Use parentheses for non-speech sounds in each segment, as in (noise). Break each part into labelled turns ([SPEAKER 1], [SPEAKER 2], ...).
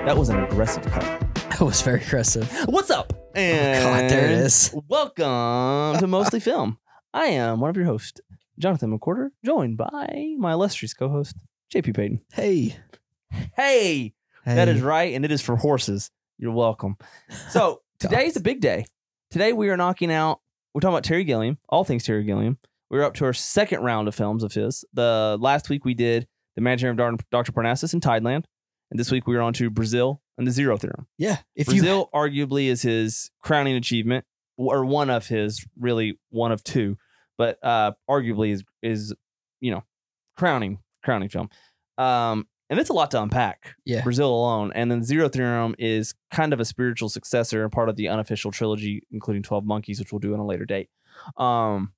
[SPEAKER 1] aggressive cut.
[SPEAKER 2] (laughs) That was very aggressive. Oh,
[SPEAKER 1] What's up? And
[SPEAKER 2] God, there it is.
[SPEAKER 1] Welcome to Mostly Film. I am one of your hosts, Jonathan McCorder, joined by my illustrious co-host, JP Payton.
[SPEAKER 2] Hey.
[SPEAKER 1] Hey, that
[SPEAKER 2] Hey.
[SPEAKER 1] is right, and it is for horses. You're (laughs) welcome. So today is a big day. Today we are knocking out. We're talking about Terry Gilliam, all things Terry Gilliam. We're up to our second round of films of his. The last week we did The Manager of Dar- Dr. Parnassus in Thailand, and this week we are on to Brazil and the Zero Theorem.
[SPEAKER 2] Yeah. If you
[SPEAKER 1] Brazil arguably is his crowning achievement, or one of his, really one of two, but uh, arguably is is you know crowning crowning film. Um, and it's a lot to unpack.
[SPEAKER 2] Yeah.
[SPEAKER 1] Brazil alone, and then Zero Theorem is kind of a spiritual successor and part of the unofficial trilogy, including Twelve Monkeys, which we'll do on a later date. Um,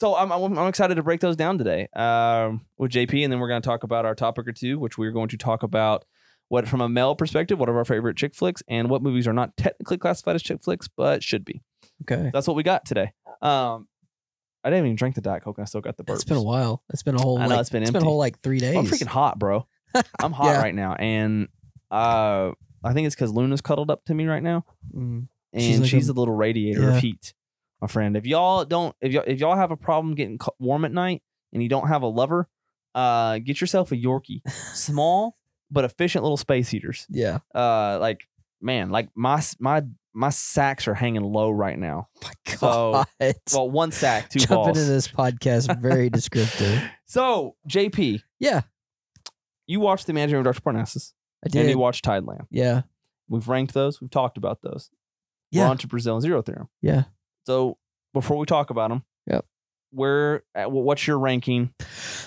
[SPEAKER 1] so I'm I'm, I'm excited to break those down today um, with JP, and then we're going to talk about our topic or two, which we're going to talk about what from a male perspective, what are our favorite chick flicks, and what movies are not technically classified as chick flicks but should be.
[SPEAKER 2] Okay.
[SPEAKER 1] That's what we got today. Um, I didn't even drink the diet coke, and I still got the burps.
[SPEAKER 2] It's been a while. It's been a whole
[SPEAKER 1] I know,
[SPEAKER 2] like,
[SPEAKER 1] it's been
[SPEAKER 2] it's been a
[SPEAKER 1] empty. Oh,
[SPEAKER 2] whole like three days.
[SPEAKER 1] I'm freaking hot, bro.
[SPEAKER 2] (laughs)
[SPEAKER 1] I'm hot
[SPEAKER 2] Yeah.
[SPEAKER 1] right now, and uh, I think it's because Luna's cuddled up to me right now,
[SPEAKER 2] Mm.
[SPEAKER 1] and
[SPEAKER 2] She's
[SPEAKER 1] she's,
[SPEAKER 2] like
[SPEAKER 1] a,
[SPEAKER 2] a-
[SPEAKER 1] little radiator
[SPEAKER 2] Yeah.
[SPEAKER 1] of heat, my friend. If y'all don't, if y'all if y'all have a problem getting cu- warm at night, and you don't have a lover, uh, get yourself a Yorkie, small but efficient little space heaters.
[SPEAKER 2] Yeah. (laughs)
[SPEAKER 1] Uh, like man, like my s- my my sacks are hanging low right now.
[SPEAKER 2] My
[SPEAKER 1] So,
[SPEAKER 2] God.
[SPEAKER 1] Well, one sack, two
[SPEAKER 2] (laughs) Jumping
[SPEAKER 1] balls.
[SPEAKER 2] into this podcast
[SPEAKER 1] (laughs)
[SPEAKER 2] very descriptive.
[SPEAKER 1] so JP,
[SPEAKER 2] Yeah.
[SPEAKER 1] you watched The Manager of Dr. Parnassus,
[SPEAKER 2] I
[SPEAKER 1] and
[SPEAKER 2] did.
[SPEAKER 1] you watched Tideland.
[SPEAKER 2] yeah.
[SPEAKER 1] We've ranked those. We've talked about those.
[SPEAKER 2] Yeah.
[SPEAKER 1] We're on to Brazil and Zero Theorem.
[SPEAKER 2] Yeah.
[SPEAKER 1] So before we talk about them,
[SPEAKER 2] Yep.
[SPEAKER 1] where at, wh- what's your ranking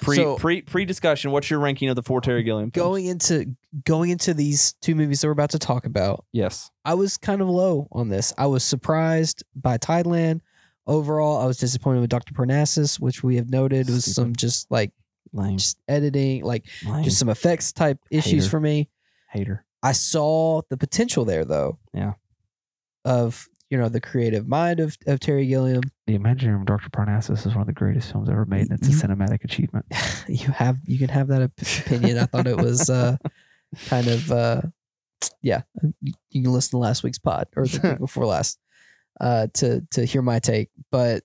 [SPEAKER 1] pre
[SPEAKER 2] So-
[SPEAKER 1] pre pre discussion? What's your ranking of the four Terry Gilliam? films?
[SPEAKER 2] Going into going into these two movies that we're about to talk about,
[SPEAKER 1] yes,
[SPEAKER 2] I was kind of low on this. I was surprised by Tideland. Overall, I was disappointed with Dr. Parnassus, which we have noted was
[SPEAKER 1] Stupid.
[SPEAKER 2] some just like
[SPEAKER 1] lame,
[SPEAKER 2] just editing, like
[SPEAKER 1] lame.
[SPEAKER 2] just some effects type issues
[SPEAKER 1] Hater.
[SPEAKER 2] for me.
[SPEAKER 1] hater.
[SPEAKER 2] I saw the potential there though.
[SPEAKER 1] Yeah.
[SPEAKER 2] Of you know the creative mind of, of Terry Gilliam.
[SPEAKER 1] The Imaginary of Dr. Parnassus is one of the greatest films ever
[SPEAKER 2] made, and it's a You-
[SPEAKER 1] cinematic achievement.
[SPEAKER 2] (laughs) you have you can have that op- opinion. I thought it was uh, (laughs) kind of uh, yeah. You you can listen to last week's pod or the (laughs) week before last uh, to to hear my take. But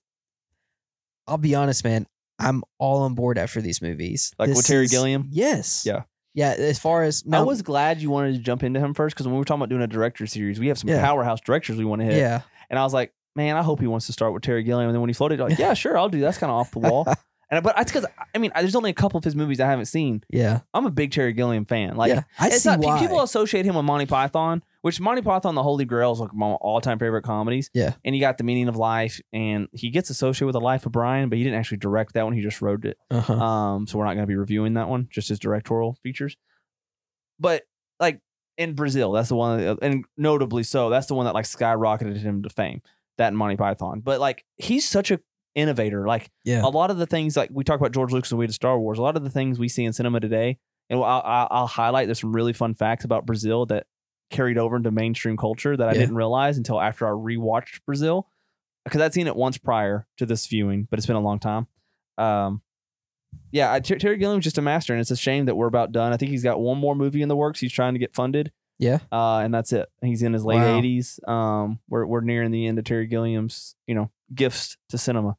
[SPEAKER 2] I'll be honest, man, I'm all on board after these movies.
[SPEAKER 1] Like with
[SPEAKER 2] This
[SPEAKER 1] Terry
[SPEAKER 2] is-
[SPEAKER 1] Gilliam?
[SPEAKER 2] Yes.
[SPEAKER 1] Yeah.
[SPEAKER 2] Yeah. As far as
[SPEAKER 1] I
[SPEAKER 2] now,
[SPEAKER 1] was glad you wanted to jump into him first because when we were talking about doing a director series, we have some
[SPEAKER 2] Yeah.
[SPEAKER 1] powerhouse directors we want to hit.
[SPEAKER 2] yeah.
[SPEAKER 1] And I was like, man, I hope he wants to start with Terry Gilliam. And then when he floated, I'm like, yeah, sure, I'll do. That's kind of off the
[SPEAKER 2] (laughs)
[SPEAKER 1] wall. And I- but that's because I mean, there's only a couple of his movies I haven't seen.
[SPEAKER 2] Yeah.
[SPEAKER 1] I'm a big Terry Gilliam fan. Like,
[SPEAKER 2] yeah. I
[SPEAKER 1] it's
[SPEAKER 2] see
[SPEAKER 1] not, pe-
[SPEAKER 2] why.
[SPEAKER 1] people associate him with Monty Python, which Monty Python, The Holy Grail, is like my all-time favorite comedies.
[SPEAKER 2] Yeah.
[SPEAKER 1] and he got The Meaning of Life, and he gets associated with The Life of Brian, but he didn't actually direct that one. He just wrote it.
[SPEAKER 2] uh-huh.
[SPEAKER 1] Um, so we're not going to be reviewing that one, just his directorial features. But like in Brazil, that's the one, uh, and notably so, that's the one that like skyrocketed him to fame. That and Monty Python. But like he's such a innovator. Like
[SPEAKER 2] yeah.
[SPEAKER 1] a lot of the things, like we talk about George Lucas and we did Star Wars. A lot of the things we see in cinema today, and I'll, I'll, I'll highlight. There's some really fun facts about Brazil that carried over into mainstream culture that I
[SPEAKER 2] Yeah.
[SPEAKER 1] didn't realize until after I rewatched Brazil, because I'd seen it once prior to this viewing, but it's been a long time. Um, yeah, I, Ter- Terry Gilliam's just a master, and it's a shame that we're about done. I think he's got one more movie in the works. He's trying to get funded,
[SPEAKER 2] Yeah.
[SPEAKER 1] uh, and that's it. He's in his late
[SPEAKER 2] Wow.
[SPEAKER 1] 80s. Um, we're we're nearing the end of Terry Gilliam's, you know, gifts to cinema.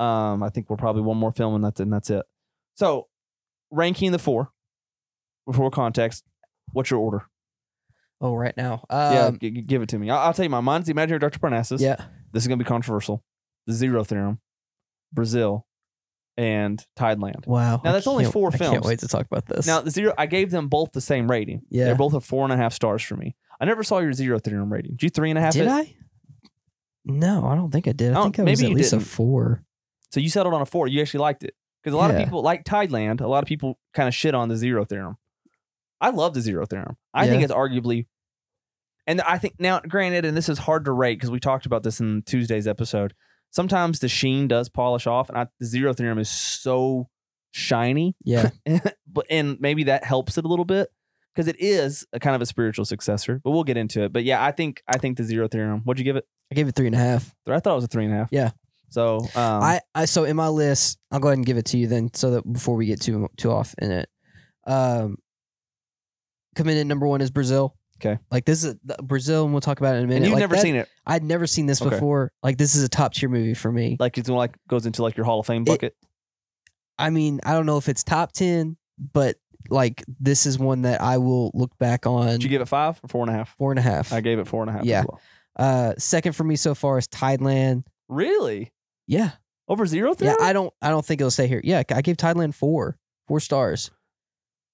[SPEAKER 1] Um, I think we're probably one more film, and that's and that's it. So, ranking the four before context, what's your order?
[SPEAKER 2] Oh, right now.
[SPEAKER 1] yeah,
[SPEAKER 2] Um,
[SPEAKER 1] g- g- give it to me. I'll, I'll tell you mine. Mine's the Imaginary Dr. Parnassus.
[SPEAKER 2] yeah.
[SPEAKER 1] this is gonna be controversial. The Zero Theorem, Brazil, and Tideland.
[SPEAKER 2] Wow.
[SPEAKER 1] Now,
[SPEAKER 2] I
[SPEAKER 1] that's only
[SPEAKER 2] can't-
[SPEAKER 1] four
[SPEAKER 2] I can't
[SPEAKER 1] films.
[SPEAKER 2] wait to talk about this.
[SPEAKER 1] Now the zero, I gave them both the same rating.
[SPEAKER 2] Yeah.
[SPEAKER 1] they're both a four and a half stars for me. I never saw your zero theorem rating. Did you three and a half?
[SPEAKER 2] Did
[SPEAKER 1] it?
[SPEAKER 2] I? No, I don't think I did. I,
[SPEAKER 1] I
[SPEAKER 2] think I
[SPEAKER 1] don't-
[SPEAKER 2] was
[SPEAKER 1] maybe
[SPEAKER 2] at
[SPEAKER 1] you
[SPEAKER 2] least a
[SPEAKER 1] didn't.
[SPEAKER 2] four.
[SPEAKER 1] So you settled on a four. You actually liked it because a lot of
[SPEAKER 2] Yeah.
[SPEAKER 1] people like Tideland. A lot of people kind of shit on the zero theorem. I love the zero theorem. I think
[SPEAKER 2] Yeah.
[SPEAKER 1] it's arguably, and I think now, granted, and this is hard to rate because we talked about this in Tuesday's episode. Sometimes the sheen does polish off, and I, the zero theorem is so shiny.
[SPEAKER 2] Yeah.
[SPEAKER 1] but and maybe that helps it a little bit because it is a kind of a spiritual successor. But we'll get into it. But yeah, I think I think the zero theorem. What'd you give it?
[SPEAKER 2] (laughs) I gave it three and a half.
[SPEAKER 1] I thought it was a three and a half.
[SPEAKER 2] Yeah.
[SPEAKER 1] So um,
[SPEAKER 2] I, I so in my list, I'll go ahead and give it to you then so that before we get too too off in it. Um coming in number one is Brazil.
[SPEAKER 1] Okay.
[SPEAKER 2] Like this is a, Brazil, and we'll talk about it in a minute.
[SPEAKER 1] and you've
[SPEAKER 2] Like,
[SPEAKER 1] never
[SPEAKER 2] that-
[SPEAKER 1] seen it.
[SPEAKER 2] I'd never seen this
[SPEAKER 1] Okay.
[SPEAKER 2] before. Like this is a top tier movie for me.
[SPEAKER 1] Like it's like goes into like your Hall of Fame
[SPEAKER 2] It-
[SPEAKER 1] bucket.
[SPEAKER 2] I mean, I don't know if it's top ten, but like this is one that I will look back on.
[SPEAKER 1] Did you give it five or four and a half?
[SPEAKER 2] four and a half.
[SPEAKER 1] I gave it four and a half.
[SPEAKER 2] Yeah.
[SPEAKER 1] As well.
[SPEAKER 2] Uh, second for me so far is Thailand.
[SPEAKER 1] Really?
[SPEAKER 2] Yeah,
[SPEAKER 1] Over zero
[SPEAKER 2] yeah.
[SPEAKER 1] theorem?
[SPEAKER 2] I don't, I don't think it'll stay here. Yeah, I gave Thailand four, four stars.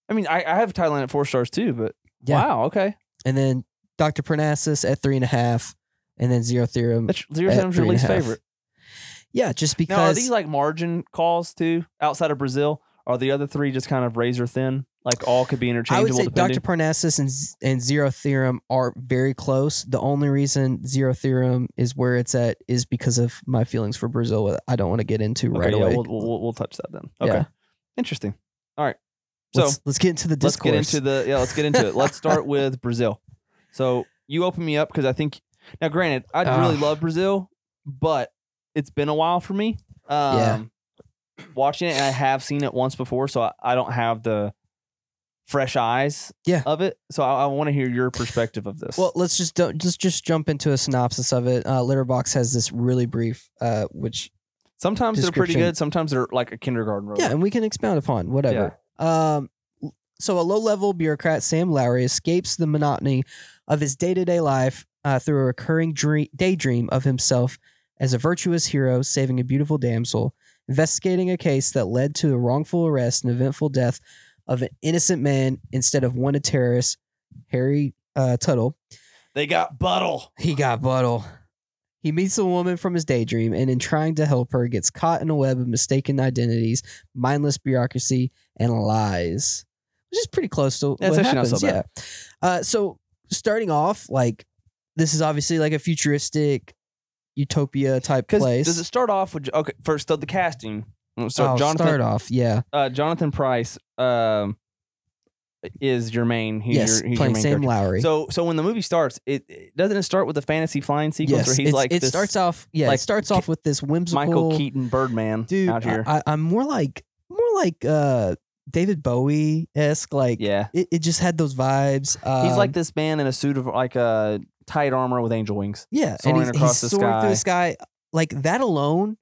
[SPEAKER 1] I mean, I, I have Thailand at four stars too, but
[SPEAKER 2] Yeah. Mm,
[SPEAKER 1] wow, okay.
[SPEAKER 2] And then Doctor Parnassus at three and a half, and then Zero Theorem.
[SPEAKER 1] That's zero
[SPEAKER 2] at
[SPEAKER 1] theorem's your
[SPEAKER 2] three and a
[SPEAKER 1] least
[SPEAKER 2] half.
[SPEAKER 1] favorite.
[SPEAKER 2] Yeah, just
[SPEAKER 1] Now, are
[SPEAKER 2] because.
[SPEAKER 1] these like margin calls too outside of Brazil? Are the other three just kind of razor thin? Like all could be
[SPEAKER 2] I
[SPEAKER 1] interchangeable.
[SPEAKER 2] would say
[SPEAKER 1] depending?
[SPEAKER 2] Dr. Parnassus and, Z- and Zero Theorem are very close. The only reason Zero Theorem is where it's at is because of my feelings for Brazil. that I don't want to get into
[SPEAKER 1] okay,
[SPEAKER 2] right
[SPEAKER 1] yeah,
[SPEAKER 2] away.
[SPEAKER 1] We'll, we'll, we'll touch that then. Okay,
[SPEAKER 2] Yeah.
[SPEAKER 1] interesting. All right, so
[SPEAKER 2] let's, let's get into the
[SPEAKER 1] let's
[SPEAKER 2] discourse.
[SPEAKER 1] get into the yeah. Let's get into it.
[SPEAKER 2] (laughs)
[SPEAKER 1] Let's start with Brazil. So you open me up because I think now, granted, I would really
[SPEAKER 2] Ah.
[SPEAKER 1] love Brazil, but it's been a while for me. Um,
[SPEAKER 2] Yeah.
[SPEAKER 1] watching it, and I have seen it once before, so I, I don't have the fresh eyes
[SPEAKER 2] Yeah.
[SPEAKER 1] of it. So I, I want to hear your perspective of this.
[SPEAKER 2] Well, let's just don't, just just jump into a synopsis of it. Uh, Litterbox has this really brief, uh, which
[SPEAKER 1] Sometimes they're pretty
[SPEAKER 2] description.
[SPEAKER 1] good. Sometimes they're like a kindergarten robot.
[SPEAKER 2] yeah, and we can expound upon whatever. Um, so a low-level bureaucrat, Sam Lowry, escapes the monotony of his day-to-day life uh, through a recurring dream, daydream of himself as a virtuous hero, saving a beautiful damsel, investigating a case that led to a wrongful arrest and eventful death of an innocent man instead of one of terrorists, Harry uh, Tuttle.
[SPEAKER 1] They got Buttle.
[SPEAKER 2] He got Buttle. He meets a woman from his daydream and, in trying to help her, gets caught in a web of mistaken identities, mindless bureaucracy, and lies. Which is pretty close to
[SPEAKER 1] That's
[SPEAKER 2] what
[SPEAKER 1] actually not
[SPEAKER 2] happens.
[SPEAKER 1] so
[SPEAKER 2] yeah.
[SPEAKER 1] bad.
[SPEAKER 2] Uh, so starting off, like this is obviously like a futuristic utopia type
[SPEAKER 1] Because
[SPEAKER 2] place.
[SPEAKER 1] does it start off with okay? First, so the casting. So
[SPEAKER 2] oh,
[SPEAKER 1] Jonathan
[SPEAKER 2] start off, yeah.
[SPEAKER 1] uh, Jonathan Price um, is your main. He's
[SPEAKER 2] yes,
[SPEAKER 1] your, he's your
[SPEAKER 2] playing
[SPEAKER 1] main
[SPEAKER 2] Sam
[SPEAKER 1] character.
[SPEAKER 2] Lowry.
[SPEAKER 1] So so when the movie starts, it, it- doesn't it start with the fantasy flying sequence
[SPEAKER 2] yes,
[SPEAKER 1] where he's
[SPEAKER 2] it's-
[SPEAKER 1] like
[SPEAKER 2] it
[SPEAKER 1] this
[SPEAKER 2] starts off. Yeah,
[SPEAKER 1] like,
[SPEAKER 2] it starts off with this whimsical
[SPEAKER 1] Michael Keaton Birdman
[SPEAKER 2] dude.
[SPEAKER 1] out here.
[SPEAKER 2] I, I, I'm more like more like uh, David Bowie esque. Like
[SPEAKER 1] yeah,
[SPEAKER 2] it, it just had those vibes. Um,
[SPEAKER 1] he's like this man in a suit of like uh, tight armor with angel wings.
[SPEAKER 2] yeah,
[SPEAKER 1] soaring
[SPEAKER 2] and he's,
[SPEAKER 1] across the
[SPEAKER 2] he's soaring through the sky. Like that alone,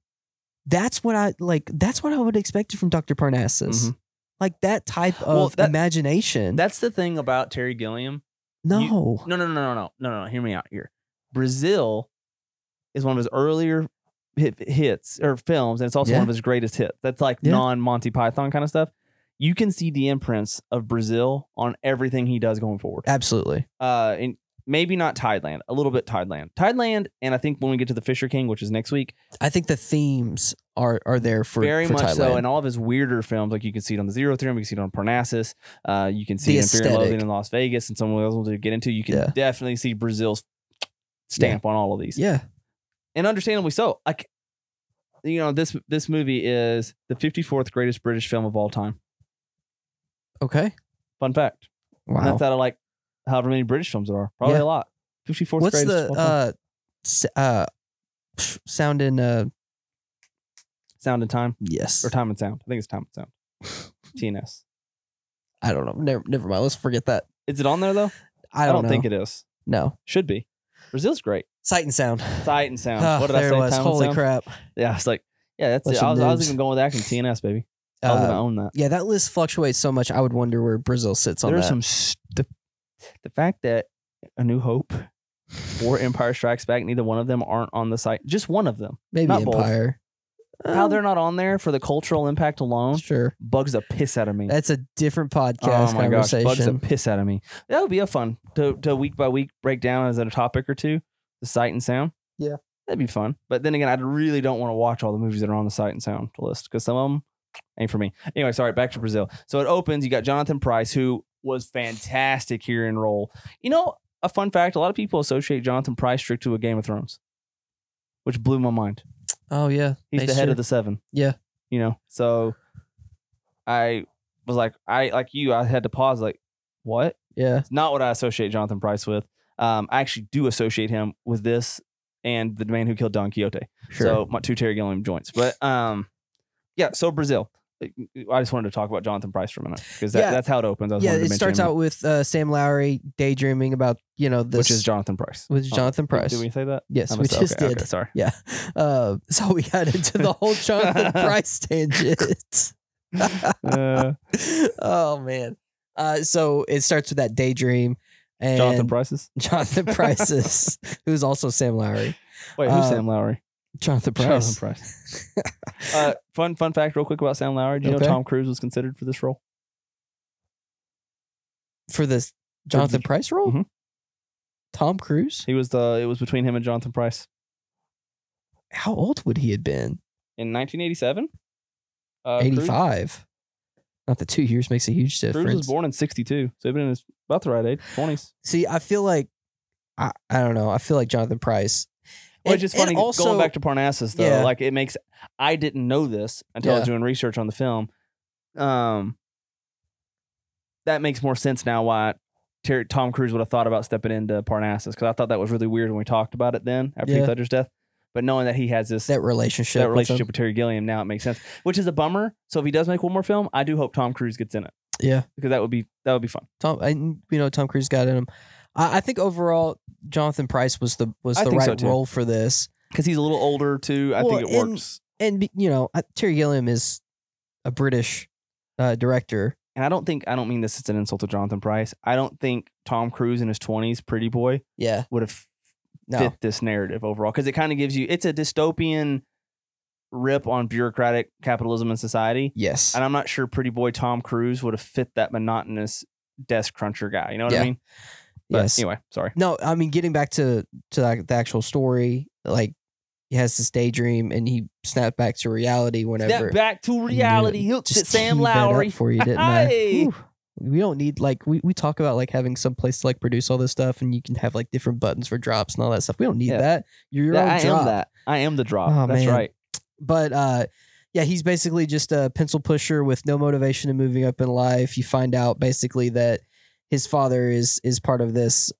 [SPEAKER 2] that's what I like. That's what I would expect from Doctor Parnassus.
[SPEAKER 1] Mhm.
[SPEAKER 2] Like that type of
[SPEAKER 1] Well, that-
[SPEAKER 2] imagination.
[SPEAKER 1] That's the thing about Terry Gilliam.
[SPEAKER 2] no,
[SPEAKER 1] No, no, no, no, no, no, no. Hear me out here. Brazil is one of his earlier hit, hits or films, and it's also
[SPEAKER 2] Yeah.
[SPEAKER 1] one of his greatest hits. That's like
[SPEAKER 2] Yeah.
[SPEAKER 1] non Monty Python kind of stuff. You can see the imprints of Brazil on everything he does going forward.
[SPEAKER 2] absolutely.
[SPEAKER 1] Uh, and maybe not Thailand, a little bit Thailand, Thailand, and I think when we get to the Fisher King, which is next week,
[SPEAKER 2] I think the themes are are there for
[SPEAKER 1] very
[SPEAKER 2] for
[SPEAKER 1] much so.
[SPEAKER 2] Thailand.
[SPEAKER 1] And all of his weirder films, like you can see it on the Zero Theorem, you can see it on Parnassus, uh, you can see
[SPEAKER 2] The
[SPEAKER 1] it in Fear and
[SPEAKER 2] aesthetic.
[SPEAKER 1] Loathing in Las Vegas, and some of the others we'll get into. You can
[SPEAKER 2] Yeah.
[SPEAKER 1] definitely see Brazil's stamp on all of these.
[SPEAKER 2] yeah,
[SPEAKER 1] and understandably so. Like, you know this this movie is the 54th greatest British film of all time.
[SPEAKER 2] okay,
[SPEAKER 1] Fun fact. And
[SPEAKER 2] wow.
[SPEAKER 1] that's out of like however many British films there are. Probably
[SPEAKER 2] Yeah.
[SPEAKER 1] a lot. 54th
[SPEAKER 2] What's
[SPEAKER 1] greatest.
[SPEAKER 2] the
[SPEAKER 1] of all time.
[SPEAKER 2] uh, s- uh, psh, sound in uh,
[SPEAKER 1] sound and time
[SPEAKER 2] yes?
[SPEAKER 1] or time and sound? I think it's time and
[SPEAKER 2] (laughs)
[SPEAKER 1] sound. TNS.
[SPEAKER 2] I don't know. Never, never mind. Let's forget that.
[SPEAKER 1] Is it on there though?
[SPEAKER 2] I don't, know.
[SPEAKER 1] think it is.
[SPEAKER 2] No.
[SPEAKER 1] Should be. Brazil's great.
[SPEAKER 2] Sight and sound.
[SPEAKER 1] Sight and sound.
[SPEAKER 2] Ah,
[SPEAKER 1] what did
[SPEAKER 2] there
[SPEAKER 1] I say?
[SPEAKER 2] it was.
[SPEAKER 1] Time and
[SPEAKER 2] Holy
[SPEAKER 1] sound?
[SPEAKER 2] crap.
[SPEAKER 1] Yeah, it's like yeah. That's
[SPEAKER 2] Bunch
[SPEAKER 1] it. I
[SPEAKER 2] of
[SPEAKER 1] was, I was
[SPEAKER 2] noobs.
[SPEAKER 1] even going with that. I can TNS baby. I was gonna
[SPEAKER 2] Uh,
[SPEAKER 1] own that.
[SPEAKER 2] yeah, that list fluctuates so much. I would wonder where Brazil sits on
[SPEAKER 1] There's
[SPEAKER 2] that.
[SPEAKER 1] some st- the, the fact that A New Hope or Empire Strikes Back, neither one of them aren't on the site. Just one of them.
[SPEAKER 2] Maybe
[SPEAKER 1] not both.
[SPEAKER 2] Empire.
[SPEAKER 1] How
[SPEAKER 2] Um,
[SPEAKER 1] they're not on there for the cultural impact alone
[SPEAKER 2] sure.
[SPEAKER 1] bugs the piss out of me.
[SPEAKER 2] That's a different podcast
[SPEAKER 1] oh my gosh, bugs the
[SPEAKER 2] conversation.
[SPEAKER 1] piss out of me. That would be a fun to, to week by week break down as a topic or two, the sight and sound.
[SPEAKER 2] Yeah.
[SPEAKER 1] That'd be fun. But then again, I really don't want to watch all the movies that are on the sight and sound list because some of them ain't for me. Anyway, sorry, back to Brazil. So it opens. You got Jonathan Price, who was fantastic here in role. You know, a fun fact a lot of people associate Jonathan Price strict to a Game of Thrones, which blew my mind.
[SPEAKER 2] oh yeah,
[SPEAKER 1] He's
[SPEAKER 2] They
[SPEAKER 1] the head
[SPEAKER 2] sure-
[SPEAKER 1] of the seven.
[SPEAKER 2] Yeah.
[SPEAKER 1] You know, so I was like, I like you, I had to pause, like, what?
[SPEAKER 2] yeah.
[SPEAKER 1] It's not what I associate Jonathan Price with. Um, I actually do associate him with this and the man who killed Don Quixote.
[SPEAKER 2] Sure.
[SPEAKER 1] So my two Terry Gilliam joints. But um, yeah, so Brazil. I just wanted to talk about Jonathan Price for a minute because that,
[SPEAKER 2] Yeah.
[SPEAKER 1] that's how it opens. I just
[SPEAKER 2] yeah,
[SPEAKER 1] wanted to
[SPEAKER 2] it
[SPEAKER 1] mention
[SPEAKER 2] starts
[SPEAKER 1] him,
[SPEAKER 2] out with uh, Sam Lowry daydreaming about you know this
[SPEAKER 1] which is Jonathan Price.
[SPEAKER 2] with
[SPEAKER 1] Oh,
[SPEAKER 2] Jonathan
[SPEAKER 1] did-
[SPEAKER 2] Price.
[SPEAKER 1] Did we say that?
[SPEAKER 2] yes,
[SPEAKER 1] I
[SPEAKER 2] we
[SPEAKER 1] must-
[SPEAKER 2] just
[SPEAKER 1] okay,
[SPEAKER 2] did.
[SPEAKER 1] Okay,
[SPEAKER 2] (laughs)
[SPEAKER 1] sorry.
[SPEAKER 2] Yeah. Uh, so we got into the
[SPEAKER 1] (laughs)
[SPEAKER 2] whole Jonathan Price tangent.
[SPEAKER 1] Uh,
[SPEAKER 2] (laughs) oh man. Uh, so it starts with that daydream and
[SPEAKER 1] Jonathan (laughs) Price's.
[SPEAKER 2] (laughs) Jonathan Price's, who's also Sam Lowry.
[SPEAKER 1] Wait, who's
[SPEAKER 2] Uh,
[SPEAKER 1] Sam Lowry?
[SPEAKER 2] Jonathan
[SPEAKER 1] Jonathan
[SPEAKER 2] Price.
[SPEAKER 1] Price. (laughs) uh, fun fun fact, real quick about Sam Lowry. Do you
[SPEAKER 2] Okay.
[SPEAKER 1] know Tom Cruise was considered for this role?
[SPEAKER 2] For this Jonathan Price role?
[SPEAKER 1] Mhm.
[SPEAKER 2] Tom Cruise?
[SPEAKER 1] He was the. It was between him and Jonathan Price
[SPEAKER 2] How old would he have been?
[SPEAKER 1] in 1987. Uh, Cruise-
[SPEAKER 2] 85. Not that two years makes a huge
[SPEAKER 1] Cruise,
[SPEAKER 2] difference.
[SPEAKER 1] was born in 62, so he'd been in his about the right age, 20s.
[SPEAKER 2] See, I feel like I, I don't know. I feel like Jonathan Price.
[SPEAKER 1] Which is
[SPEAKER 2] And- and
[SPEAKER 1] funny. going back to Parnassus, though,
[SPEAKER 2] Yeah.
[SPEAKER 1] like it makes I didn't know this until I was doing research on the film. Um, that makes more sense now. Why Ter- Tom Cruise would have thought about stepping into Parnassus because I thought that was really weird when we talked about it then after
[SPEAKER 2] Yeah.
[SPEAKER 1] Heath Ledger's death. But knowing that he has this
[SPEAKER 2] that relationship.
[SPEAKER 1] that
[SPEAKER 2] with him.
[SPEAKER 1] relationship with Terry Gilliam now, it makes sense. Which is a bummer. So if he does make one more film, I do hope Tom Cruise gets in it
[SPEAKER 2] Yeah.
[SPEAKER 1] because that would be that would be fun.
[SPEAKER 2] Tom, I, you know, Tom Cruise got in him. I, I think overall, Jonathan Price was the was
[SPEAKER 1] I
[SPEAKER 2] the
[SPEAKER 1] think so,
[SPEAKER 2] right
[SPEAKER 1] too.
[SPEAKER 2] role for this.
[SPEAKER 1] Because he's a little older too. I
[SPEAKER 2] Well,
[SPEAKER 1] think it
[SPEAKER 2] and-
[SPEAKER 1] works.
[SPEAKER 2] And be- you know, I- Terry Gilliam is a British uh, director.
[SPEAKER 1] and I don't think I don't mean this as an insult to Jonathan Price. I don't think Tom Cruise in his twenties, Pretty Boy,
[SPEAKER 2] Yeah,
[SPEAKER 1] would have
[SPEAKER 2] no,
[SPEAKER 1] fit this narrative overall because it kind of gives you it's a dystopian rip on bureaucratic capitalism and society.
[SPEAKER 2] yes,
[SPEAKER 1] And I'm not sure Pretty Boy Tom Cruise would have fit that monotonous desk cruncher guy. You know what
[SPEAKER 2] Yeah.
[SPEAKER 1] I mean? But
[SPEAKER 2] yes.
[SPEAKER 1] anyway, sorry.
[SPEAKER 2] No, I mean, getting back to to like, the actual story, like he has this daydream and he snapped back to reality whenever.
[SPEAKER 1] Step back to reality. He'll
[SPEAKER 2] Just
[SPEAKER 1] shit Sam
[SPEAKER 2] teed that up
[SPEAKER 1] Lowry.
[SPEAKER 2] for you, didn't I?
[SPEAKER 1] (laughs) Hey!
[SPEAKER 2] Whew. We don't need like we, we talk about like having some place to like produce all this stuff, and you can have like different buttons for drops and all that stuff. We don't need
[SPEAKER 1] Yeah.
[SPEAKER 2] that. You're your
[SPEAKER 1] Yeah,
[SPEAKER 2] own
[SPEAKER 1] I
[SPEAKER 2] drop.
[SPEAKER 1] am that. I am the drop.
[SPEAKER 2] Oh,
[SPEAKER 1] That's
[SPEAKER 2] man.
[SPEAKER 1] right.
[SPEAKER 2] But uh, yeah, he's basically just a pencil pusher with no motivation to moving up in life. You find out basically that his father is is part of this,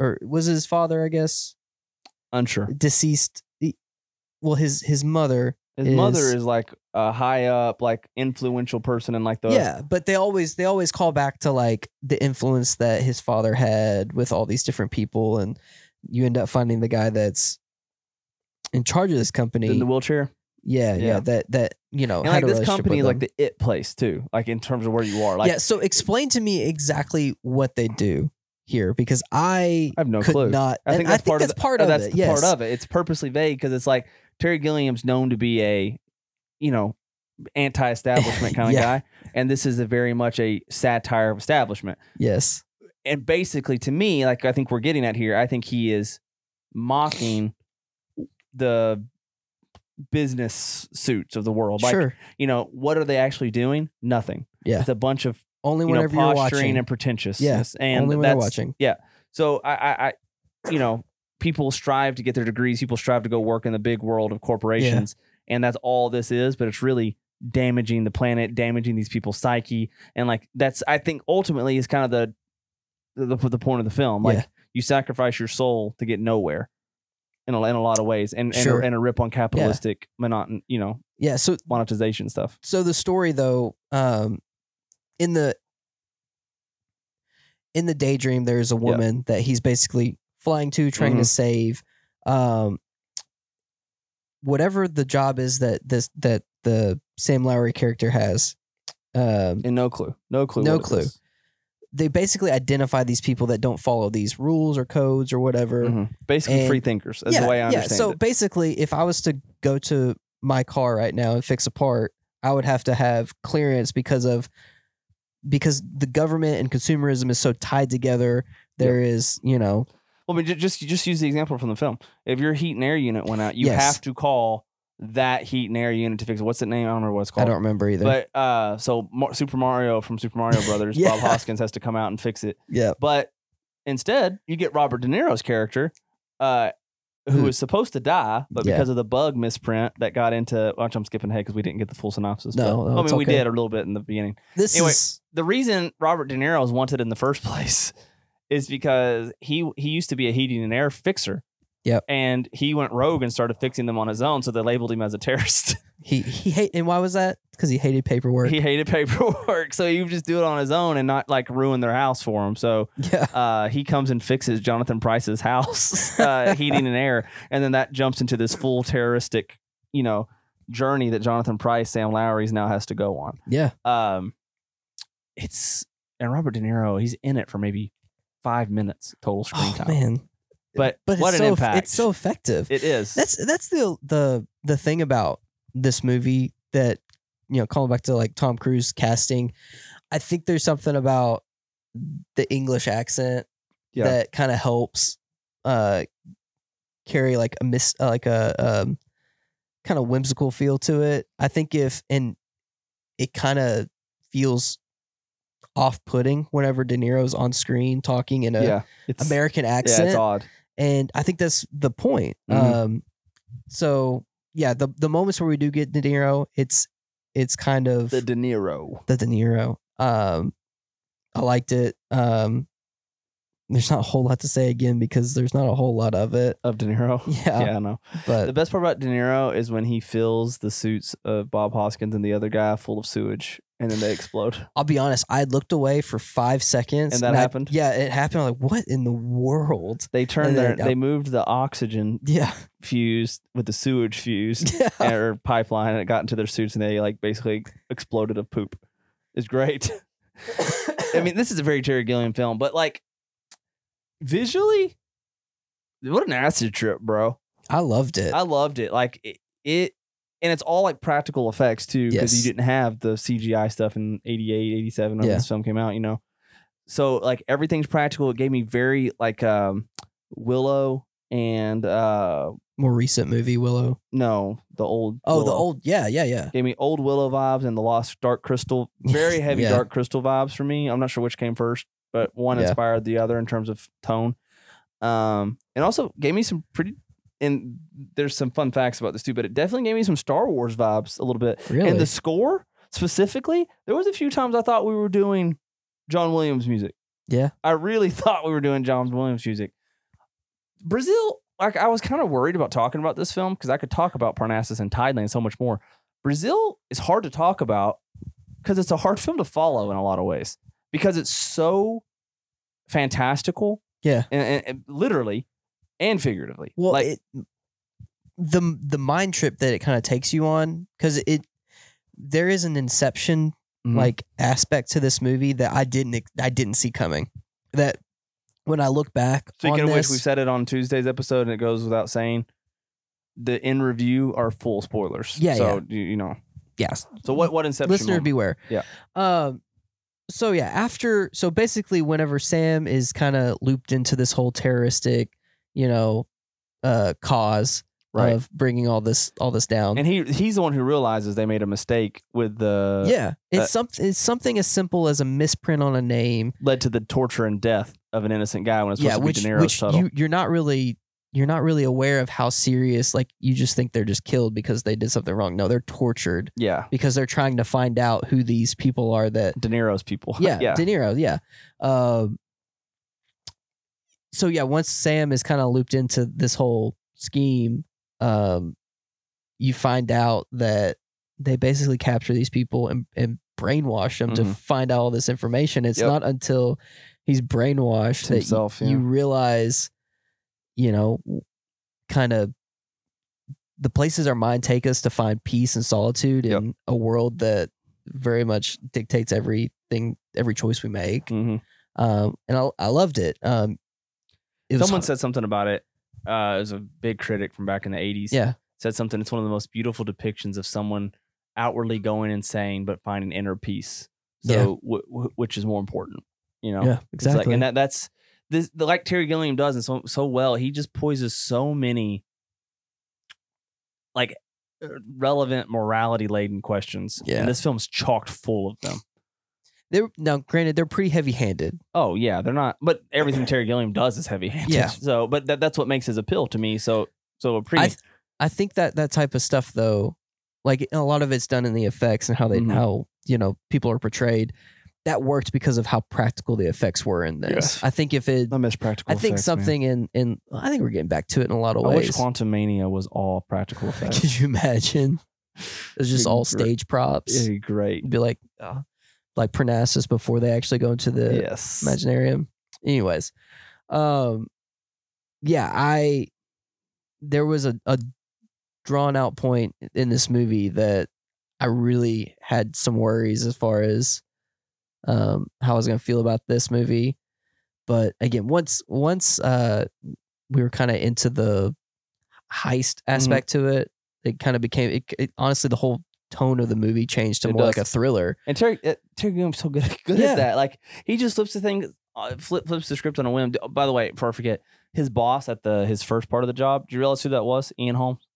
[SPEAKER 2] or was his father, I guess,
[SPEAKER 1] Unsure.
[SPEAKER 2] deceased. he- Well, his his mother
[SPEAKER 1] His
[SPEAKER 2] Is-
[SPEAKER 1] mother is like a high up, like influential person in like the
[SPEAKER 2] yeah but they always they always call back to like the influence that his father had with all these different people and you end up finding the guy that's in charge of this company
[SPEAKER 1] in the wheelchair.
[SPEAKER 2] yeah, yeah
[SPEAKER 1] yeah.
[SPEAKER 2] that that you know
[SPEAKER 1] And
[SPEAKER 2] Oh, had
[SPEAKER 1] like
[SPEAKER 2] a
[SPEAKER 1] this
[SPEAKER 2] relationship
[SPEAKER 1] company
[SPEAKER 2] with
[SPEAKER 1] is like
[SPEAKER 2] him.
[SPEAKER 1] the it place too, like in terms of where you are. Like
[SPEAKER 2] yeah so explain to me exactly what they do here because i
[SPEAKER 1] I have no
[SPEAKER 2] could
[SPEAKER 1] clue.
[SPEAKER 2] not
[SPEAKER 1] I think
[SPEAKER 2] and
[SPEAKER 1] that's
[SPEAKER 2] I think
[SPEAKER 1] part
[SPEAKER 2] that's
[SPEAKER 1] of the,
[SPEAKER 2] part
[SPEAKER 1] uh,
[SPEAKER 2] of
[SPEAKER 1] that's
[SPEAKER 2] it
[SPEAKER 1] the
[SPEAKER 2] yes.
[SPEAKER 1] part of it. It's purposely vague because it's like Terry Gilliam's known to be a, you
[SPEAKER 2] (laughs)
[SPEAKER 1] know, anti-establishment kind of
[SPEAKER 2] Yeah.
[SPEAKER 1] guy, and this is a very much a satire of establishment.
[SPEAKER 2] yes
[SPEAKER 1] And basically, to me, like I think we're getting at here, I think he is mocking the business suits of the world. Like,
[SPEAKER 2] sure
[SPEAKER 1] you know, what are they actually doing? Nothing.
[SPEAKER 2] Yeah.
[SPEAKER 1] It's a bunch of
[SPEAKER 2] only
[SPEAKER 1] you know,
[SPEAKER 2] whenever you're
[SPEAKER 1] posturing
[SPEAKER 2] watching
[SPEAKER 1] and pretentiousness. And
[SPEAKER 2] only when you're
[SPEAKER 1] that's
[SPEAKER 2] watching
[SPEAKER 1] so I, I, I, you know, people strive to get their degrees. People strive to go work in the big world of corporations, and that's all this is. But it's really damaging the planet, damaging these people's psyche, and like that's I think ultimately is kind of the the the point of the film. Like
[SPEAKER 2] Yeah.
[SPEAKER 1] you sacrifice your soul to get nowhere. In a, in a lot of ways, and and,
[SPEAKER 2] Sure.
[SPEAKER 1] a, and a rip on capitalistic monoton, you know,
[SPEAKER 2] yeah so
[SPEAKER 1] monetization stuff.
[SPEAKER 2] so the story though um in the in the daydream there's a woman that he's basically flying to trying to
[SPEAKER 1] Mhm.
[SPEAKER 2] save um whatever the job is that this that the Sam Lowry character has um
[SPEAKER 1] And no clue, no clue,
[SPEAKER 2] No
[SPEAKER 1] what it
[SPEAKER 2] clue.
[SPEAKER 1] is.
[SPEAKER 2] they basically identify these people that don't follow these rules or codes or whatever
[SPEAKER 1] Mhm. Basically,
[SPEAKER 2] And-
[SPEAKER 1] free thinkers. That's the way I understand
[SPEAKER 2] so
[SPEAKER 1] it.
[SPEAKER 2] basically, if I was to go to my car right now and fix a part, I would have to have clearance because of because the government and consumerism is so tied together. There is, you know,
[SPEAKER 1] Well, I mean, ju- just just use the example from the film. If your heat and air unit went out, you
[SPEAKER 2] Yes.
[SPEAKER 1] have to call that heat and air unit to fix it. What's the name? I don't remember what it's
[SPEAKER 2] I
[SPEAKER 1] called.
[SPEAKER 2] don't remember either.
[SPEAKER 1] But uh, so Mar- Super Mario from Super
[SPEAKER 2] (laughs)
[SPEAKER 1] Mario Brothers,
[SPEAKER 2] Yeah.
[SPEAKER 1] Bob Hoskins has to come out and fix it.
[SPEAKER 2] yeah,
[SPEAKER 1] But instead, you get Robert De Niro's character, uh, who
[SPEAKER 2] Who-
[SPEAKER 1] is supposed to die, but
[SPEAKER 2] Hmm. Yeah.
[SPEAKER 1] because of the bug misprint that got into, which I'm skipping ahead because we didn't get the full synopsis. but-
[SPEAKER 2] No, no,
[SPEAKER 1] I
[SPEAKER 2] it's
[SPEAKER 1] mean we
[SPEAKER 2] okay.
[SPEAKER 1] did a little bit in the beginning
[SPEAKER 2] this
[SPEAKER 1] anyway,
[SPEAKER 2] is
[SPEAKER 1] the reason Robert De Niro (laughs) is wanted in the first place is because he he used to be a heating and air fixer
[SPEAKER 2] Yep.
[SPEAKER 1] And he went rogue and started fixing them on his own. So they labeled him as a terrorist. (laughs)
[SPEAKER 2] He he hate and why was that? Because he hated paperwork.
[SPEAKER 1] he hated paperwork. (laughs) So he would just do it on his own and not like ruin their house for him. So
[SPEAKER 2] (laughs)
[SPEAKER 1] (laughs)
[SPEAKER 2] yeah.
[SPEAKER 1] uh, he comes and fixes Jonathan Price's house, (laughs) uh, heating and air, and then that jumps into this full terroristic, you know, journey that Jonathan Price, Sam Lowry's now has to go on.
[SPEAKER 2] Yeah.
[SPEAKER 1] Um, it's and Robert De Niro, he's in it for maybe five minutes total screen
[SPEAKER 2] Oh
[SPEAKER 1] time.
[SPEAKER 2] man.
[SPEAKER 1] But,
[SPEAKER 2] But
[SPEAKER 1] what
[SPEAKER 2] it's
[SPEAKER 1] an
[SPEAKER 2] so,
[SPEAKER 1] impact!
[SPEAKER 2] It's so effective.
[SPEAKER 1] it is.
[SPEAKER 2] That's that's the the the thing about this movie that you know, calling back to like Tom Cruise casting, I think there's something about the English accent
[SPEAKER 1] Yeah.
[SPEAKER 2] that kind of helps uh carry like a miss uh, like a um kind of whimsical feel to it. I think if and it kind of feels off-putting whenever De Niro's on screen talking in a
[SPEAKER 1] yeah, it's
[SPEAKER 2] American
[SPEAKER 1] yeah,
[SPEAKER 2] accent
[SPEAKER 1] it's odd.
[SPEAKER 2] and I think that's the point.
[SPEAKER 1] Mhm.
[SPEAKER 2] Um, so yeah, the the moments where we do get De Niro, it's it's kind of
[SPEAKER 1] The De
[SPEAKER 2] the,
[SPEAKER 1] Niro.
[SPEAKER 2] De Niro. Um, I liked it. Um, there's not a whole lot to say again because there's not a whole lot of it. (laughs)
[SPEAKER 1] Of De Niro.
[SPEAKER 2] Yeah,
[SPEAKER 1] yeah I know. The
[SPEAKER 2] but
[SPEAKER 1] best part about De Niro is when he fills the suits of Bob Hoskins and the other guy full of sewage, and then they explode.
[SPEAKER 2] I'll be honest. I looked away for five seconds,
[SPEAKER 1] And that
[SPEAKER 2] I-
[SPEAKER 1] happened?
[SPEAKER 2] yeah, it happened. I'm like, what in the world? (laughs)
[SPEAKER 1] They turned
[SPEAKER 2] And
[SPEAKER 1] their,
[SPEAKER 2] then-
[SPEAKER 1] they moved the oxygen (laughs)
[SPEAKER 2] Yeah,
[SPEAKER 1] fuse with the sewage fuse
[SPEAKER 2] (laughs) yeah.
[SPEAKER 1] or pipeline, and it got into their suits, and they like basically exploded of poop. It's great. I mean, this is a very Terry Gilliam film, but like visually, what an acid trip, bro.
[SPEAKER 2] (laughs) I loved it.
[SPEAKER 1] I loved it. Like it, it and it's all like practical effects too, because
[SPEAKER 2] Yes.
[SPEAKER 1] you didn't have the CGI stuff in 88, 87 when
[SPEAKER 2] Yeah.
[SPEAKER 1] this film came out, you know. So like everything's practical. It gave me very like um Willow and uh
[SPEAKER 2] More recent movie, Willow.
[SPEAKER 1] no, the old
[SPEAKER 2] Oh, the
[SPEAKER 1] Willow.
[SPEAKER 2] old. Yeah, yeah, yeah.
[SPEAKER 1] gave me old Willow vibes and the Lost Dark Crystal,
[SPEAKER 2] (laughs)
[SPEAKER 1] very heavy
[SPEAKER 2] Yeah.
[SPEAKER 1] Dark Crystal vibes for me. I'm not sure which came first, but one
[SPEAKER 2] Yeah.
[SPEAKER 1] inspired the other in terms of tone. Um, and also gave me some pretty. And there's some fun facts about this too, but it definitely gave me some Star Wars vibes a little bit.
[SPEAKER 2] Really.
[SPEAKER 1] And the score specifically, there was a few times I thought we were doing John Williams music.
[SPEAKER 2] Yeah.
[SPEAKER 1] I really (laughs) thought we were doing John Williams music. Brazil, like I was kind of worried about talking about this film because I could talk about Parnassus and Thailand so much more. Brazil is hard to talk about because it's a hard film to follow in a lot of ways because it's so fantastical.
[SPEAKER 2] Yeah.
[SPEAKER 1] And, and- and literally and figuratively.
[SPEAKER 2] Well,
[SPEAKER 1] like
[SPEAKER 2] it, the the mind trip that it kind of takes you on because it there is an inception
[SPEAKER 1] Mhm.
[SPEAKER 2] like aspect to this movie that I didn't ex- I didn't see coming. That when I look back
[SPEAKER 1] Speaking
[SPEAKER 2] on
[SPEAKER 1] of
[SPEAKER 2] this,
[SPEAKER 1] which, we said it on Tuesday's episode, and it goes without saying. The in review are full spoilers.
[SPEAKER 2] Yeah,
[SPEAKER 1] So You, you know.
[SPEAKER 2] yes,
[SPEAKER 1] So what? What Inception?
[SPEAKER 2] listener
[SPEAKER 1] moment?
[SPEAKER 2] beware.
[SPEAKER 1] Yeah.
[SPEAKER 2] Um. So yeah, after so basically, whenever Sam is kind of looped into this whole terroristic, you know, uh, cause
[SPEAKER 1] right.
[SPEAKER 2] of bringing all this all this down,
[SPEAKER 1] and he he's the one who realizes they made a mistake with the
[SPEAKER 2] yeah, it's
[SPEAKER 1] uh,
[SPEAKER 2] something it's something as simple as a misprint on a name
[SPEAKER 1] led to the torture and death of an innocent guy when it's supposed
[SPEAKER 2] yeah,
[SPEAKER 1] to be
[SPEAKER 2] which,
[SPEAKER 1] De Niro's
[SPEAKER 2] which
[SPEAKER 1] shuttle.
[SPEAKER 2] you you're not really you're not really aware of how serious like you just think they're just killed because they did something wrong. No, they're tortured
[SPEAKER 1] yeah,
[SPEAKER 2] because they're trying to find out who these people are that
[SPEAKER 1] De Niro's (laughs) people.
[SPEAKER 2] yeah,
[SPEAKER 1] yeah.
[SPEAKER 2] De Niro, yeah. Um so yeah, once Sam is kind of looped into this whole scheme, um you find out that they basically capture these people and, and brainwash them to
[SPEAKER 1] Mhm.
[SPEAKER 2] find out all this information. It's
[SPEAKER 1] Yep.
[SPEAKER 2] not until he's brainwashed that you-
[SPEAKER 1] himself. yeah.
[SPEAKER 2] you realize, you know, kind of the places our mind take us to find peace and solitude
[SPEAKER 1] Yep.
[SPEAKER 2] in a world that very much dictates everything, every choice we make.
[SPEAKER 1] Mhm.
[SPEAKER 2] Um, and I, I loved it. Um, it was
[SPEAKER 1] Someone
[SPEAKER 2] hard-
[SPEAKER 1] said something about it. Uh, it was a big critic from back in the eighties.
[SPEAKER 2] yeah,
[SPEAKER 1] said something. It's one of the most beautiful depictions of someone outwardly going insane but finding inner peace. So,
[SPEAKER 2] Yeah.
[SPEAKER 1] wh- wh- which is more important, you know?
[SPEAKER 2] yeah,
[SPEAKER 1] It's like-
[SPEAKER 2] exactly.
[SPEAKER 1] and that that's this the, like Terry Gilliam does and so so well. He just poises so many like uh, relevant morality laden questions.
[SPEAKER 2] Yeah.
[SPEAKER 1] and this film's chocked full of them.
[SPEAKER 2] they're, now, granted, they're pretty heavy handed.
[SPEAKER 1] Oh yeah, they're not. But everything Terry Gilliam does is heavy handed.
[SPEAKER 2] Yeah.
[SPEAKER 1] So, but that, that's what makes his appeal to me. So so
[SPEAKER 2] I,
[SPEAKER 1] appreciate.
[SPEAKER 2] th- I think that that type of stuff though, like a lot of it's done in the effects and how they
[SPEAKER 1] Mhm.
[SPEAKER 2] how you know people are portrayed. that worked because of how practical the effects were in this.
[SPEAKER 1] Yes.
[SPEAKER 2] I think if it,
[SPEAKER 1] I miss practical.
[SPEAKER 2] I think
[SPEAKER 1] effects, man.
[SPEAKER 2] something in in I think we're getting back to it in a lot of
[SPEAKER 1] I wish
[SPEAKER 2] ways.
[SPEAKER 1] Quantum Mania was all practical effects.
[SPEAKER 2] (laughs) Could you imagine? It's just all
[SPEAKER 1] Great.
[SPEAKER 2] stage props.
[SPEAKER 1] It'd be great.
[SPEAKER 2] It'd be like, uh, like Parnassus before they actually go into the
[SPEAKER 1] yes.
[SPEAKER 2] Imaginarium. Anyways, um, yeah, I there was a, a drawn out point in this movie that I really had some worries as far as um how I was gonna feel about this movie. But again, once once uh we were kind of into the heist
[SPEAKER 1] Mm-hmm.
[SPEAKER 2] aspect to it, it kind of became it, it. Honestly, the whole tone of the movie changed to
[SPEAKER 1] It
[SPEAKER 2] more like
[SPEAKER 1] does.
[SPEAKER 2] a thriller.
[SPEAKER 1] And Terry uh, Terry Gilliam's so good (laughs) good
[SPEAKER 2] Yeah.
[SPEAKER 1] at that. Like he just flips the thing, uh, flip, flips the script on a whim. D- By the way, before I forget, his boss at the his first part of the job. Do you realize who that was? Ian Holmes.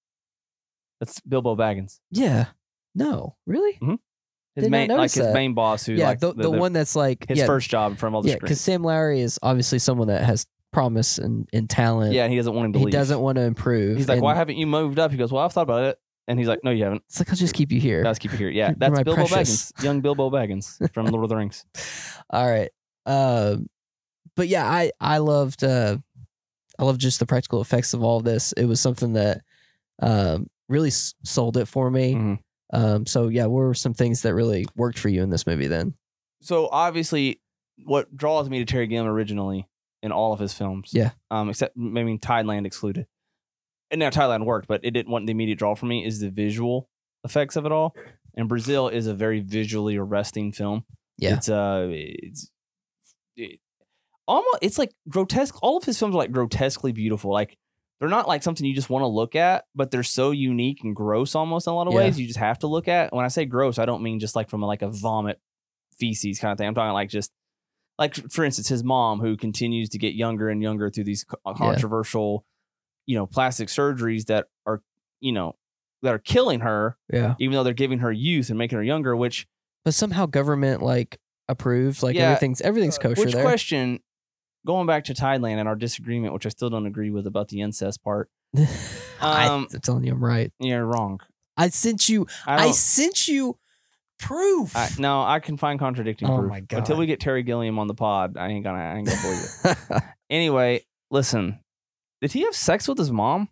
[SPEAKER 1] That's Bilbo Baggins.
[SPEAKER 2] Yeah. No, really.
[SPEAKER 1] His
[SPEAKER 2] Did not
[SPEAKER 1] main, like
[SPEAKER 2] notice
[SPEAKER 1] his
[SPEAKER 2] that.
[SPEAKER 1] main boss, who
[SPEAKER 2] yeah,
[SPEAKER 1] like
[SPEAKER 2] the, the, one that's like
[SPEAKER 1] his
[SPEAKER 2] yeah,
[SPEAKER 1] first job in front of all the
[SPEAKER 2] yeah, because
[SPEAKER 1] screens.
[SPEAKER 2] Sam Lowry is obviously someone that has promise and, and talent.
[SPEAKER 1] Yeah, and he doesn't want him to
[SPEAKER 2] he
[SPEAKER 1] leave.
[SPEAKER 2] doesn't want to improve.
[SPEAKER 1] He's like,
[SPEAKER 2] and
[SPEAKER 1] why haven't you moved up? He goes, well, I've thought about it. And he's like, no, you haven't.
[SPEAKER 2] It's like I'll just keep you here.
[SPEAKER 1] Let's keep it here. Yeah,
[SPEAKER 2] (laughs) You're
[SPEAKER 1] that's
[SPEAKER 2] my
[SPEAKER 1] Bilbo
[SPEAKER 2] precious.
[SPEAKER 1] Baggins, young Bilbo Baggins from Lord of the Rings.
[SPEAKER 2] All right. Um, but yeah, I I loved uh, I loved just the practical effects of all this. It was something that um, really s- sold it for me.
[SPEAKER 1] Mhm.
[SPEAKER 2] Um, so yeah, what were some things that really worked for you in this movie? Then
[SPEAKER 1] so obviously what draws me to Terry Gilliam originally in all of his films.
[SPEAKER 2] Yeah.
[SPEAKER 1] Um, except I mean Thailand excluded. And now Thailand worked, but it didn't want the immediate draw for me is the visual effects of it all. And Brazil is a very visually arresting film.
[SPEAKER 2] Yeah.
[SPEAKER 1] It's uh it's it, almost it's like grotesque. All of his films are like grotesquely beautiful. Like they're not like something you just want to look at, but they're so unique and gross almost in a lot of
[SPEAKER 2] Yeah.
[SPEAKER 1] ways. You just have to look at. When I say gross, I don't mean just like from like a vomit feces kind of thing. I'm talking like just like for instance, his mom who continues to get younger and younger through these co- uh, controversial, you know, plastic surgeries that are, you know, that are killing her,
[SPEAKER 2] yeah,
[SPEAKER 1] even though they're giving her youth and making her younger, which
[SPEAKER 2] but somehow government like approved, like
[SPEAKER 1] Yeah.
[SPEAKER 2] everything's everything's
[SPEAKER 1] uh,
[SPEAKER 2] kosher
[SPEAKER 1] which
[SPEAKER 2] there.
[SPEAKER 1] question going back to Thailand and our disagreement, which I still don't agree with about the incest part.
[SPEAKER 2] (laughs) I,
[SPEAKER 1] Um,
[SPEAKER 2] am telling you, I'm right.
[SPEAKER 1] You're wrong.
[SPEAKER 2] I sent you.
[SPEAKER 1] I,
[SPEAKER 2] I,
[SPEAKER 1] don't,
[SPEAKER 2] sent you proof.
[SPEAKER 1] Oh.
[SPEAKER 2] (laughs)
[SPEAKER 1] I no, I can find contradicting
[SPEAKER 2] Oh
[SPEAKER 1] proof.
[SPEAKER 2] my
[SPEAKER 1] Until
[SPEAKER 2] God.
[SPEAKER 1] we get Terry Gilliam on the pod, I ain't gonna I ain't gonna believe it. Anyway, listen. Did he have sex with his mom?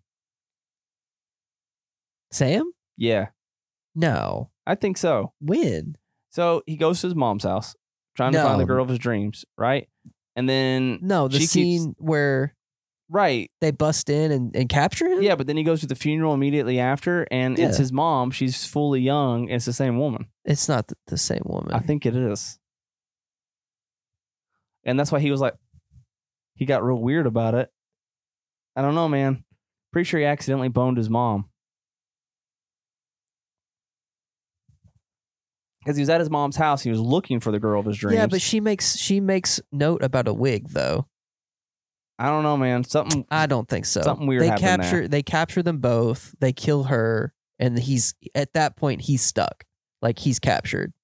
[SPEAKER 2] Sam?
[SPEAKER 1] Yeah,
[SPEAKER 2] No.
[SPEAKER 1] I think so.
[SPEAKER 2] When?
[SPEAKER 1] So he goes to his mom's house, trying to find the
[SPEAKER 2] No.
[SPEAKER 1] girl of his dreams, right? And then
[SPEAKER 2] No, the
[SPEAKER 1] She keeps-
[SPEAKER 2] scene where
[SPEAKER 1] right,
[SPEAKER 2] they bust in and, and capture him.
[SPEAKER 1] yeah. But then he goes to the funeral immediately after, and it's
[SPEAKER 2] Yeah.
[SPEAKER 1] his mom. She's fully young. It's the same woman.
[SPEAKER 2] It's not the, the same woman.
[SPEAKER 1] I think it is. And that's why he was like, he got real weird about it. I don't know, man. Pretty sure he accidentally boned his mom. Because he was at his mom's house, he was looking for the girl of his dreams.
[SPEAKER 2] Yeah, but she makes she makes note about a wig though.
[SPEAKER 1] I don't know, man. Something
[SPEAKER 2] I don't think so.
[SPEAKER 1] Something weird
[SPEAKER 2] They
[SPEAKER 1] happened
[SPEAKER 2] capture they capture them both. They kill her, and he's at that point he's stuck. Like he's captured. (sighs)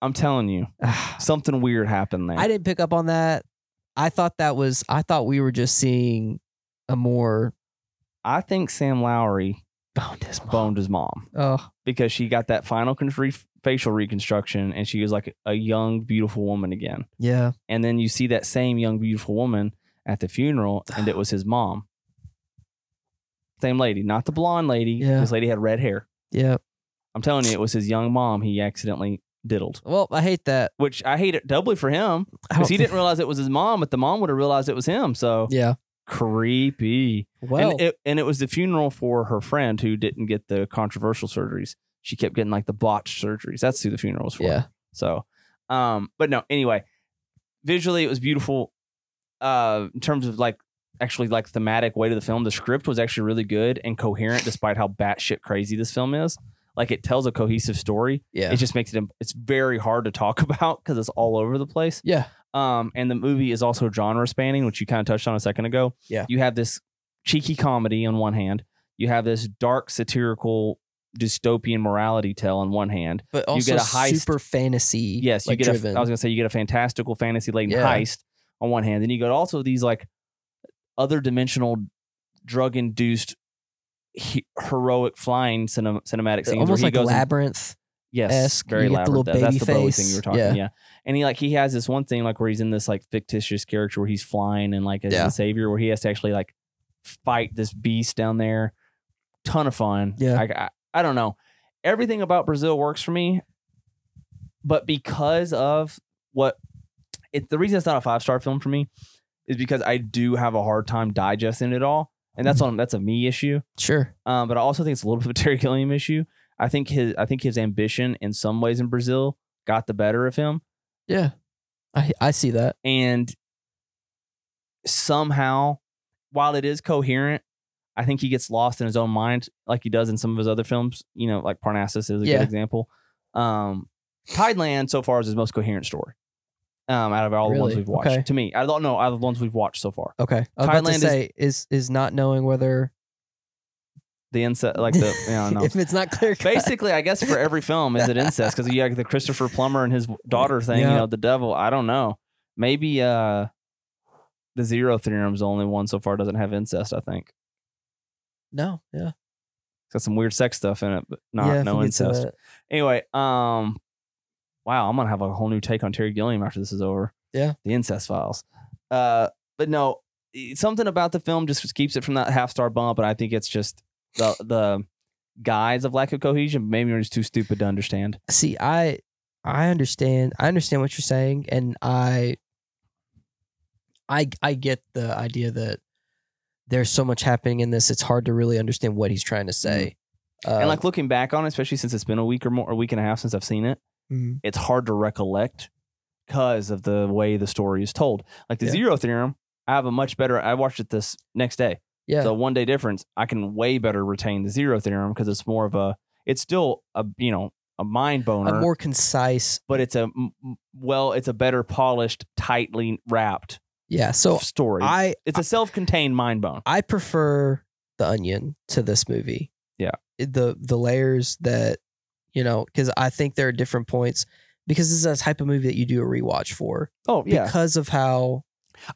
[SPEAKER 1] I'm telling you,
[SPEAKER 2] I
[SPEAKER 1] something weird happened there.
[SPEAKER 2] didn't pick up on that. I thought that was I thought we were just seeing a more
[SPEAKER 1] I think Sam Lowry
[SPEAKER 2] boned his mom.
[SPEAKER 1] boned his mom
[SPEAKER 2] Oh,
[SPEAKER 1] because she got that final con- re- facial reconstruction and she was like a young, beautiful woman again.
[SPEAKER 2] yeah.
[SPEAKER 1] And then you see that same young, beautiful woman at the funeral, and it was his mom. Same lady, not the blonde lady.
[SPEAKER 2] Yeah.
[SPEAKER 1] This lady had red hair.
[SPEAKER 2] Yeah.
[SPEAKER 1] I'm telling you, it was his young mom he accidentally diddled,
[SPEAKER 2] Well, I hate that.
[SPEAKER 1] which I hate it doubly for him
[SPEAKER 2] I
[SPEAKER 1] because
[SPEAKER 2] don't
[SPEAKER 1] he
[SPEAKER 2] think-
[SPEAKER 1] didn't realize it was his mom, but the mom would have realized it was him. So
[SPEAKER 2] Oh. Yeah.
[SPEAKER 1] creepy.
[SPEAKER 2] Well,
[SPEAKER 1] and it, and it was the funeral for her friend who didn't get the controversial surgeries. She kept getting like the botched surgeries. That's who the funeral was for.
[SPEAKER 2] yeah.
[SPEAKER 1] So, um, but no, anyway, visually it was beautiful. Uh, in terms of like actually like thematic weight of the film, the script was actually really good and coherent, despite how batshit crazy this film is. Like it tells a cohesive story.
[SPEAKER 2] Yeah.
[SPEAKER 1] It just makes it it's very hard to talk (laughs) about because it's all over the place.
[SPEAKER 2] yeah.
[SPEAKER 1] Um, and the movie is also genre spanning, which you kind of touched on a second ago.
[SPEAKER 2] Yeah.
[SPEAKER 1] You have this cheeky comedy on one hand, you have this dark satirical dystopian morality tale on one hand.
[SPEAKER 2] But also
[SPEAKER 1] get a heist-
[SPEAKER 2] super fantasy.
[SPEAKER 1] Yes, you
[SPEAKER 2] like,
[SPEAKER 1] get a,
[SPEAKER 2] driven.
[SPEAKER 1] I was gonna say you get a fantastical fantasy laden
[SPEAKER 2] Yeah.
[SPEAKER 1] heist on one hand, then you got also these like other dimensional drug induced he- heroic flying cinem- cinematic scenes where
[SPEAKER 2] almost
[SPEAKER 1] he
[SPEAKER 2] like
[SPEAKER 1] goes and-
[SPEAKER 2] labyrinth.
[SPEAKER 1] Yes,
[SPEAKER 2] esque.
[SPEAKER 1] very
[SPEAKER 2] You get the
[SPEAKER 1] elaborate.
[SPEAKER 2] little
[SPEAKER 1] That- that's
[SPEAKER 2] baby
[SPEAKER 1] the Bowie
[SPEAKER 2] face.
[SPEAKER 1] thing you were talking.
[SPEAKER 2] Yeah.
[SPEAKER 1] Yeah. and he like he has this one thing like where he's in this like fictitious character where he's flying and like as
[SPEAKER 2] Yeah.
[SPEAKER 1] the savior where he has to actually like fight this beast down there. Ton of fun.
[SPEAKER 2] Yeah.
[SPEAKER 1] I I, I don't know. Everything about Brazil works for me, but because of what it, the reason it's not a five star film for me is because I do have a hard time digesting it all, and
[SPEAKER 2] Mm-hmm.
[SPEAKER 1] that's on that's a me issue.
[SPEAKER 2] Sure.
[SPEAKER 1] Um, but I also think it's a little bit of a (laughs) Terry Gilliam issue. I think his I think his ambition in some ways in Brazil got the better of him,
[SPEAKER 2] Yeah. I I see that.
[SPEAKER 1] and somehow, while it is coherent, I think he gets lost in his own mind, like he does in some of his other films. You know, like Parnassus is a
[SPEAKER 2] Yeah.
[SPEAKER 1] good example. Um, Tideland so far is his most coherent story. Um, out of all the ones
[SPEAKER 2] Really?
[SPEAKER 1] we've watched,
[SPEAKER 2] Okay.
[SPEAKER 1] to me, I don't know out of the ones we've watched so far.
[SPEAKER 2] Okay. I was about
[SPEAKER 1] Thailand
[SPEAKER 2] to
[SPEAKER 1] is-
[SPEAKER 2] say is, is not knowing whether
[SPEAKER 1] The inset, like
[SPEAKER 2] (laughs)
[SPEAKER 1] the, yeah, no.
[SPEAKER 2] if it's not clear. cut.
[SPEAKER 1] basically, I guess for every film is it incest because you got the Christopher Plummer and his daughter thing.
[SPEAKER 2] Yeah.
[SPEAKER 1] You know, the devil. I don't know. Maybe uh, the zero theorem's the only one so far doesn't have incest. I think
[SPEAKER 2] No. Yeah.
[SPEAKER 1] it's got some weird sex stuff in it, but not
[SPEAKER 2] yeah, if
[SPEAKER 1] no
[SPEAKER 2] we get to
[SPEAKER 1] incest.
[SPEAKER 2] that.
[SPEAKER 1] Anyway, um, wow, I'm gonna have a whole new take on Terry Gilliam after this is over.
[SPEAKER 2] Yeah.
[SPEAKER 1] the incest files. Uh, but no, i- something about the film just keeps it from that half star bump, and I think it's just the the guise of lack of cohesion. Maybe we're just too stupid to understand.
[SPEAKER 2] see i i understand i understand what you're saying and i i i get the idea that there's so much happening in this it's hard to really understand what he's trying to say
[SPEAKER 1] Mm-hmm. and
[SPEAKER 2] Uh,
[SPEAKER 1] like looking back on it, especially since it's been a week or more, a week and a half since I've seen it,
[SPEAKER 2] mhm.
[SPEAKER 1] it's hard to recollect because of the way the story is told. Like the
[SPEAKER 2] Yeah.
[SPEAKER 1] zero theorem, I have a much better. I watched it this next day,
[SPEAKER 2] yeah
[SPEAKER 1] so one day difference. I can way better retain the zero theorem because it's more of a. It's still a you know a mind
[SPEAKER 2] a
[SPEAKER 1] boner,
[SPEAKER 2] more concise
[SPEAKER 1] but it's a m- m- well, it's a better polished, tightly wrapped
[SPEAKER 2] yeah so
[SPEAKER 1] story.
[SPEAKER 2] i
[SPEAKER 1] it's a self-contained mind bone.
[SPEAKER 2] I prefer the onion to this movie.
[SPEAKER 1] Yeah.
[SPEAKER 2] It- The the layers that you know, because I think there are different points because this is a type of movie that you do a rewatch for.
[SPEAKER 1] Oh yeah,
[SPEAKER 2] Because of how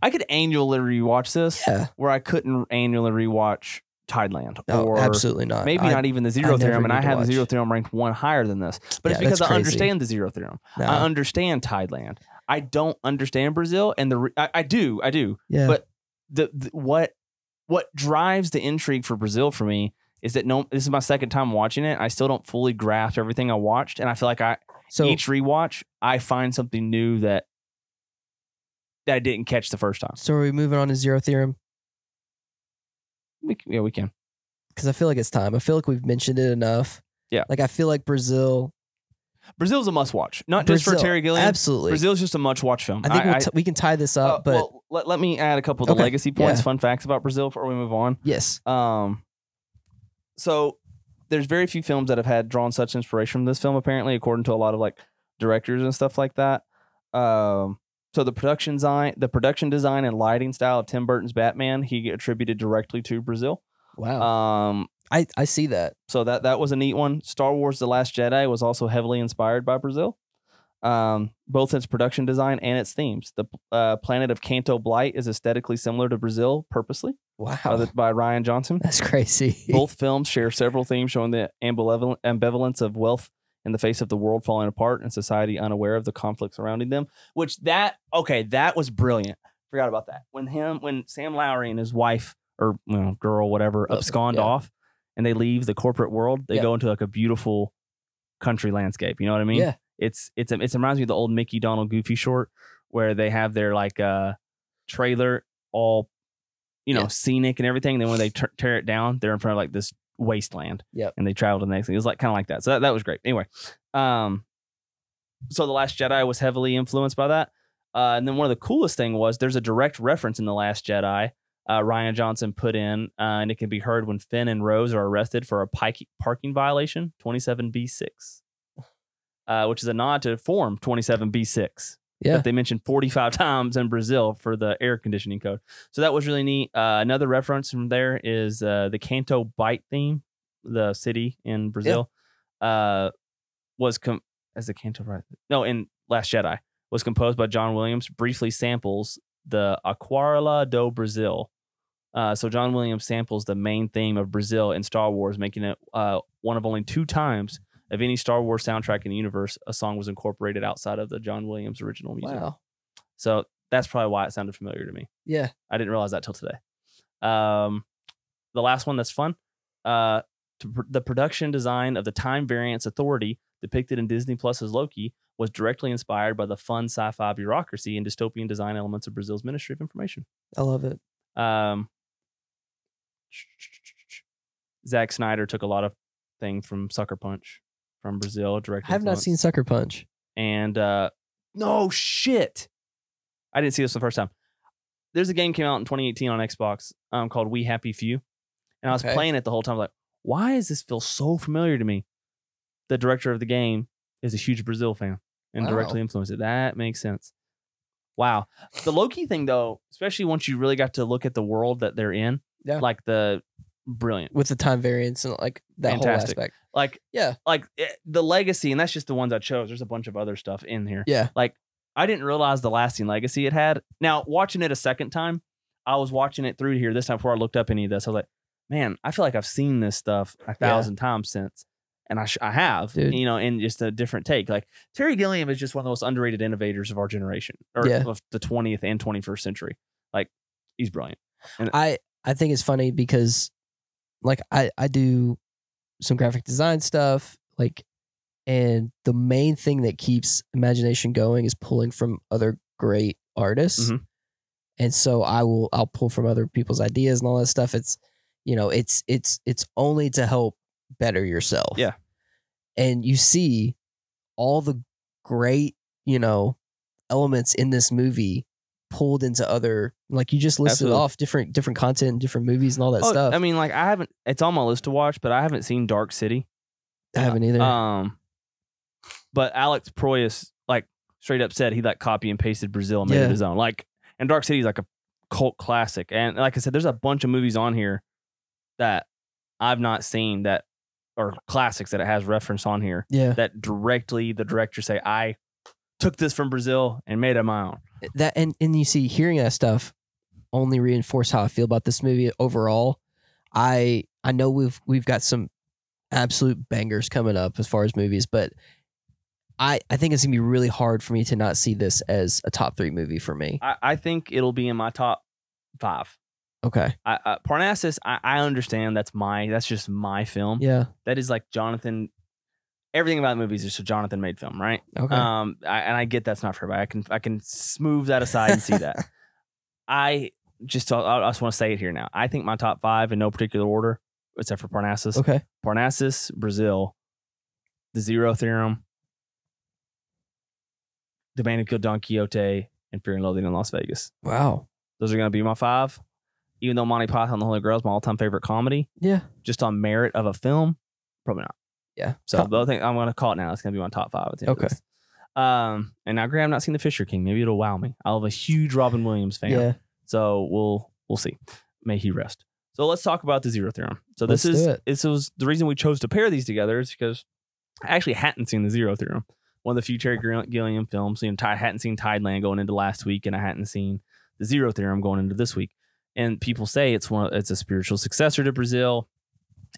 [SPEAKER 1] I could annually rewatch this
[SPEAKER 2] Yeah.
[SPEAKER 1] where I couldn't annually rewatch Tideland
[SPEAKER 2] No,
[SPEAKER 1] or
[SPEAKER 2] oh, absolutely not.
[SPEAKER 1] maybe
[SPEAKER 2] I-
[SPEAKER 1] not even the zero
[SPEAKER 2] never
[SPEAKER 1] theorem, and
[SPEAKER 2] need
[SPEAKER 1] I
[SPEAKER 2] to
[SPEAKER 1] have the
[SPEAKER 2] watch.
[SPEAKER 1] zero theorem ranked one higher than this. But
[SPEAKER 2] Yeah,
[SPEAKER 1] it's because
[SPEAKER 2] that's
[SPEAKER 1] I
[SPEAKER 2] crazy.
[SPEAKER 1] understand the zero theorem.
[SPEAKER 2] no.
[SPEAKER 1] I understand Thailand. I don't understand Brazil, and the re- I, I do, I do.
[SPEAKER 2] yeah.
[SPEAKER 1] but- The, the what what drives the intrigue for Brazil for me is that no, this is my second time watching it. I still don't fully grasp everything I watched, and I feel like I
[SPEAKER 2] so
[SPEAKER 1] each rewatch I find something new that that I didn't catch the first time.
[SPEAKER 2] so are we moving on to zero theorem?
[SPEAKER 1] We, can- yeah, we can.
[SPEAKER 2] Because I feel like it's time. I feel like we've mentioned it enough.
[SPEAKER 1] Yeah.
[SPEAKER 2] Like I feel like Brazil
[SPEAKER 1] Brazil's a must watch, not just for
[SPEAKER 2] Brazil,
[SPEAKER 1] Terry Gilliam.
[SPEAKER 2] Absolutely.
[SPEAKER 1] Brazil's just a much watch film.
[SPEAKER 2] I think
[SPEAKER 1] I-
[SPEAKER 2] we'll t- we can tie this up,
[SPEAKER 1] Uh,
[SPEAKER 2] but
[SPEAKER 1] well, let, let me add a couple of the
[SPEAKER 2] Okay.
[SPEAKER 1] legacy points,
[SPEAKER 2] Yeah.
[SPEAKER 1] fun facts about Brazil before we move on.
[SPEAKER 2] yes.
[SPEAKER 1] Um, so there's very few films that have had drawn such inspiration from this film, apparently, according to a lot of like directors and stuff like that. Um, so the production design, the production design and lighting style of Tim Burton's Batman, he attributed directly to Brazil.
[SPEAKER 2] Wow.
[SPEAKER 1] Um,
[SPEAKER 2] I, I see that.
[SPEAKER 1] so that that was a neat one. Star Wars: The Last Jedi was also heavily inspired by Brazil, um, both its production design and its themes. The uh, planet of Canto Blight is aesthetically similar to Brazil, purposely
[SPEAKER 2] Wow.
[SPEAKER 1] by, uh, the- by Ryan Johnson.
[SPEAKER 2] (laughs) That's crazy.
[SPEAKER 1] (laughs) Both films share several themes showing the ambivalen- ambivalence of wealth in the face of the world falling apart and society unaware of the conflict surrounding them. Which that okay, that was brilliant. Forgot about that. When him, when Sam Lowry and his wife or you know, girl, whatever,
[SPEAKER 2] Love it,
[SPEAKER 1] abscond
[SPEAKER 2] yeah.
[SPEAKER 1] off and they leave the corporate world, they
[SPEAKER 2] Yeah.
[SPEAKER 1] go into like a beautiful country landscape. You know what I mean?
[SPEAKER 2] yeah.
[SPEAKER 1] it's it's it reminds me of the old Mickey Donald Goofy short where they have their like uh trailer all you know
[SPEAKER 2] Yeah.
[SPEAKER 1] scenic and everything. then when they tur tear it down, they're in front of like this wasteland.
[SPEAKER 2] Yep.
[SPEAKER 1] And they travel to the next thing. It was like kind of like that. So that, that was great. Anyway, um, so the Last Jedi was heavily influenced by that. Uh, and then one of the coolest thing was there's a direct reference in the Last Jedi. Uh, Ryan Johnson put in, uh, and it can be heard when Finn and Rose are arrested for a pike- parking violation, 27B6 uh, which is a nod to Form 27B6
[SPEAKER 2] Yeah.
[SPEAKER 1] that they mentioned 45 (laughs) times in Brazil for the air conditioning code. So that was really neat. Uh, another reference from there is uh, the Canto Bite theme, the city in Brazil, uh, was com- as the Canto Bite. No, in Last Jedi was composed by John Williams. Briefly samples the Aquarela do Brasil. Uh, so John Williams samples the main theme of Brazil in Star Wars, making it uh, one of only two times of any Star Wars soundtrack in the universe, a song was incorporated outside of the John Williams original music.
[SPEAKER 2] Wow.
[SPEAKER 1] So that's probably why it sounded familiar to me.
[SPEAKER 2] Yeah.
[SPEAKER 1] I didn't realize that till today. Um, the last one that's fun. Uh, to pr- the production design of the Time Variance Authority depicted in Disney Plus's Loki was directly inspired by the fun sci-fi bureaucracy and dystopian design elements of Brazil's Ministry of Information.
[SPEAKER 2] I love it.
[SPEAKER 1] Um, Zack Snyder took a lot of thing from Sucker Punch from Brazil. Direct.
[SPEAKER 2] I have not
[SPEAKER 1] influence.
[SPEAKER 2] seen Sucker Punch.
[SPEAKER 1] And uh, no shit, I didn't see this the first time. There's a game came out in 2018 on Xbox um, called We Happy Few, and I was
[SPEAKER 2] Okay.
[SPEAKER 1] playing it the whole time. Like, why does this feel so familiar to me? The director of the game is a huge Brazil fan and
[SPEAKER 2] Wow.
[SPEAKER 1] directly influenced it. That makes sense. Wow, the Loki thing though, especially once you really got to look at the world that they're in,
[SPEAKER 2] Yeah.
[SPEAKER 1] like the brilliant,
[SPEAKER 2] With the time variance and like that
[SPEAKER 1] Fantastic.
[SPEAKER 2] whole aspect.
[SPEAKER 1] like
[SPEAKER 2] Yeah.
[SPEAKER 1] like it, the legacy, and that's just the ones I chose. There's a bunch of other stuff in here.
[SPEAKER 2] Yeah.
[SPEAKER 1] I didn't realize the lasting legacy it had. Now, watching it a second time, I was watching it through here this time before I looked up any of this. I was like, man, I feel like I've seen this stuff a thousand times since. And I, sh- I have,
[SPEAKER 2] Dude.
[SPEAKER 1] you know, in just a different take. Like Terry Gilliam is just one of the most underrated innovators of our generation or
[SPEAKER 2] Yeah.
[SPEAKER 1] of the 20th and 21st century. Like, he's brilliant.
[SPEAKER 2] I I think it's funny because like I I do some graphic design stuff like and the main thing that keeps imagination going is pulling from other great artists.
[SPEAKER 1] Mhm.
[SPEAKER 2] And so I will I'll pull from other people's ideas and all that stuff. It's you know, it's it's it's only to help better yourself.
[SPEAKER 1] Yeah.
[SPEAKER 2] And you see all the great, you know, elements in this movie pulled into other like you just listed
[SPEAKER 1] Absolutely.
[SPEAKER 2] off different different content and different movies and all that
[SPEAKER 1] Oh,
[SPEAKER 2] stuff.
[SPEAKER 1] I mean, like, I haven't, it's on my list to watch, but I haven't seen Dark City.
[SPEAKER 2] I haven't either.
[SPEAKER 1] Um, but Alex Proyas like straight up said he like copy and pasted Brazil and made
[SPEAKER 2] Yeah.
[SPEAKER 1] it his own. Like, and Dark City is like a cult classic. And like I said, there's a bunch of movies on here that I've not seen that are classics that it has reference on here
[SPEAKER 2] yeah.
[SPEAKER 1] that directly the director say I took this from Brazil and made it my own.
[SPEAKER 2] eh, That and and you see hearing that stuff only reinforce how I feel about this movie overall. I I know we've we've got some absolute bangers coming up as far as movies, but I I think it's going to be really hard for me to not see this as a top 3 movie for me.
[SPEAKER 1] I, I think it'll be in my top five.
[SPEAKER 2] Okay.
[SPEAKER 1] I, uh, Parnassus, I, I understand that's my that's just my film.
[SPEAKER 2] Yeah.
[SPEAKER 1] That is like Jonathan. Everything about the movies is just a Jonathan made film, right?
[SPEAKER 2] Okay.
[SPEAKER 1] Um, I, and I get that's not for everybody. I can I can s- move that aside and see
[SPEAKER 2] (laughs)
[SPEAKER 1] that. I just I, I just want to say it here now. I think my top five in no particular order, except for Parnassus,
[SPEAKER 2] okay.
[SPEAKER 1] Parnassus, Brazil, the Zero Theorem, The Man Who Killed Don Quixote, and Fear and Loathing in Las Vegas.
[SPEAKER 2] Wow.
[SPEAKER 1] Those are going to be my five. Even though Monty Python and the Holy Grail is my all time favorite comedy,
[SPEAKER 2] Yeah.
[SPEAKER 1] just on merit of a film, probably not.
[SPEAKER 2] Yeah.
[SPEAKER 1] So
[SPEAKER 2] Top-
[SPEAKER 1] the other thing I'm gonna call it now. It's gonna be my top five. At the end
[SPEAKER 2] Okay.
[SPEAKER 1] Of this. Um, and now Graham, not seen the Fisher King. Maybe it'll wow me. I'll have a huge Robin Williams fan.
[SPEAKER 2] yeah.
[SPEAKER 1] So we'll we'll see. May he rest. So let's talk about the zero theorem. So this
[SPEAKER 2] Let's
[SPEAKER 1] is
[SPEAKER 2] do it.
[SPEAKER 1] this was the reason we chose to pair these together is because I actually hadn't seen the zero theorem. One of the few Terry Gill- Gilliam films. You know, I hadn't seen Tideland going into last week, and I hadn't seen the zero theorem going into this week. And people say it's one it's a spiritual successor to Brazil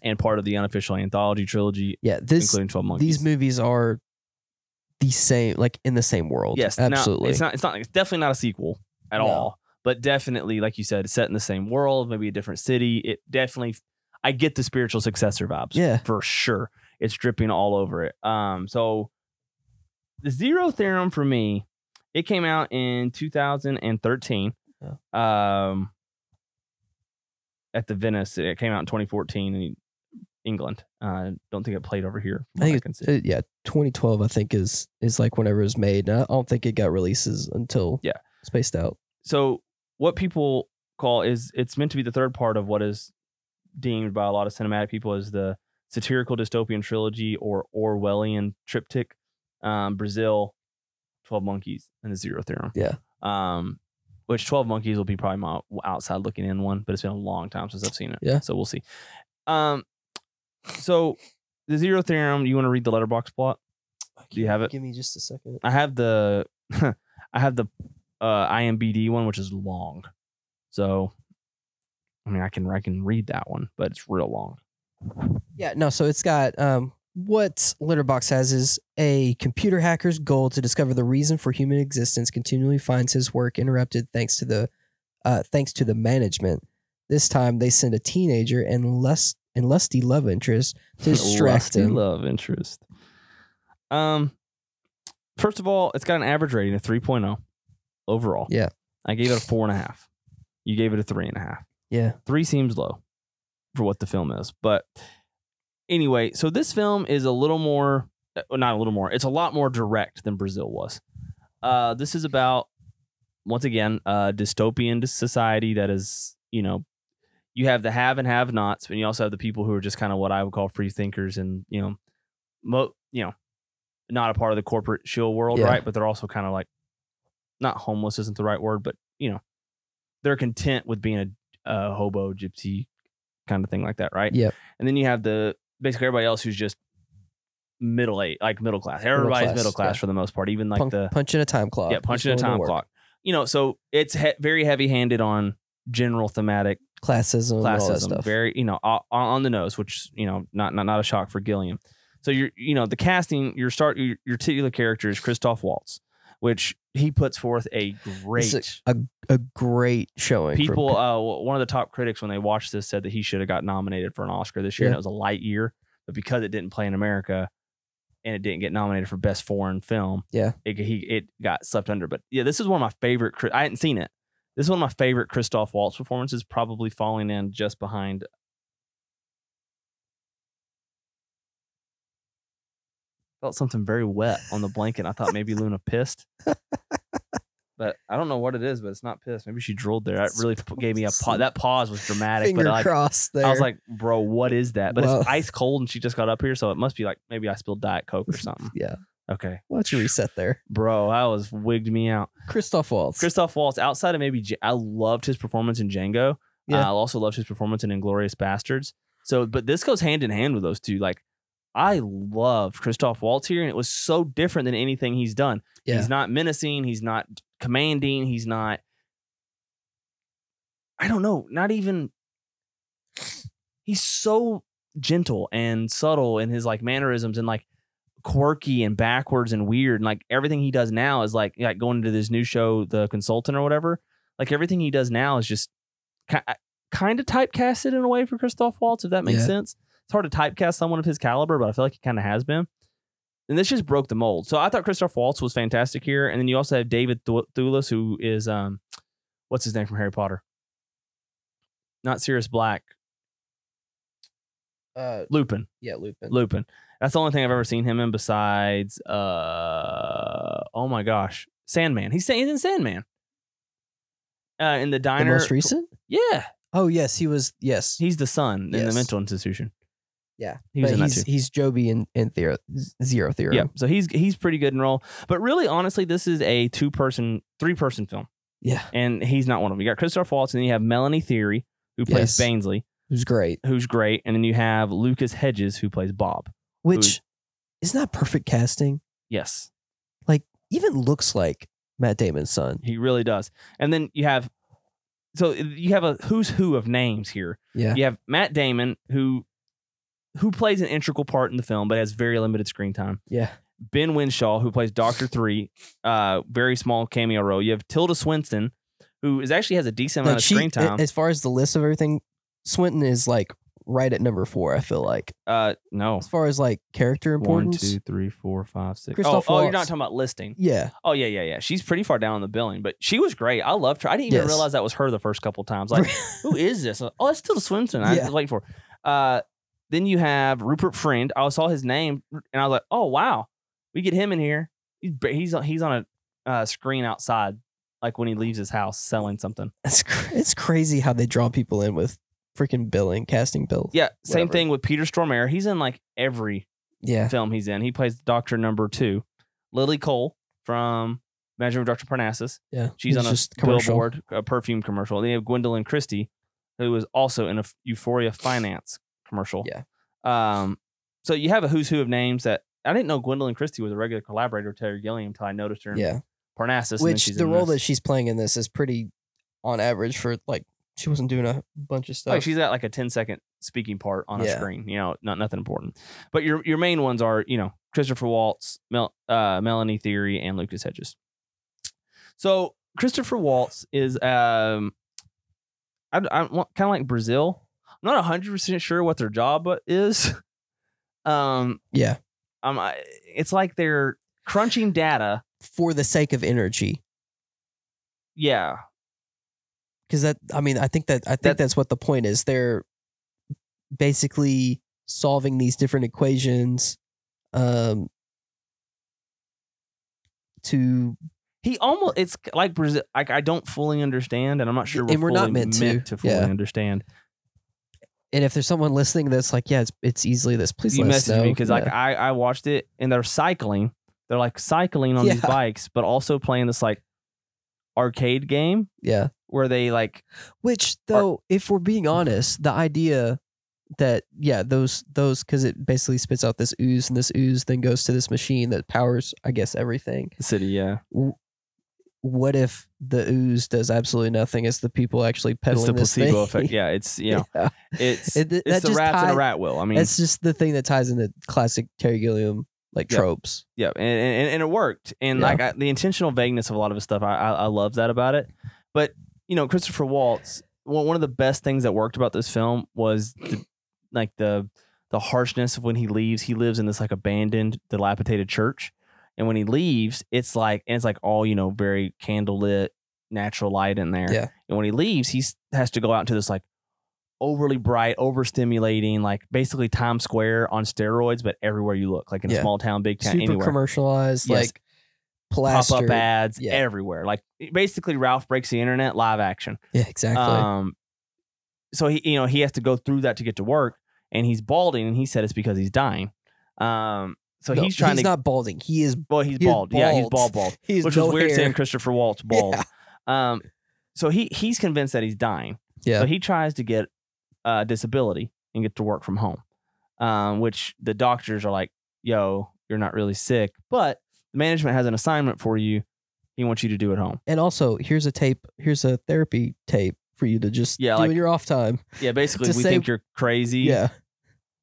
[SPEAKER 1] and part of the unofficial anthology trilogy,
[SPEAKER 2] Yeah, this
[SPEAKER 1] including Twelve Monkeys.
[SPEAKER 2] these movies are the same, like in the same world.
[SPEAKER 1] Yes, now,
[SPEAKER 2] absolutely.
[SPEAKER 1] it's not. It's not. It's definitely not a sequel at
[SPEAKER 2] No.
[SPEAKER 1] all. But definitely, like you said, it's set in the same world, maybe a different city. It definitely. I get the spiritual successor vibes.
[SPEAKER 2] Yeah.
[SPEAKER 1] for sure. It's dripping all over it. Um, so the zero theorem for me, it came out in 2013. Um, at the Venice, it came out in 2014 in England. Uh, I don't think it played over here. from
[SPEAKER 2] I
[SPEAKER 1] what
[SPEAKER 2] think
[SPEAKER 1] can
[SPEAKER 2] it's
[SPEAKER 1] see.
[SPEAKER 2] uh, yeah, 2012. I think is is like whenever it was made. And I don't think it got releases until
[SPEAKER 1] Yeah.
[SPEAKER 2] spaced out.
[SPEAKER 1] so what people call is it's meant to be the third part of what is deemed by a lot of cinematic people as the satirical dystopian trilogy or Orwellian triptych, um, Brazil, Twelve Monkeys, and the Zero Theorem.
[SPEAKER 2] Yeah.
[SPEAKER 1] Um, which Twelve Monkeys will be probably my outside looking in one, but it's been a long time since I've seen it.
[SPEAKER 2] Yeah.
[SPEAKER 1] So we'll see. Um, so the Zero Theorem. You want to read the letterbox plot? Do you have it?
[SPEAKER 2] Give me just a second.
[SPEAKER 1] I have the (laughs) I have the uh IMBD one, which is long. So I mean I can I can read that one, but it's real long. (laughs)
[SPEAKER 2] Yeah, no. So it's got um what Litterbox has is a computer hacker's goal to discover the reason for human existence continually finds his work interrupted thanks to the uh, thanks to the management. This time they send a teenager and lust and lusty love interest
[SPEAKER 1] (laughs)
[SPEAKER 2] to distract
[SPEAKER 1] Lusty
[SPEAKER 2] him.
[SPEAKER 1] love interest. Um, first of all, it's got an average rating of 3.0 overall.
[SPEAKER 2] Yeah.
[SPEAKER 1] I gave it a four and a half. You gave it a three and a half.
[SPEAKER 2] Yeah.
[SPEAKER 1] Three seems low for what the film is, but anyway, so this film is a little more, uh, not a little more. It's a lot more direct than Brazil was. Uh, this is about once again a dystopian society that is, you know, you have the have and have nots, and you also have the people who are just kind of what I would call free thinkers and you know, mo- you know, not a part of the corporate shill world,
[SPEAKER 2] Yeah.
[SPEAKER 1] right? But they're also kind of like not homeless isn't the right word, but you know, they're content with being a, a hobo, gypsy kind of thing like that, right?
[SPEAKER 2] Yep.
[SPEAKER 1] And then you have the basically everybody else who's just middle eight, like middle class. Everybody's middle class,
[SPEAKER 2] class, yeah.
[SPEAKER 1] for the most part, even like
[SPEAKER 2] Punk-
[SPEAKER 1] the
[SPEAKER 2] punch in a time clock.
[SPEAKER 1] yeah, punching a
[SPEAKER 2] Just going
[SPEAKER 1] time
[SPEAKER 2] to work.
[SPEAKER 1] clock. You know, so it's he- very heavy handed on general thematic
[SPEAKER 2] Classism, and all that
[SPEAKER 1] classism,
[SPEAKER 2] stuff.
[SPEAKER 1] very you know on, on the nose, which you know not not not a shock for Gilliam. So you're you know the casting your start your, your titular character is Christoph Waltz, which he puts forth a
[SPEAKER 2] It's
[SPEAKER 1] great
[SPEAKER 2] a, a great showing. from-
[SPEAKER 1] people. Uh, w- one of the top critics when they watched this said that he should have got nominated for an Oscar this year, and
[SPEAKER 2] Yeah.
[SPEAKER 1] it was a light year, but because it didn't play in America. And it didn't get nominated for best foreign film.
[SPEAKER 2] Yeah.
[SPEAKER 1] it, he it got slept under. But yeah, this is one of my favorite. Chri- I hadn't seen it. This is one of my favorite Christoph Waltz performances, probably falling in just behind felt something very wet on the blanket. I thought maybe Luna pissed, but I don't know what it is. But it's not pissed. Maybe she drooled there. That really p- gave me a pause. That pause was dramatic.
[SPEAKER 2] Finger
[SPEAKER 1] but like,
[SPEAKER 2] crossed there.
[SPEAKER 1] I was like, "Bro, what is that?" But
[SPEAKER 2] Well-
[SPEAKER 1] it's ice cold, and she just got up here, so it must be like maybe I spilled diet coke or something.
[SPEAKER 2] yeah,
[SPEAKER 1] Okay,
[SPEAKER 2] why don't you reset there?
[SPEAKER 1] bro, I was wigged me out.
[SPEAKER 2] Christoph Waltz.
[SPEAKER 1] Christoph Waltz, outside of maybe, J- I loved his performance in Django.
[SPEAKER 2] Yeah.
[SPEAKER 1] I also loved his performance in Inglorious Bastards. So, but this goes hand in hand with those two. Like, I loved Christoph Waltz here, and it was so different than anything he's done.
[SPEAKER 2] yeah.
[SPEAKER 1] He's not menacing. He's not commanding. He's not. I don't know. Not even. He's so gentle and subtle in his like mannerisms and like quirky and backwards and weird and like everything he does now is like like going into this new show, The Consultant or whatever. Like everything he does now is just kind of typecasted in a way for Christoph Waltz, if that makes
[SPEAKER 2] Yeah.
[SPEAKER 1] sense. It's hard to typecast someone of his caliber, but I feel like he kind of has been. And this just broke the mold. So I thought Christoph Waltz was fantastic here, and then you also have David Thu- Thewlis, who is um, what's his name from Harry Potter? Not Sirius Black,
[SPEAKER 2] uh,
[SPEAKER 1] Lupin.
[SPEAKER 2] yeah, Lupin.
[SPEAKER 1] Lupin. That's the only thing I've ever seen him in besides uh oh my gosh. Sandman. He's he's in Sandman. Uh in the
[SPEAKER 2] the
[SPEAKER 1] diner.
[SPEAKER 2] most recent.
[SPEAKER 1] Yeah.
[SPEAKER 2] Oh yes, he was. Yes,
[SPEAKER 1] He's the son in the
[SPEAKER 2] Yes.
[SPEAKER 1] mental institution.
[SPEAKER 2] yeah.
[SPEAKER 1] He was
[SPEAKER 2] But
[SPEAKER 1] in that
[SPEAKER 2] he's
[SPEAKER 1] too.
[SPEAKER 2] he's Joby in in Theo- Zero Theorem.
[SPEAKER 1] Yeah. So he's he's pretty good in role. But really honestly, this is a two person, three person film.
[SPEAKER 2] Yeah,
[SPEAKER 1] And he's not one of them. You got Christoph Waltz, and then you have Melanie Theory, who plays
[SPEAKER 2] Yes.
[SPEAKER 1] Bainsley,
[SPEAKER 2] it was great.
[SPEAKER 1] who's great. And then you have Lucas Hedges, who plays Bob.
[SPEAKER 2] Which is not perfect casting.
[SPEAKER 1] Yes.
[SPEAKER 2] Even looks like Matt Damon's son.
[SPEAKER 1] He really does. And then you have so uh, you have a who's who of names here.
[SPEAKER 2] Yeah,
[SPEAKER 1] You have Matt Damon who who plays an integral part in the film but has very limited screen time.
[SPEAKER 2] yeah.
[SPEAKER 1] Ben Winshaw who plays Doctor 3, uh very small cameo role. You have Tilda Swinton who is actually has a decent amount
[SPEAKER 2] Like
[SPEAKER 1] of
[SPEAKER 2] she,
[SPEAKER 1] screen time.
[SPEAKER 2] as far as the list of everything, Swinton is like right at number four. I feel like
[SPEAKER 1] uh no.
[SPEAKER 2] as far as like character
[SPEAKER 1] One,
[SPEAKER 2] importance.
[SPEAKER 1] two, three, four, five, six. Oh,
[SPEAKER 2] Christoph
[SPEAKER 1] oh, you're
[SPEAKER 2] Waltz.
[SPEAKER 1] not talking about listing.
[SPEAKER 2] Yeah,
[SPEAKER 1] Oh yeah, yeah, yeah. She's pretty far down on the billing, but she was great. I loved her. I didn't even
[SPEAKER 2] Yes.
[SPEAKER 1] realize that was her the first couple times.
[SPEAKER 2] (laughs)
[SPEAKER 1] Like who is this? Oh, it's Tilda Swinton. I
[SPEAKER 2] Yeah.
[SPEAKER 1] was waiting for. her. Uh, then you have Rupert Friend. I saw his name and I was like, oh wow, we get him in here. He's ba- he's on, he's on a uh, screen outside, like when he leaves his house selling something.
[SPEAKER 2] it's cr- it's crazy how they draw people in with freaking billing, casting bills.
[SPEAKER 1] Yeah, same
[SPEAKER 2] Whatever.
[SPEAKER 1] thing with Peter Stormare. He's in like every
[SPEAKER 2] yeah.
[SPEAKER 1] film he's in. He plays Doctor Number Two, Lily Cole from Measure of Doctor Parnassus.
[SPEAKER 2] Yeah,
[SPEAKER 1] She's
[SPEAKER 2] It's
[SPEAKER 1] on a
[SPEAKER 2] commercial.
[SPEAKER 1] billboard, a perfume commercial. They have Gwendolyn Christie, who was also in a F- Euphoria Finance commercial.
[SPEAKER 2] Yeah.
[SPEAKER 1] Um, so you have a who's who of names that I didn't know Gwendolyn Christie was a regular collaborator with Terry Gilliam until I noticed her in
[SPEAKER 2] Yeah,
[SPEAKER 1] Parnassus. and then
[SPEAKER 2] which
[SPEAKER 1] she's
[SPEAKER 2] the
[SPEAKER 1] in
[SPEAKER 2] role
[SPEAKER 1] this.
[SPEAKER 2] that she's playing in this is pretty on average for like she wasn't doing a bunch of stuff.
[SPEAKER 1] Like Oh, she's at like a 10 second speaking part on a
[SPEAKER 2] Yeah.
[SPEAKER 1] screen, you know, not nothing important. But your your main ones are, you know, Christopher Waltz, Mel, uh, Melanie Theory, and Lucas Hedges. So Christopher Waltz is um, I I kind of like Brazil. I'm not 100 percent sure what their job is. (laughs) Um,
[SPEAKER 2] yeah,
[SPEAKER 1] um, I- it's like they're crunching data.
[SPEAKER 2] for the sake of energy,
[SPEAKER 1] Yeah,
[SPEAKER 2] because that I mean I think that I think
[SPEAKER 1] That-
[SPEAKER 2] that's what the point is. They're basically solving these different equations, um, to
[SPEAKER 1] He almost it's like Brazil. Like I don't fully understand, and I'm not sure.
[SPEAKER 2] And we're not
[SPEAKER 1] fully
[SPEAKER 2] meant to,
[SPEAKER 1] fully
[SPEAKER 2] yeah.
[SPEAKER 1] understand.
[SPEAKER 2] and if there's someone listening that's like, yeah, it's it's easily this. Please
[SPEAKER 1] you
[SPEAKER 2] let us
[SPEAKER 1] messaged
[SPEAKER 2] know
[SPEAKER 1] me because
[SPEAKER 2] Yeah.
[SPEAKER 1] like I I watched it and they're cycling. They're like cycling on these
[SPEAKER 2] Yeah.
[SPEAKER 1] bikes, but also playing this like arcade game
[SPEAKER 2] yeah.
[SPEAKER 1] where they like
[SPEAKER 2] Which though, if we're being honest, the idea that yeah, those those because it basically spits out this ooze and this ooze then goes to this machine that powers, I guess, everything.
[SPEAKER 1] the city. Yeah,
[SPEAKER 2] What if the ooze does absolutely nothing? It's the people actually
[SPEAKER 1] it's
[SPEAKER 2] peddling
[SPEAKER 1] the
[SPEAKER 2] this
[SPEAKER 1] placebo
[SPEAKER 2] thing. (laughs)
[SPEAKER 1] effect. Yeah, it's you know
[SPEAKER 2] Yeah.
[SPEAKER 1] it's
[SPEAKER 2] It- that
[SPEAKER 1] it's the
[SPEAKER 2] just
[SPEAKER 1] rats in
[SPEAKER 2] tie-
[SPEAKER 1] a rat will. I mean,
[SPEAKER 2] That's just the thing that ties into classic Terry Gilliam like
[SPEAKER 1] Yeah.
[SPEAKER 2] tropes.
[SPEAKER 1] yeah, and, and and it worked. And
[SPEAKER 2] Yeah.
[SPEAKER 1] like I, the intentional vagueness of a lot of his stuff, I, I I love that about it. But you know, Christopher Waltz, one one of the best things that worked about this film was the, like the the harshness of when he leaves. He lives in this like abandoned, dilapidated church, and when he leaves, it's like and it's like all you know, very candlelit, natural light in there.
[SPEAKER 2] Yeah.
[SPEAKER 1] And when he leaves, he has to go out into this like overly bright, overstimulating, like basically Times Square on steroids, but everywhere you look, like in a
[SPEAKER 2] Yeah.
[SPEAKER 1] small town, big town,
[SPEAKER 2] Super
[SPEAKER 1] anywhere
[SPEAKER 2] commercialized,
[SPEAKER 1] Yes.
[SPEAKER 2] like plastered.
[SPEAKER 1] pop up ads
[SPEAKER 2] Yeah.
[SPEAKER 1] everywhere. Like basically, Ralph breaks the internet live action.
[SPEAKER 2] Yeah, exactly.
[SPEAKER 1] Um, so he, you know, he has to go through that to get to work, and he's balding, and he said it's because he's dying. Um, so
[SPEAKER 2] No,
[SPEAKER 1] he's trying to.
[SPEAKER 2] not balding. He is
[SPEAKER 1] well, he's
[SPEAKER 2] he is
[SPEAKER 1] bald. Yeah, he's bald,
[SPEAKER 2] bald. (laughs)
[SPEAKER 1] bald,
[SPEAKER 2] he is
[SPEAKER 1] which
[SPEAKER 2] no
[SPEAKER 1] was weird
[SPEAKER 2] hair.
[SPEAKER 1] saying Christopher Waltz bald.
[SPEAKER 2] (laughs) Yeah.
[SPEAKER 1] Um, so he he's convinced that he's dying.
[SPEAKER 2] Yeah.
[SPEAKER 1] So he tries to get uh, disability and get to work from home, um, which the doctors are like, "Yo, you're not really sick, but the management has an assignment for you. He wants you to do at home."
[SPEAKER 2] And also, here's a tape. Here's a therapy tape for you to just
[SPEAKER 1] Yeah,
[SPEAKER 2] do
[SPEAKER 1] like-
[SPEAKER 2] in your off time.
[SPEAKER 1] Yeah, basically,
[SPEAKER 2] (laughs) To
[SPEAKER 1] we
[SPEAKER 2] say-
[SPEAKER 1] think you're crazy,
[SPEAKER 2] Yeah,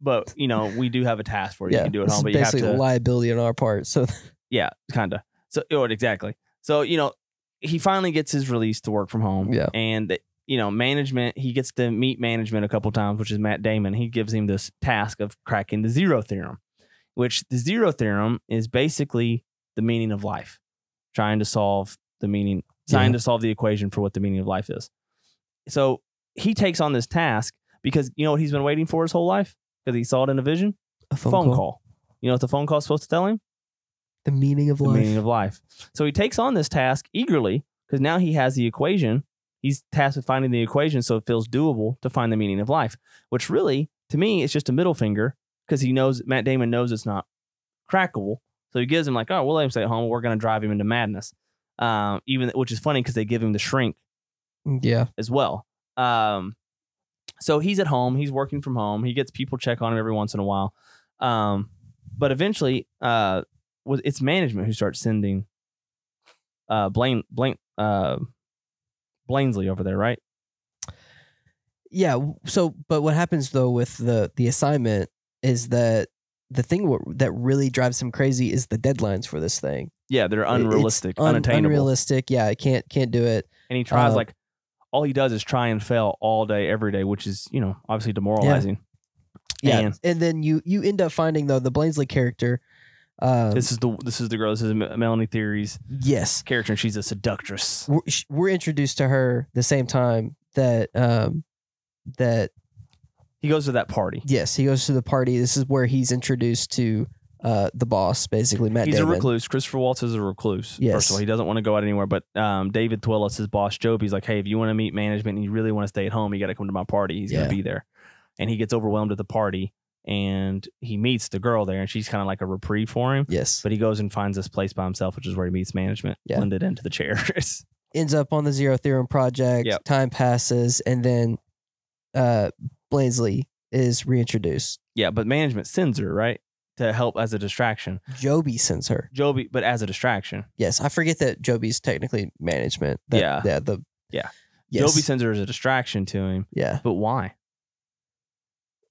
[SPEAKER 1] but you know, we do have a task for you.
[SPEAKER 2] yeah.
[SPEAKER 1] You can do it at
[SPEAKER 2] this
[SPEAKER 1] home, but
[SPEAKER 2] is
[SPEAKER 1] you have
[SPEAKER 2] basically
[SPEAKER 1] to.
[SPEAKER 2] a liability on our part. So (laughs)
[SPEAKER 1] Yeah, kind of. So, oh, exactly. So, you know, he finally gets his release to work from home.
[SPEAKER 2] Yeah.
[SPEAKER 1] And, you know, management, he gets to meet management a couple times, which is Matt Damon. He gives him this task of cracking the zero theorem, which the zero theorem is basically the meaning of life, trying to solve the meaning, trying
[SPEAKER 2] Yeah.
[SPEAKER 1] to solve the equation for what the meaning of life is. So he takes on this task because, you know, what he's been waiting for his whole life? Because he saw it in a vision?
[SPEAKER 2] a
[SPEAKER 1] Phone, call. You know what the phone call is supposed to tell him?
[SPEAKER 2] The meaning of
[SPEAKER 1] the
[SPEAKER 2] life.
[SPEAKER 1] meaning of life. So he takes on this task eagerly because now he has the equation. He's tasked with finding the equation, so it feels doable to find the meaning of life. Which really, to me, is just a middle finger because he knows Matt Damon knows it's not crackable. So he gives him like, oh, we'll let him stay at home. We're going to drive him into madness. Um, even which is funny because they give him the shrink
[SPEAKER 2] Mm, yeah,
[SPEAKER 1] as well. Um, so he's at home. He's working from home. He gets people check on him every once in a while. Um, but eventually, uh, was it's management who starts sending uh Blaine Blaine uh Blainsley over there, right?
[SPEAKER 2] yeah. w- So, but what happens though with the the assignment is that the thing wha- that really drives him crazy is the deadlines for this thing.
[SPEAKER 1] Yeah, they're
[SPEAKER 2] It- it's
[SPEAKER 1] unrealistic,
[SPEAKER 2] un-
[SPEAKER 1] unattainable.
[SPEAKER 2] Unrealistic. Yeah, I can't can't do it.
[SPEAKER 1] And he tries
[SPEAKER 2] Uh,
[SPEAKER 1] like all he does is try and fail all day, every day, which is you know obviously demoralizing.
[SPEAKER 2] Yeah,
[SPEAKER 1] And-
[SPEAKER 2] and, then you you end up finding though the Blainsley character. Um,
[SPEAKER 1] This is the this is the girl. This is Me- Melanie Theory's
[SPEAKER 2] yes,
[SPEAKER 1] character, and she's a seductress.
[SPEAKER 2] we're, sh- we're introduced to her the same time that um that
[SPEAKER 1] He goes to that party.
[SPEAKER 2] yes he goes to the party this is where he's introduced to uh the boss basically Matt
[SPEAKER 1] he's
[SPEAKER 2] Damon
[SPEAKER 1] a recluse. Christopher Waltz is a recluse. First
[SPEAKER 2] Yes.
[SPEAKER 1] of all, he doesn't want to go out anywhere. But um, David Twillis, his boss, Job, he's like, hey, if you want to meet management and you really want to stay at home, you got to come to my party. He's
[SPEAKER 2] Yeah.
[SPEAKER 1] going to be there. And he gets overwhelmed at the party and he meets the girl there and she's kind of like a reprieve for him.
[SPEAKER 2] yes
[SPEAKER 1] But he goes and finds this place by himself, which is where he meets management,
[SPEAKER 2] Yeah.
[SPEAKER 1] blended into the chairs. (laughs)
[SPEAKER 2] ends up on the zero theorem project
[SPEAKER 1] Yep.
[SPEAKER 2] time passes and then uh Blainsley is reintroduced
[SPEAKER 1] yeah, but management sends her, right? To help as a distraction.
[SPEAKER 2] Joby sends her
[SPEAKER 1] Joby, but as a distraction.
[SPEAKER 2] yes I forget that Joby's technically management That-
[SPEAKER 1] Yeah.
[SPEAKER 2] yeah the Yes.
[SPEAKER 1] Dolby Sensor is a distraction to him,
[SPEAKER 2] yeah.
[SPEAKER 1] but why?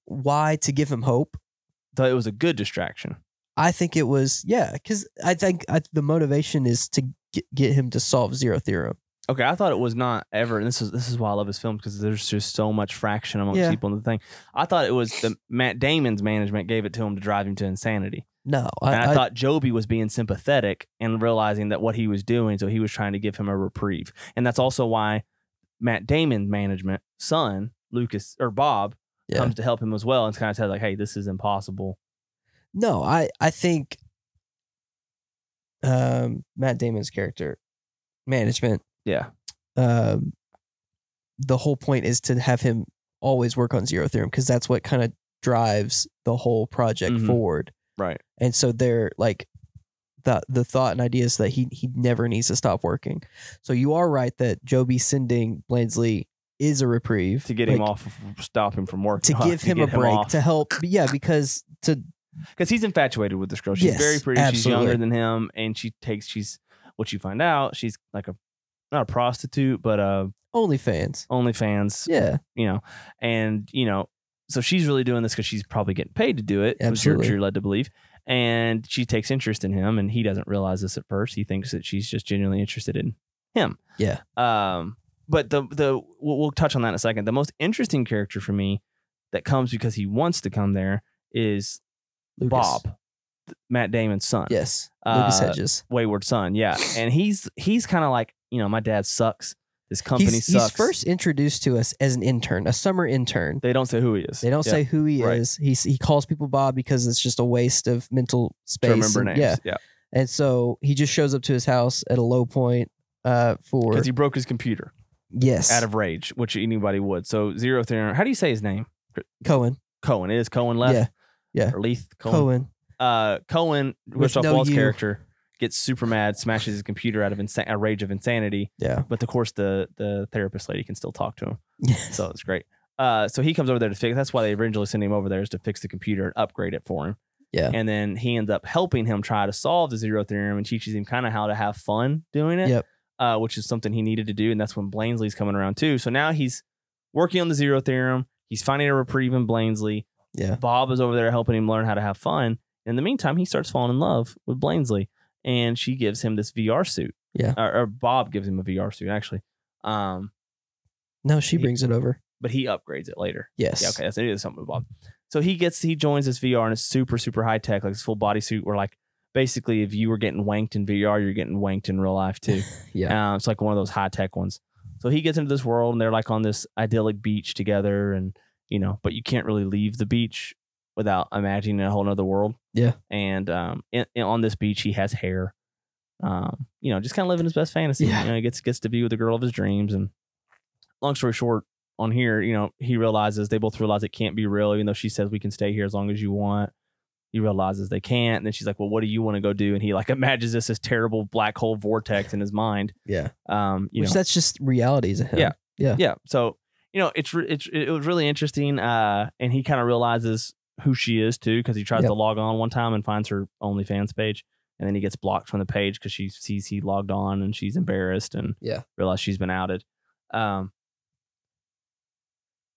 [SPEAKER 2] Why to give him hope?
[SPEAKER 1] Thought it was a good distraction.
[SPEAKER 2] I think it was yeah, because I think I, the motivation is to get, get him to solve zero theorem.
[SPEAKER 1] Okay, I thought it was not ever, and this is this is why I love his films because there's just so much fraction amongst
[SPEAKER 2] Yeah.
[SPEAKER 1] people in the thing. I thought it was the Matt Damon's management gave it to him to drive him to insanity,
[SPEAKER 2] No,
[SPEAKER 1] and I, thought Joby was being sympathetic and realizing that what he was doing, so he was trying to give him a reprieve, and that's also why Matt Damon's management son Lucas or Bob
[SPEAKER 2] Yeah.
[SPEAKER 1] comes to help him as well, and kind of says like, "Hey, this is impossible."
[SPEAKER 2] No, I I think um Matt Damon's character management
[SPEAKER 1] Yeah,
[SPEAKER 2] um the whole point is to have him always work on zero theorem because that's what kind of drives the whole project
[SPEAKER 1] Mhm.
[SPEAKER 2] forward.
[SPEAKER 1] right.
[SPEAKER 2] And so they're like the the thought and idea is that he he never needs to stop working. So you are right that Joby sending Blansley is a reprieve
[SPEAKER 1] To get him
[SPEAKER 2] like,
[SPEAKER 1] off, of, stop him from (laughs) working,
[SPEAKER 2] to give him a break to help yeah because to
[SPEAKER 1] because he's infatuated with this girl. She's
[SPEAKER 2] Yes,
[SPEAKER 1] very pretty.
[SPEAKER 2] absolutely.
[SPEAKER 1] She's younger than him, and she takes. She's what you find out. She's like a not a prostitute, but uh,
[SPEAKER 2] OnlyFans.
[SPEAKER 1] OnlyFans.
[SPEAKER 2] Yeah.
[SPEAKER 1] You know, and you know, so she's really doing this because she's probably getting paid to do it. which you're-
[SPEAKER 2] Absolutely.
[SPEAKER 1] you're led to believe. And she takes interest in him, and he doesn't realize this at first. He thinks that she's just genuinely interested in him.
[SPEAKER 2] Yeah.
[SPEAKER 1] Um. But the the we'll, we'll touch on that in a second. The most interesting character for me that comes because he wants to come there is
[SPEAKER 2] Lucas.
[SPEAKER 1] Bob, th- Matt Damon's son.
[SPEAKER 2] Yes. Lucas
[SPEAKER 1] Uh,
[SPEAKER 2] Hedges.
[SPEAKER 1] wayward son.
[SPEAKER 2] (laughs)
[SPEAKER 1] Yeah, and he's he's kind of like you know my dad sucks. This company
[SPEAKER 2] He's, he's
[SPEAKER 1] sucks.
[SPEAKER 2] first introduced to us as an intern, a summer intern.
[SPEAKER 1] they don't say who he is.
[SPEAKER 2] They don't
[SPEAKER 1] Yeah.
[SPEAKER 2] say who he
[SPEAKER 1] right.
[SPEAKER 2] is. He he calls people Bob because it's just a waste of mental space.
[SPEAKER 1] to remember
[SPEAKER 2] and-
[SPEAKER 1] names.
[SPEAKER 2] Yeah,
[SPEAKER 1] yeah,
[SPEAKER 2] and so he just shows up to his house at a low point. Uh, for
[SPEAKER 1] because he broke his computer
[SPEAKER 2] yes,
[SPEAKER 1] out of rage, which anybody would. So zero theorem. How do you say his name?
[SPEAKER 2] Cohen
[SPEAKER 1] Cohen. It is Cohen left.
[SPEAKER 2] Yeah. Yeah.
[SPEAKER 1] Or Leith Cohen.
[SPEAKER 2] Cohen.
[SPEAKER 1] Uh, Cohen.
[SPEAKER 2] With
[SPEAKER 1] Christoph
[SPEAKER 2] no
[SPEAKER 1] Waltz
[SPEAKER 2] U.
[SPEAKER 1] character gets super mad, smashes his computer out of insa- a rage of insanity.
[SPEAKER 2] Yeah, (laughs)
[SPEAKER 1] But of course, the the therapist lady can still talk to him. so it's great. Uh, so he comes over there to fix. That's why they originally sent him over there is to fix the computer and upgrade it for him.
[SPEAKER 2] Yeah.
[SPEAKER 1] And then he ends up helping him try to solve the zero theorem and teaches him kind of how to have fun doing it.
[SPEAKER 2] Yep.
[SPEAKER 1] Uh, which is something he needed to do, and that's when Blainsley's coming around too. So now he's working on the zero theorem. He's finding a reprieve in Blainsley.
[SPEAKER 2] Yeah.
[SPEAKER 1] Bob is over there helping him learn how to have fun. In the meantime, he starts falling in love with Blainsley, and she gives him this VR suit.
[SPEAKER 2] Yeah.
[SPEAKER 1] Or, or Bob gives him a VR suit actually. Um,
[SPEAKER 2] no, she brings it over.
[SPEAKER 1] but he upgrades it later.
[SPEAKER 2] Yes.
[SPEAKER 1] Yeah, okay, that's it is something with Bob. So he gets he joins this VR and it's super super high tech, like this full body suit. Where like basically, if you were getting wanked in VR, you're getting wanked in real life too.
[SPEAKER 2] Yeah.
[SPEAKER 1] Um, it's like one of those high tech ones. So he gets into this world and they're like on this idyllic beach together, and you know, but you can't really leave the beach without imagining a whole nother world.
[SPEAKER 2] Yeah.
[SPEAKER 1] And um, in, in- on this beach, he has hair. Um, you know, just kind of living his best fantasy.
[SPEAKER 2] Yeah.
[SPEAKER 1] You know, he gets gets to be with the girl of his dreams. And long story short, on here, you know, he realizes they both realize it can't be real, even though she says we can stay here as long as you want. He realizes they can't. And then she's like, Well, what do you want to go do? And he like (laughs) imagines this this terrible black hole vortex in his mind.
[SPEAKER 2] Yeah.
[SPEAKER 1] Um, you
[SPEAKER 2] Which
[SPEAKER 1] know,
[SPEAKER 2] that's just reality to him.
[SPEAKER 1] Yeah. yeah. So, you know, it's, re- it's it was really interesting. Uh, and he kind of realizes who she is too, because he tries
[SPEAKER 2] Yep.
[SPEAKER 1] to log on one time and finds her OnlyFans page. And then he gets blocked from the page because she sees he logged on and she's embarrassed and
[SPEAKER 2] Yeah.
[SPEAKER 1] realized she's been outed. Um,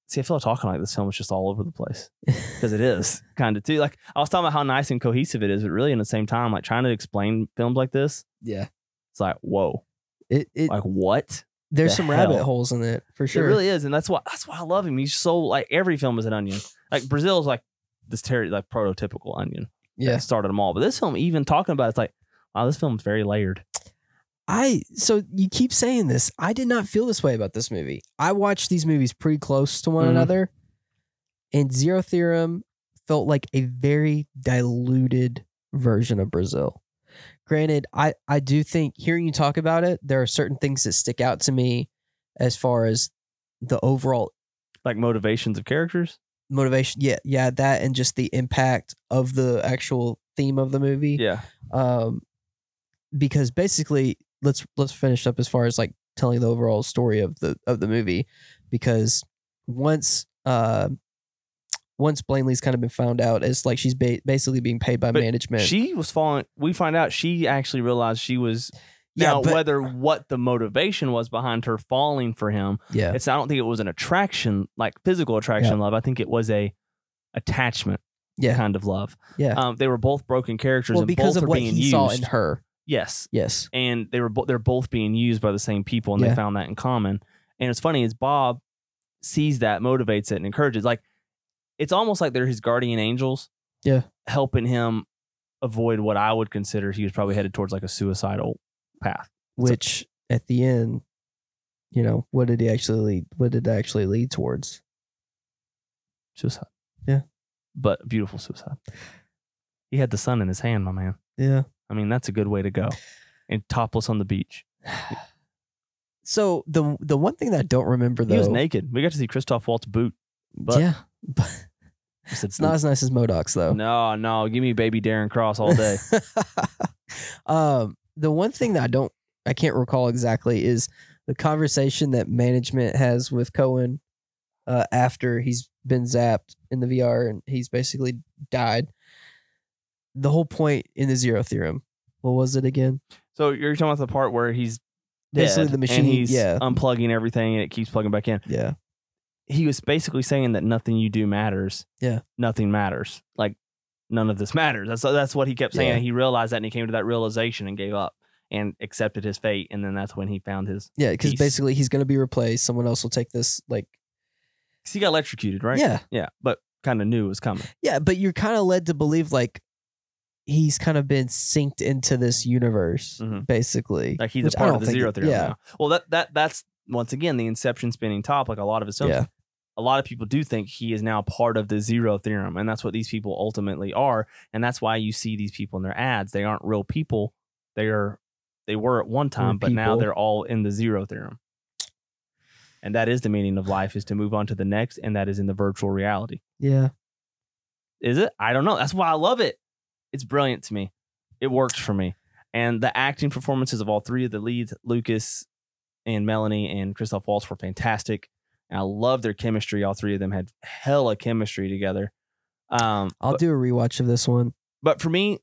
[SPEAKER 1] see, I feel like talking like this film is just all over the place because it is kind of too. Like I was talking about how nice and cohesive it is, but really, in the same time, like trying to explain films like this,
[SPEAKER 2] (laughs) yeah.
[SPEAKER 1] it's like whoa,
[SPEAKER 2] It it
[SPEAKER 1] like what?
[SPEAKER 2] there's
[SPEAKER 1] the
[SPEAKER 2] some
[SPEAKER 1] hell?
[SPEAKER 2] rabbit holes in it for sure.
[SPEAKER 1] It really is, and that's why that's why I love him. He's so like every film is an onion. Like Brazil is like this terry like prototypical onion. that
[SPEAKER 2] yeah.
[SPEAKER 1] started them all. But this film, even talking about, it, it's like wow, this film's very layered.
[SPEAKER 2] I so you keep saying this. I did not feel this way about this movie. I watched these movies pretty close to one
[SPEAKER 1] Mhm.
[SPEAKER 2] another, and Zero Theorem felt like a very diluted version of Brazil. Granted, I I do think hearing you talk about it, there are certain things that stick out to me as far as the overall
[SPEAKER 1] Like motivations of characters.
[SPEAKER 2] motivation. Yeah, yeah, that and just the impact of the actual theme of the movie
[SPEAKER 1] Yeah,
[SPEAKER 2] um because basically let's let's finish up as far as like telling the overall story of the of the movie because once uh once Blaney's kind of been found out as like she's ba- basically being paid by
[SPEAKER 1] But
[SPEAKER 2] management
[SPEAKER 1] she was falling. We find out she actually realized she was Now,
[SPEAKER 2] but-
[SPEAKER 1] whether what the motivation was behind her falling for him,
[SPEAKER 2] yeah,
[SPEAKER 1] it's I don't think it was an attraction, like physical attraction love. I think it was a attachment
[SPEAKER 2] yeah,
[SPEAKER 1] kind of love.
[SPEAKER 2] yeah.
[SPEAKER 1] Um, they were both broken characters
[SPEAKER 2] well,
[SPEAKER 1] and
[SPEAKER 2] because
[SPEAKER 1] both
[SPEAKER 2] of
[SPEAKER 1] are
[SPEAKER 2] what
[SPEAKER 1] being
[SPEAKER 2] he
[SPEAKER 1] used.
[SPEAKER 2] saw in her.
[SPEAKER 1] yes.
[SPEAKER 2] Yes.
[SPEAKER 1] And they were bo- they're both being used by the same people and
[SPEAKER 2] Yeah.
[SPEAKER 1] they found that in common. And it's funny is Bob sees that, motivates it, and encourages. Like it's almost like they're his guardian angels.
[SPEAKER 2] Yeah.
[SPEAKER 1] Helping him avoid what I would consider he was probably headed towards like a suicidal path.
[SPEAKER 2] Which at the end, you know, what did he actually lead? What did it actually lead towards?
[SPEAKER 1] Suicide.
[SPEAKER 2] Yeah.
[SPEAKER 1] But beautiful suicide. He had the sun in his hand, my man.
[SPEAKER 2] Yeah.
[SPEAKER 1] I mean, that's a good way to go. And topless on the beach.
[SPEAKER 2] So the the one thing that I don't remember though,
[SPEAKER 1] He was naked. We got to see Christoph Waltz boot. But
[SPEAKER 2] yeah, but
[SPEAKER 1] I said,
[SPEAKER 2] it's not as nice as Modoc's though.
[SPEAKER 1] No, no, give me baby Darren Cross all day.
[SPEAKER 2] (laughs) um, the one thing that I don't, I can't recall exactly is the conversation that management has with Cohen uh, after he's been zapped in the VR and he's basically died. The whole point in the zero theorem, what was it again?
[SPEAKER 1] so you're talking about the part where he's
[SPEAKER 2] Basically
[SPEAKER 1] dead
[SPEAKER 2] the machine-
[SPEAKER 1] and he's
[SPEAKER 2] yeah.
[SPEAKER 1] unplugging everything and it keeps plugging back in.
[SPEAKER 2] Yeah,
[SPEAKER 1] He was basically saying that nothing you do matters.
[SPEAKER 2] Yeah.
[SPEAKER 1] Nothing matters. Like none of this matters. That's that's what he kept saying.
[SPEAKER 2] Yeah.
[SPEAKER 1] He realized that and he came to that realization and gave up and accepted his fate. And then that's when he found his
[SPEAKER 2] yeah, because
[SPEAKER 1] Peace.
[SPEAKER 2] basically he's going to be replaced. Someone else will take this, like,
[SPEAKER 1] 'cause he got electrocuted, right?
[SPEAKER 2] yeah,
[SPEAKER 1] Yeah. But kind of knew it was coming.
[SPEAKER 2] Yeah, but you're kind of led to believe like he's kind of been synced into this universe,
[SPEAKER 1] Mhm.
[SPEAKER 2] basically.
[SPEAKER 1] Like he's
[SPEAKER 2] which
[SPEAKER 1] a
[SPEAKER 2] I
[SPEAKER 1] part of
[SPEAKER 2] don't
[SPEAKER 1] the
[SPEAKER 2] think
[SPEAKER 1] zero
[SPEAKER 2] it-
[SPEAKER 1] theorem
[SPEAKER 2] Yeah,
[SPEAKER 1] now. Well that that that's once again the inception spinning top, like a lot of his films.
[SPEAKER 2] yeah,
[SPEAKER 1] a lot of people do think he is now part of the zero theorem and that's what these people ultimately are and that's why you see these people in their ads they aren't real people they are they were at one time but now
[SPEAKER 2] people.
[SPEAKER 1] they're all in the zero theorem and that is the meaning of life is to move on to the next and that is in the virtual reality
[SPEAKER 2] yeah.
[SPEAKER 1] is it i don't know that's why i love it it's brilliant to me it works for me and the acting performances of all three of the leads lucas and melanie and christoph waltz were fantastic and i love their chemistry all three of them had hella chemistry together um
[SPEAKER 2] I'll
[SPEAKER 1] but,
[SPEAKER 2] do a rewatch of this one.
[SPEAKER 1] but for me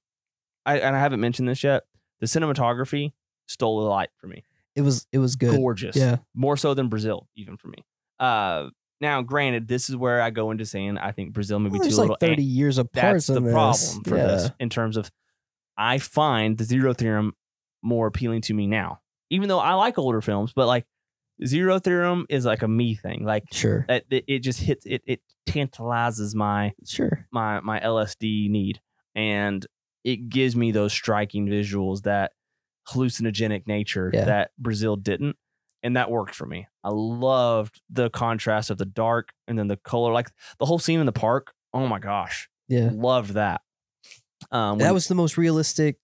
[SPEAKER 1] i and i haven't mentioned this yet the cinematography stole the light for me
[SPEAKER 2] It was it was good.
[SPEAKER 1] gorgeous
[SPEAKER 2] Yeah,
[SPEAKER 1] more so than brazil even for me uh now granted this is where i go into saying i think brazil may be
[SPEAKER 2] well,
[SPEAKER 1] too
[SPEAKER 2] there's
[SPEAKER 1] little
[SPEAKER 2] like 30 years apart.
[SPEAKER 1] that's the
[SPEAKER 2] in this.
[SPEAKER 1] problem for
[SPEAKER 2] yeah.
[SPEAKER 1] this in terms of I find the zero theorem more appealing to me now, even though I like older films, but like zero theorem is like a me thing. Like
[SPEAKER 2] Sure,
[SPEAKER 1] that it, it just hits it it tantalizes my
[SPEAKER 2] sure.
[SPEAKER 1] my my LSD need and it gives me those striking visuals that hallucinogenic nature
[SPEAKER 2] Yeah.
[SPEAKER 1] that Brazil didn't and that worked for me. I loved the contrast of the dark and then the color like the whole scene in the park. Oh my gosh.
[SPEAKER 2] Yeah,
[SPEAKER 1] Loved that. Um,
[SPEAKER 2] that
[SPEAKER 1] when-
[SPEAKER 2] was the most realistic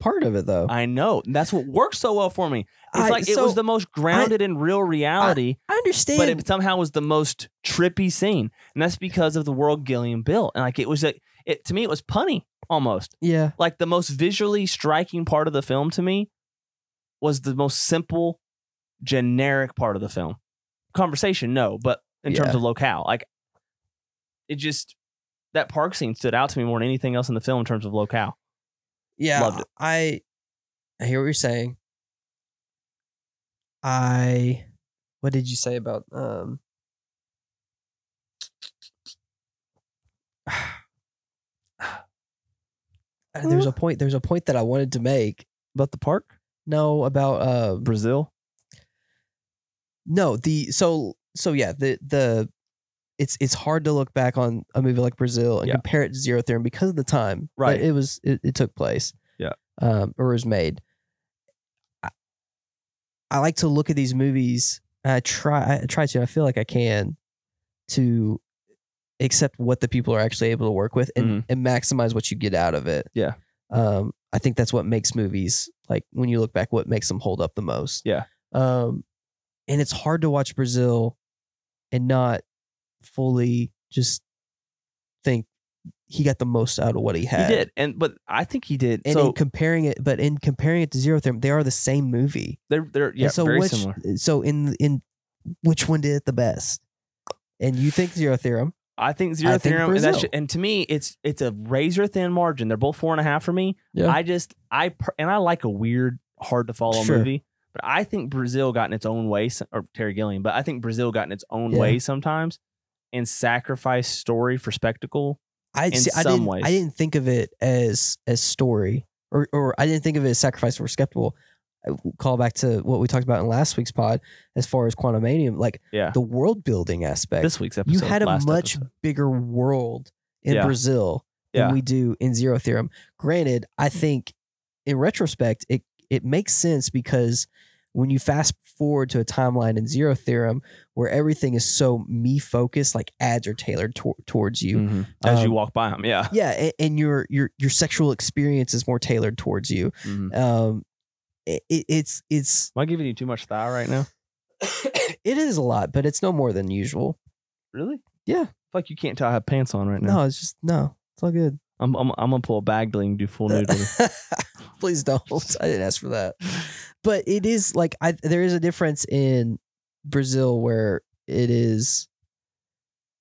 [SPEAKER 2] part of it, though.
[SPEAKER 1] I know. And That's what worked so well for me. It's
[SPEAKER 2] I-
[SPEAKER 1] like it
[SPEAKER 2] so
[SPEAKER 1] was the most grounded in real reality,
[SPEAKER 2] I understand.
[SPEAKER 1] but it somehow was the most trippy scene, and that's because of the world Gilliam built. And like it was a, it to me it was punny almost.
[SPEAKER 2] yeah,
[SPEAKER 1] Like the most visually striking part of the film to me was the most simple, generic part of the film. Conversation, no, but in terms
[SPEAKER 2] Yeah.
[SPEAKER 1] of locale, like it just that park scene stood out to me more than anything else in the film in terms of locale.
[SPEAKER 2] yeah.
[SPEAKER 1] Loved it.
[SPEAKER 2] I I hear what you're saying. I what did you say about um Uh, there's a point there's a point that I wanted to make.
[SPEAKER 1] But the park,
[SPEAKER 2] No, about uh
[SPEAKER 1] Brazil,
[SPEAKER 2] no, the so so yeah, the the it's it's hard to look back on a movie like Brazil and
[SPEAKER 1] Yeah.
[SPEAKER 2] compare it to Zero Theorem because of the time that
[SPEAKER 1] Right.
[SPEAKER 2] it was it, it took place.
[SPEAKER 1] Yeah.
[SPEAKER 2] Um or was made. I, I like to look at these movies and I try I try to, I feel like I can to accept what the people are actually able to work with and, and maximize what you get out of it.
[SPEAKER 1] Mm-hmm. Yeah.
[SPEAKER 2] Um I think that's what makes movies like when you look back what makes them hold up the most.
[SPEAKER 1] Yeah.
[SPEAKER 2] Um and it's hard to watch Brazil and not fully just think he got the most out of what he had.
[SPEAKER 1] he did, and but I think he did.
[SPEAKER 2] And
[SPEAKER 1] so
[SPEAKER 2] in comparing it, but in comparing it to Zero Theorem, they are the same movie.
[SPEAKER 1] they're they're
[SPEAKER 2] And
[SPEAKER 1] yeah
[SPEAKER 2] so
[SPEAKER 1] very
[SPEAKER 2] which,
[SPEAKER 1] similar.
[SPEAKER 2] So in in which one did it the best? And you think Zero Theorem?
[SPEAKER 1] I think zero
[SPEAKER 2] I think
[SPEAKER 1] theorem, and, that's,
[SPEAKER 2] Brazil.
[SPEAKER 1] and to me, it's it's a razor thin margin. They're both four and a half for me.
[SPEAKER 2] Yeah.
[SPEAKER 1] I just I per- and I like a weird hard to follow
[SPEAKER 2] Sure.
[SPEAKER 1] movie. But I think Brazil got in its own way, s- or Terry Gilliam, but I think Brazil got in its own
[SPEAKER 2] Yeah.
[SPEAKER 1] way sometimes and sacrificed story for spectacle.
[SPEAKER 2] I
[SPEAKER 1] in
[SPEAKER 2] see, I
[SPEAKER 1] some
[SPEAKER 2] didn't
[SPEAKER 1] ways.
[SPEAKER 2] I didn't think of it as as story or or I didn't think of it as sacrifice or skeptical. I Call back to what we talked about in last week's pod as far as Quantumanium, like
[SPEAKER 1] Yeah.
[SPEAKER 2] the world building aspect.
[SPEAKER 1] This week's episode.
[SPEAKER 2] you had a
[SPEAKER 1] last
[SPEAKER 2] much
[SPEAKER 1] episode.
[SPEAKER 2] bigger world in
[SPEAKER 1] Yeah.
[SPEAKER 2] Brazil than
[SPEAKER 1] Yeah.
[SPEAKER 2] we do in Zero Theorem. Granted, I think in retrospect, it it makes sense because when you fast forward to a timeline in Zero Theorem where everything is so me focused, like ads are tailored tor- towards you.
[SPEAKER 1] Mhm. as you
[SPEAKER 2] um,
[SPEAKER 1] walk by him.
[SPEAKER 2] (laughs)
[SPEAKER 1] Yeah.
[SPEAKER 2] Yeah, and, and your your your sexual experience is more tailored towards you.
[SPEAKER 1] Mhm.
[SPEAKER 2] Um, it, it- it's it's (coughs)
[SPEAKER 1] Am I giving you too much thigh right now?
[SPEAKER 2] it is a lot, but it's no more than usual.
[SPEAKER 1] Really?
[SPEAKER 2] Yeah.
[SPEAKER 1] Fuck, you can't tell I have pants on right now.
[SPEAKER 2] No, it's just no, it's all good.
[SPEAKER 1] I'm, I'm, I'm gonna pull a bag deal and do
[SPEAKER 2] (laughs)
[SPEAKER 1] full nudity.
[SPEAKER 2] Please don't. I didn't ask for that. But it is like I there is a difference in Brazil where it is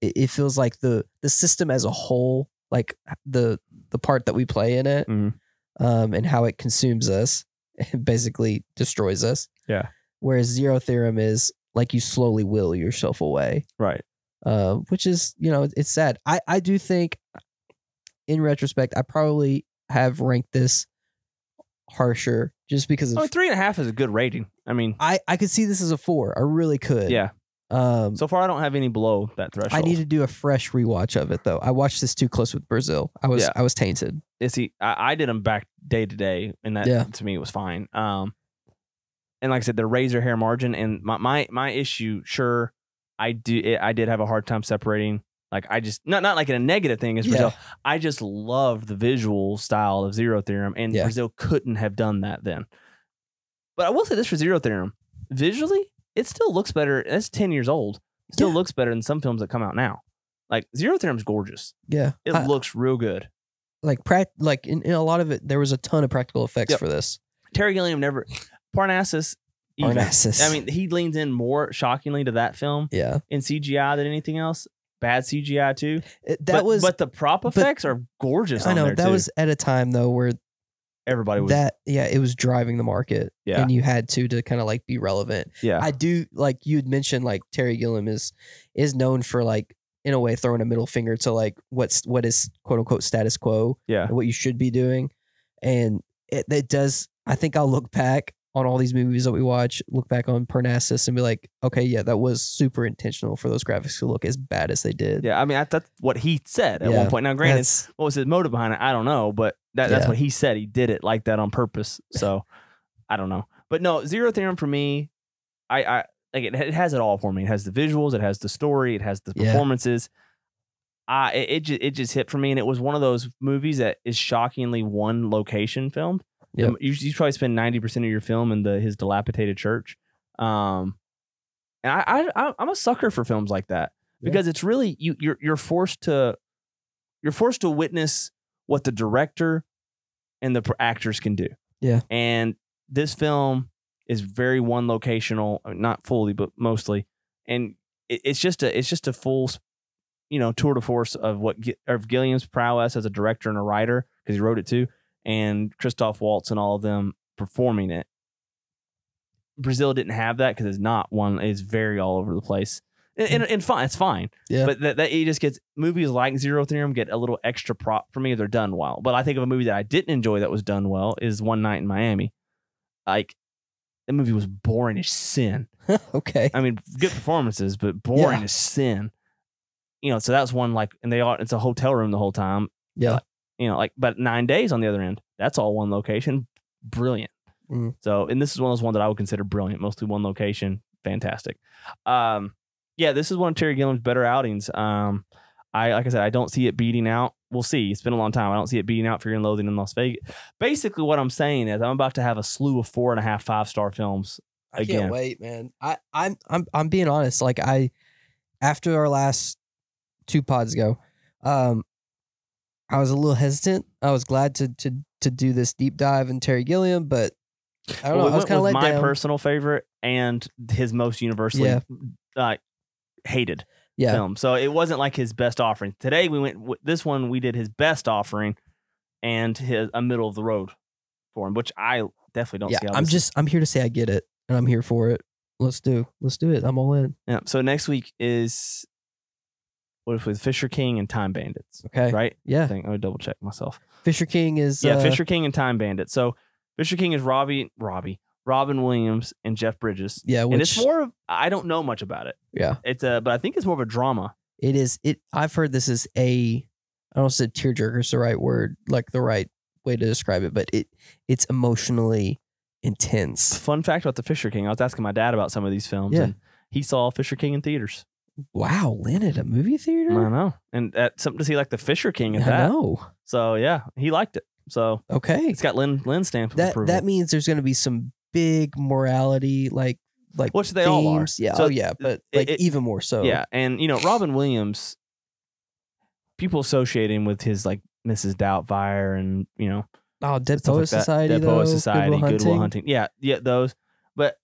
[SPEAKER 2] it, it feels like the the system as a whole, like the the part that we play in it
[SPEAKER 1] Mhm.
[SPEAKER 2] um and how it consumes us (laughs) and basically destroys us.
[SPEAKER 1] Yeah.
[SPEAKER 2] Whereas zero theorem is like you slowly will yourself away
[SPEAKER 1] right.
[SPEAKER 2] uh, which is you know it's sad. I I do think, in retrospect, I probably have ranked this harsher just because
[SPEAKER 1] I
[SPEAKER 2] of
[SPEAKER 1] mean, Oh, three and a half is a good rating. I mean,
[SPEAKER 2] I I could see this as a four. I really could.
[SPEAKER 1] yeah.
[SPEAKER 2] Um.
[SPEAKER 1] So far, I don't have any below that threshold.
[SPEAKER 2] I need to do a fresh rewatch of it though. I watched this too close with Brazil. I was
[SPEAKER 1] Yeah.
[SPEAKER 2] I was tainted.
[SPEAKER 1] is he I, I did them back day to day and that
[SPEAKER 2] Yeah.
[SPEAKER 1] to me was fine um and like i said the razor hair margin and my my, my issue sure i do i did have a hard time separating like i just not not like in a negative thing is brazil i just love the visual style of zero theorem and
[SPEAKER 2] Yeah.
[SPEAKER 1] brazil couldn't have done that then but i will say this for zero theorem visually it still looks better it's 10 years old It still
[SPEAKER 2] Yeah.
[SPEAKER 1] looks better than some films that come out now like zero theorem's gorgeous
[SPEAKER 2] Yeah.
[SPEAKER 1] it
[SPEAKER 2] I-
[SPEAKER 1] looks real good
[SPEAKER 2] like prac like in, in a lot of it there was a ton of practical effects
[SPEAKER 1] Yep.
[SPEAKER 2] for this.
[SPEAKER 1] Terry Gilliam never Parnassus. even.
[SPEAKER 2] Parnassus.
[SPEAKER 1] I mean, he leans in more shockingly to that film
[SPEAKER 2] yeah.
[SPEAKER 1] in CGI than anything else. Bad CGI too.
[SPEAKER 2] It- that
[SPEAKER 1] But-
[SPEAKER 2] was
[SPEAKER 1] but the prop effects are gorgeous.
[SPEAKER 2] I
[SPEAKER 1] on
[SPEAKER 2] know
[SPEAKER 1] there,
[SPEAKER 2] that
[SPEAKER 1] too.
[SPEAKER 2] was at a time though where
[SPEAKER 1] everybody was
[SPEAKER 2] that yeah, it was driving the market
[SPEAKER 1] Yeah.
[SPEAKER 2] and you had to to kind of like be relevant.
[SPEAKER 1] yeah
[SPEAKER 2] I do like you had mentioned like Terry Gilliam is is known for like in a way throwing a middle finger to like what's what is quote unquote status quo
[SPEAKER 1] yeah
[SPEAKER 2] and what you should be doing, and it, it does. I think I'll look back on all these movies that we watch, look back on Parnassus, and be like, okay, yeah, that was super intentional for those graphics to look as bad as they did.
[SPEAKER 1] yeah. I mean, I, that's what he said at
[SPEAKER 2] Yeah.
[SPEAKER 1] one point. Now, granted,
[SPEAKER 2] That's-
[SPEAKER 1] what was his motive behind it? I don't know, but that, that's
[SPEAKER 2] Yeah.
[SPEAKER 1] what he said. He did it like that on purpose. So I don't know. But no, Zero Theorem for me, I, I like it, it has it all for me. It has the visuals, it has the story, it has the
[SPEAKER 2] Yeah.
[SPEAKER 1] performances. I it, it just it just hit for me, and it was one of those movies that is shockingly one location filmed.
[SPEAKER 2] Yep.
[SPEAKER 1] You, you probably spend ninety percent of your film in the his dilapidated church. Um, and I, I I'm a sucker for films like that
[SPEAKER 2] Yeah.
[SPEAKER 1] because it's really you you're you're forced to you're forced to witness what the director and the pr- actors can do.
[SPEAKER 2] Yeah.
[SPEAKER 1] And this film is very one locational, I mean, not fully, but mostly, and it, it's just a it's just a full, you know, tour de force of what Gi- of Gilliam's prowess as a director and a writer because he wrote it too, and Christoph Waltz and all of them performing it. Brazil didn't have that because it's not one; it's very all over the place, and and, and fine, it's fine.
[SPEAKER 2] Yeah.
[SPEAKER 1] But that, that it just gets movies like Zero Theorem get a little extra prop for me if they're done well. But I think of a movie that I didn't enjoy that was done well is One Night in Miami. Like that movie was boring as sin.
[SPEAKER 2] okay.
[SPEAKER 1] I mean, good performances, but boring
[SPEAKER 2] Yeah.
[SPEAKER 1] as sin. You know, so that's one like, and they are. It's a hotel room the whole time.
[SPEAKER 2] Yeah.
[SPEAKER 1] You know, like, but nine days on the other end. That's all one location. Brilliant.
[SPEAKER 2] Mm.
[SPEAKER 1] So, and this is one of those ones that I would consider brilliant. Mostly one location. Fantastic. Um, yeah, this is one of Terry Gilliam's better outings. Um, I like I said, I don't see it beating out. We'll see. It's been a long time. I don't see it beating out Fear and Loathing in Las Vegas. Basically, what I'm saying is, I'm about to have a slew of four and a half five star films.
[SPEAKER 2] I
[SPEAKER 1] again.
[SPEAKER 2] can't wait, man. I, I'm I'm I'm being honest. Like I after our last two pods ago, um, I was a little hesitant. I was glad to to to do this deep dive in Terry Gilliam, but I don't
[SPEAKER 1] Well,
[SPEAKER 2] know. I was
[SPEAKER 1] went
[SPEAKER 2] kind of
[SPEAKER 1] with
[SPEAKER 2] let
[SPEAKER 1] my
[SPEAKER 2] down.
[SPEAKER 1] personal favorite and his most universally
[SPEAKER 2] Yeah.
[SPEAKER 1] uh, hated
[SPEAKER 2] yeah,
[SPEAKER 1] film. So it wasn't like his best offering. Today we went with this one. We did his best offering and his a middle of the road for him, which I definitely don't
[SPEAKER 2] yeah,
[SPEAKER 1] see. How
[SPEAKER 2] I'm
[SPEAKER 1] this is-
[SPEAKER 2] just I'm here to say I get it and I'm here for it. Let's do let's do it. I'm all in.
[SPEAKER 1] yeah. So next week is what if it was Fisher King and Time Bandits,
[SPEAKER 2] Okay.
[SPEAKER 1] right? I
[SPEAKER 2] Yeah.
[SPEAKER 1] think I would double check myself.
[SPEAKER 2] Fisher King is
[SPEAKER 1] Yeah,
[SPEAKER 2] uh,
[SPEAKER 1] Fisher King and Time Bandit. So Fisher King is Robbie, Robbie, Robin Williams, and Jeff Bridges.
[SPEAKER 2] Yeah, which
[SPEAKER 1] and it's more of I don't know much about it.
[SPEAKER 2] yeah.
[SPEAKER 1] It's a, but I think it's more of a drama.
[SPEAKER 2] It is it I've heard this is a I don't know if said tearjerker is the right word, like the right way to describe it, but it it's emotionally intense.
[SPEAKER 1] Fun fact about the Fisher King: I was asking my dad about some of these films,
[SPEAKER 2] Yeah.
[SPEAKER 1] and he saw Fisher King in theaters.
[SPEAKER 2] Wow, Lynn at a movie theater?
[SPEAKER 1] I know, and that something to see like the Fisher King at
[SPEAKER 2] I
[SPEAKER 1] that.
[SPEAKER 2] know.
[SPEAKER 1] So yeah, he liked it. So
[SPEAKER 2] Okay.
[SPEAKER 1] it's got Lynn Lynn stamp of
[SPEAKER 2] That
[SPEAKER 1] approval.
[SPEAKER 2] that means there's gonna be some big morality like like
[SPEAKER 1] which they all are.
[SPEAKER 2] themes. Yeah.
[SPEAKER 1] So
[SPEAKER 2] oh yeah, but
[SPEAKER 1] it-
[SPEAKER 2] like
[SPEAKER 1] it-
[SPEAKER 2] even more so.
[SPEAKER 1] Yeah, and you know Robin Williams, people associate him with his like Mrs. Doubtfire and you know
[SPEAKER 2] Oh, Dead
[SPEAKER 1] stuff
[SPEAKER 2] Poet
[SPEAKER 1] like that.
[SPEAKER 2] Society.
[SPEAKER 1] Dead
[SPEAKER 2] though,
[SPEAKER 1] Poet
[SPEAKER 2] Good Will
[SPEAKER 1] Society, Goodwill Hunting.
[SPEAKER 2] Hunting.
[SPEAKER 1] Yeah, yeah, those. But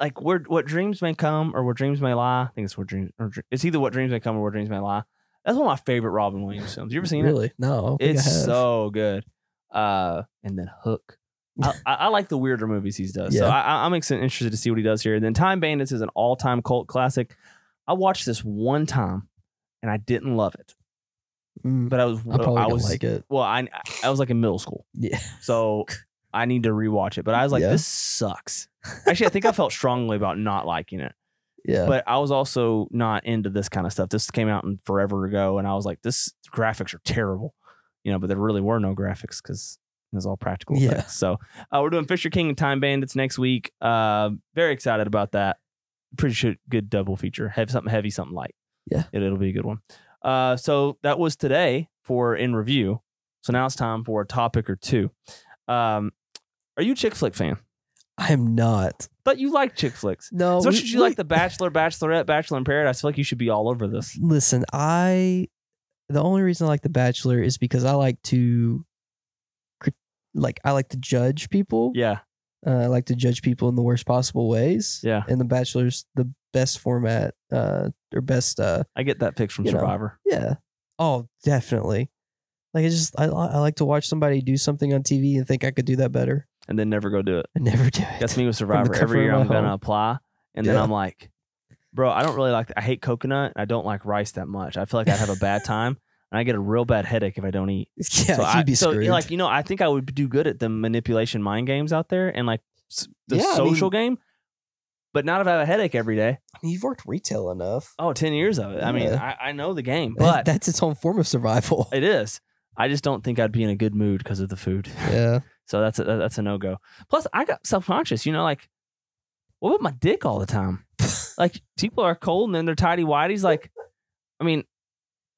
[SPEAKER 1] like, where what dreams may come or where dreams may lie. I think it's where dreams. Or, dr- it's either what dreams may come or where dreams may lie. That's one of my favorite Robin Williams films. You ever seen
[SPEAKER 2] really? No. I don't
[SPEAKER 1] it?
[SPEAKER 2] think I
[SPEAKER 1] It's
[SPEAKER 2] have.
[SPEAKER 1] so good. Uh, and then Hook.
[SPEAKER 2] (laughs)
[SPEAKER 1] I, I I like the weirder movies he's done. So
[SPEAKER 2] Yeah.
[SPEAKER 1] I, I- I'm ex- interested to see what he does here. And then Time Bandits is an all time cult classic. I watched this one time and I didn't love it,
[SPEAKER 2] Mm,
[SPEAKER 1] but I was
[SPEAKER 2] I probably
[SPEAKER 1] I
[SPEAKER 2] don't
[SPEAKER 1] was
[SPEAKER 2] like it.
[SPEAKER 1] well I I was like in middle school.
[SPEAKER 2] Yeah.
[SPEAKER 1] So I need to rewatch it. But I was like,
[SPEAKER 2] Yeah.
[SPEAKER 1] this sucks. Actually, I think I felt strongly about not liking it.
[SPEAKER 2] Yeah.
[SPEAKER 1] But I was also not into this kind of stuff. This came out in forever ago, and I was like, this graphics are terrible. You know, but there really were no graphics because it was all practical
[SPEAKER 2] Yeah.
[SPEAKER 1] effects. So uh, we're doing Fisher King and Time Bandits next week. Uh, very excited about that. Pretty sure good double feature. Have something heavy, something light.
[SPEAKER 2] Yeah.
[SPEAKER 1] It, it'll be a good one. Uh, so that was today for in review. So now it's time for a topic or two. Um, are you a chick flick fan?
[SPEAKER 2] I am not.
[SPEAKER 1] But you like chick flicks.
[SPEAKER 2] No.
[SPEAKER 1] so
[SPEAKER 2] Oh, we-
[SPEAKER 1] should you
[SPEAKER 2] we-
[SPEAKER 1] like The Bachelor, Bachelorette, Bachelor in Paradise? I feel like you should be all over this.
[SPEAKER 2] Listen, I. The only reason I like The Bachelor is because I like to, crit- like I like to judge people.
[SPEAKER 1] Yeah,
[SPEAKER 2] Uh, I like to judge people in the worst possible ways.
[SPEAKER 1] yeah.
[SPEAKER 2] And The Bachelor's the best format, uh, or best, uh,
[SPEAKER 1] I get that pick from
[SPEAKER 2] You know.
[SPEAKER 1] Survivor.
[SPEAKER 2] yeah. Oh, definitely. Like I just I, I like to watch somebody do something on TV and think I could do that better.
[SPEAKER 1] And then never go do it.
[SPEAKER 2] I never do it.
[SPEAKER 1] That's me with Survivor. Every
[SPEAKER 2] comfort of
[SPEAKER 1] year
[SPEAKER 2] my
[SPEAKER 1] I'm gonna
[SPEAKER 2] home.
[SPEAKER 1] apply, and then
[SPEAKER 2] Yeah.
[SPEAKER 1] I'm like, bro, I don't really like. I hate coconut. and I don't like rice that much. I feel like I'd have a
[SPEAKER 2] (laughs)
[SPEAKER 1] bad time, and I get a real bad headache if I don't eat.
[SPEAKER 2] (laughs) Yeah,
[SPEAKER 1] so
[SPEAKER 2] you'd
[SPEAKER 1] I,
[SPEAKER 2] be
[SPEAKER 1] so,
[SPEAKER 2] screwed.
[SPEAKER 1] like you know, I think I would do good at the manipulation mind games out there and like s- the
[SPEAKER 2] Yeah, I
[SPEAKER 1] social game, but not if I have a headache every day.
[SPEAKER 2] I mean, you've worked retail enough.
[SPEAKER 1] Oh, 10 years of it. I mean,
[SPEAKER 2] Yeah.
[SPEAKER 1] I, I know the game,
[SPEAKER 2] (laughs) That-
[SPEAKER 1] but
[SPEAKER 2] that's its own form of survival.
[SPEAKER 1] it is. I just don't think I'd be in a good mood because of the food.
[SPEAKER 2] yeah.
[SPEAKER 1] So that's a, that's a no go. Plus, I got self conscious. You know, like what about my dick all the
[SPEAKER 2] (laughs)
[SPEAKER 1] time? like people are cold and then they're tidy whities. Like, I mean,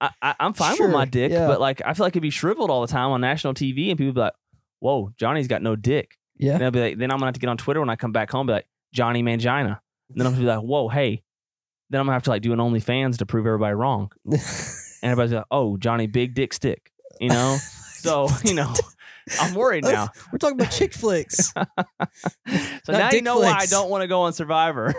[SPEAKER 1] I, I I'm fine
[SPEAKER 2] Sure,
[SPEAKER 1] with my dick,
[SPEAKER 2] yeah.
[SPEAKER 1] but like I feel like it'd be shriveled all the time on national TV, and people be like, "Whoa, Johnny's got no
[SPEAKER 2] (laughs)
[SPEAKER 1] dick."
[SPEAKER 2] Yeah.
[SPEAKER 1] And they'll be like, then I'm gonna have to get on Twitter when I come back home, and be like, "Johnny Mangina," and then I'm gonna be like, "Whoa, hey." Then I'm gonna have to like do an OnlyFans to prove everybody wrong,
[SPEAKER 2] (laughs)
[SPEAKER 1] and everybody's like, "Oh, Johnny Big Dick Stick," you know. so (laughs) you know, I'm worried now.
[SPEAKER 2] (laughs) We're talking about
[SPEAKER 1] (laughs)
[SPEAKER 2] chick flicks.
[SPEAKER 1] so
[SPEAKER 2] Not
[SPEAKER 1] now you
[SPEAKER 2] dick
[SPEAKER 1] know why I
[SPEAKER 2] flicks.
[SPEAKER 1] don't want to go on Survivor.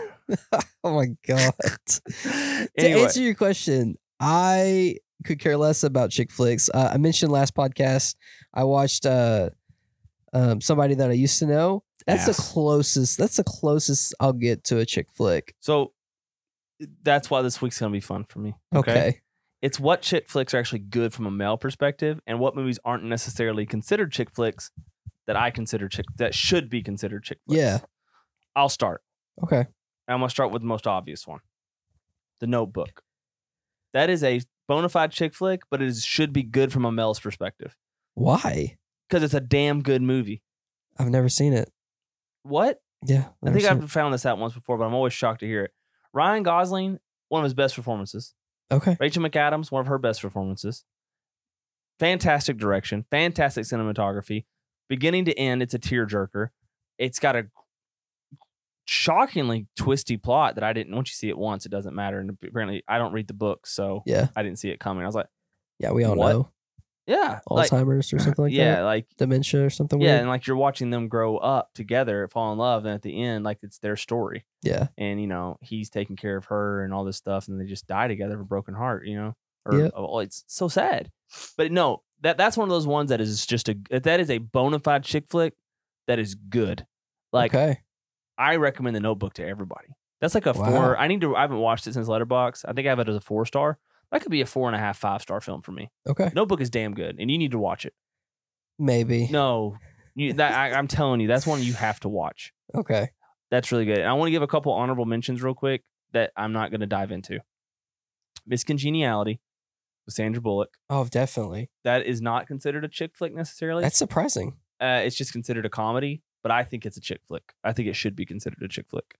[SPEAKER 2] oh my god. (laughs) To
[SPEAKER 1] (laughs) anyway,
[SPEAKER 2] answer your question, I could care less about chick flicks. Uh, I mentioned last podcast I watched uh, um, somebody that I used to know. That's the
[SPEAKER 1] Ass.
[SPEAKER 2] closest. That's the closest I'll get to a chick flick.
[SPEAKER 1] so that's why this week's gonna be fun for me.
[SPEAKER 2] Okay.
[SPEAKER 1] It's what chick flicks are actually good from a male perspective, and what movies aren't necessarily considered chick flicks that I consider chick that should be considered chick flicks.
[SPEAKER 2] Yeah.
[SPEAKER 1] I'll start.
[SPEAKER 2] Okay.
[SPEAKER 1] I'm gonna start with the most obvious one, The Notebook. That is a bona fide chick flick, but it is, should be good from a male's perspective
[SPEAKER 2] Why?
[SPEAKER 1] because it's a damn good movie.
[SPEAKER 2] I've never seen it.
[SPEAKER 1] What?
[SPEAKER 2] Yeah.
[SPEAKER 1] I
[SPEAKER 2] never
[SPEAKER 1] think
[SPEAKER 2] seen
[SPEAKER 1] I've found this out once before, but I'm always shocked to hear it. Ryan Gosling, one of his best performances.
[SPEAKER 2] it. Okay.
[SPEAKER 1] Rachel McAdams, one of her best performances. Fantastic direction, fantastic cinematography. Beginning to end, it's a tearjerker. It's got a shockingly twisty plot that I didn't. Once you see it once, it doesn't matter. And apparently, I don't read the book, so
[SPEAKER 2] Yeah.
[SPEAKER 1] I didn't see it coming. I was like,
[SPEAKER 2] Yeah. We all
[SPEAKER 1] What?
[SPEAKER 2] know
[SPEAKER 1] yeah, like,
[SPEAKER 2] Alzheimer's or something like
[SPEAKER 1] yeah,
[SPEAKER 2] that.
[SPEAKER 1] like
[SPEAKER 2] Dementia or something.
[SPEAKER 1] yeah,
[SPEAKER 2] Weird.
[SPEAKER 1] and like you're watching them grow up together, fall in love, and at the end, like it's their story.
[SPEAKER 2] Yeah.
[SPEAKER 1] and you know he's taking care of her and all this stuff and they just die together of a broken heart you know or
[SPEAKER 2] Yeah.
[SPEAKER 1] oh, it's so sad but no that that's one of those ones that is just a uh, that is a bona fide chick flick that is good. Like
[SPEAKER 2] okay.
[SPEAKER 1] I recommend The Notebook to everybody. That's like a
[SPEAKER 2] Wow.
[SPEAKER 1] four. I need to. I haven't watched it since Letterbox. I think I have it as a four star. That could be a four and a half, five star film for
[SPEAKER 2] (laughs)
[SPEAKER 1] me.
[SPEAKER 2] Okay.
[SPEAKER 1] Notebook is damn good, and you need to watch it.
[SPEAKER 2] Maybe.
[SPEAKER 1] No, you, that, I, I'm telling you, that's one you have to watch.
[SPEAKER 2] Okay.
[SPEAKER 1] That's really good. And I want to give a couple honorable mentions real quick that I'm not going to dive into. Miss Congeniality with Sandra Bullock.
[SPEAKER 2] Oh, definitely.
[SPEAKER 1] That is not considered a chick flick necessarily.
[SPEAKER 2] That's surprising.
[SPEAKER 1] Uh, it's just considered a comedy, but I think it's a chick flick. I think it should be considered a chick flick,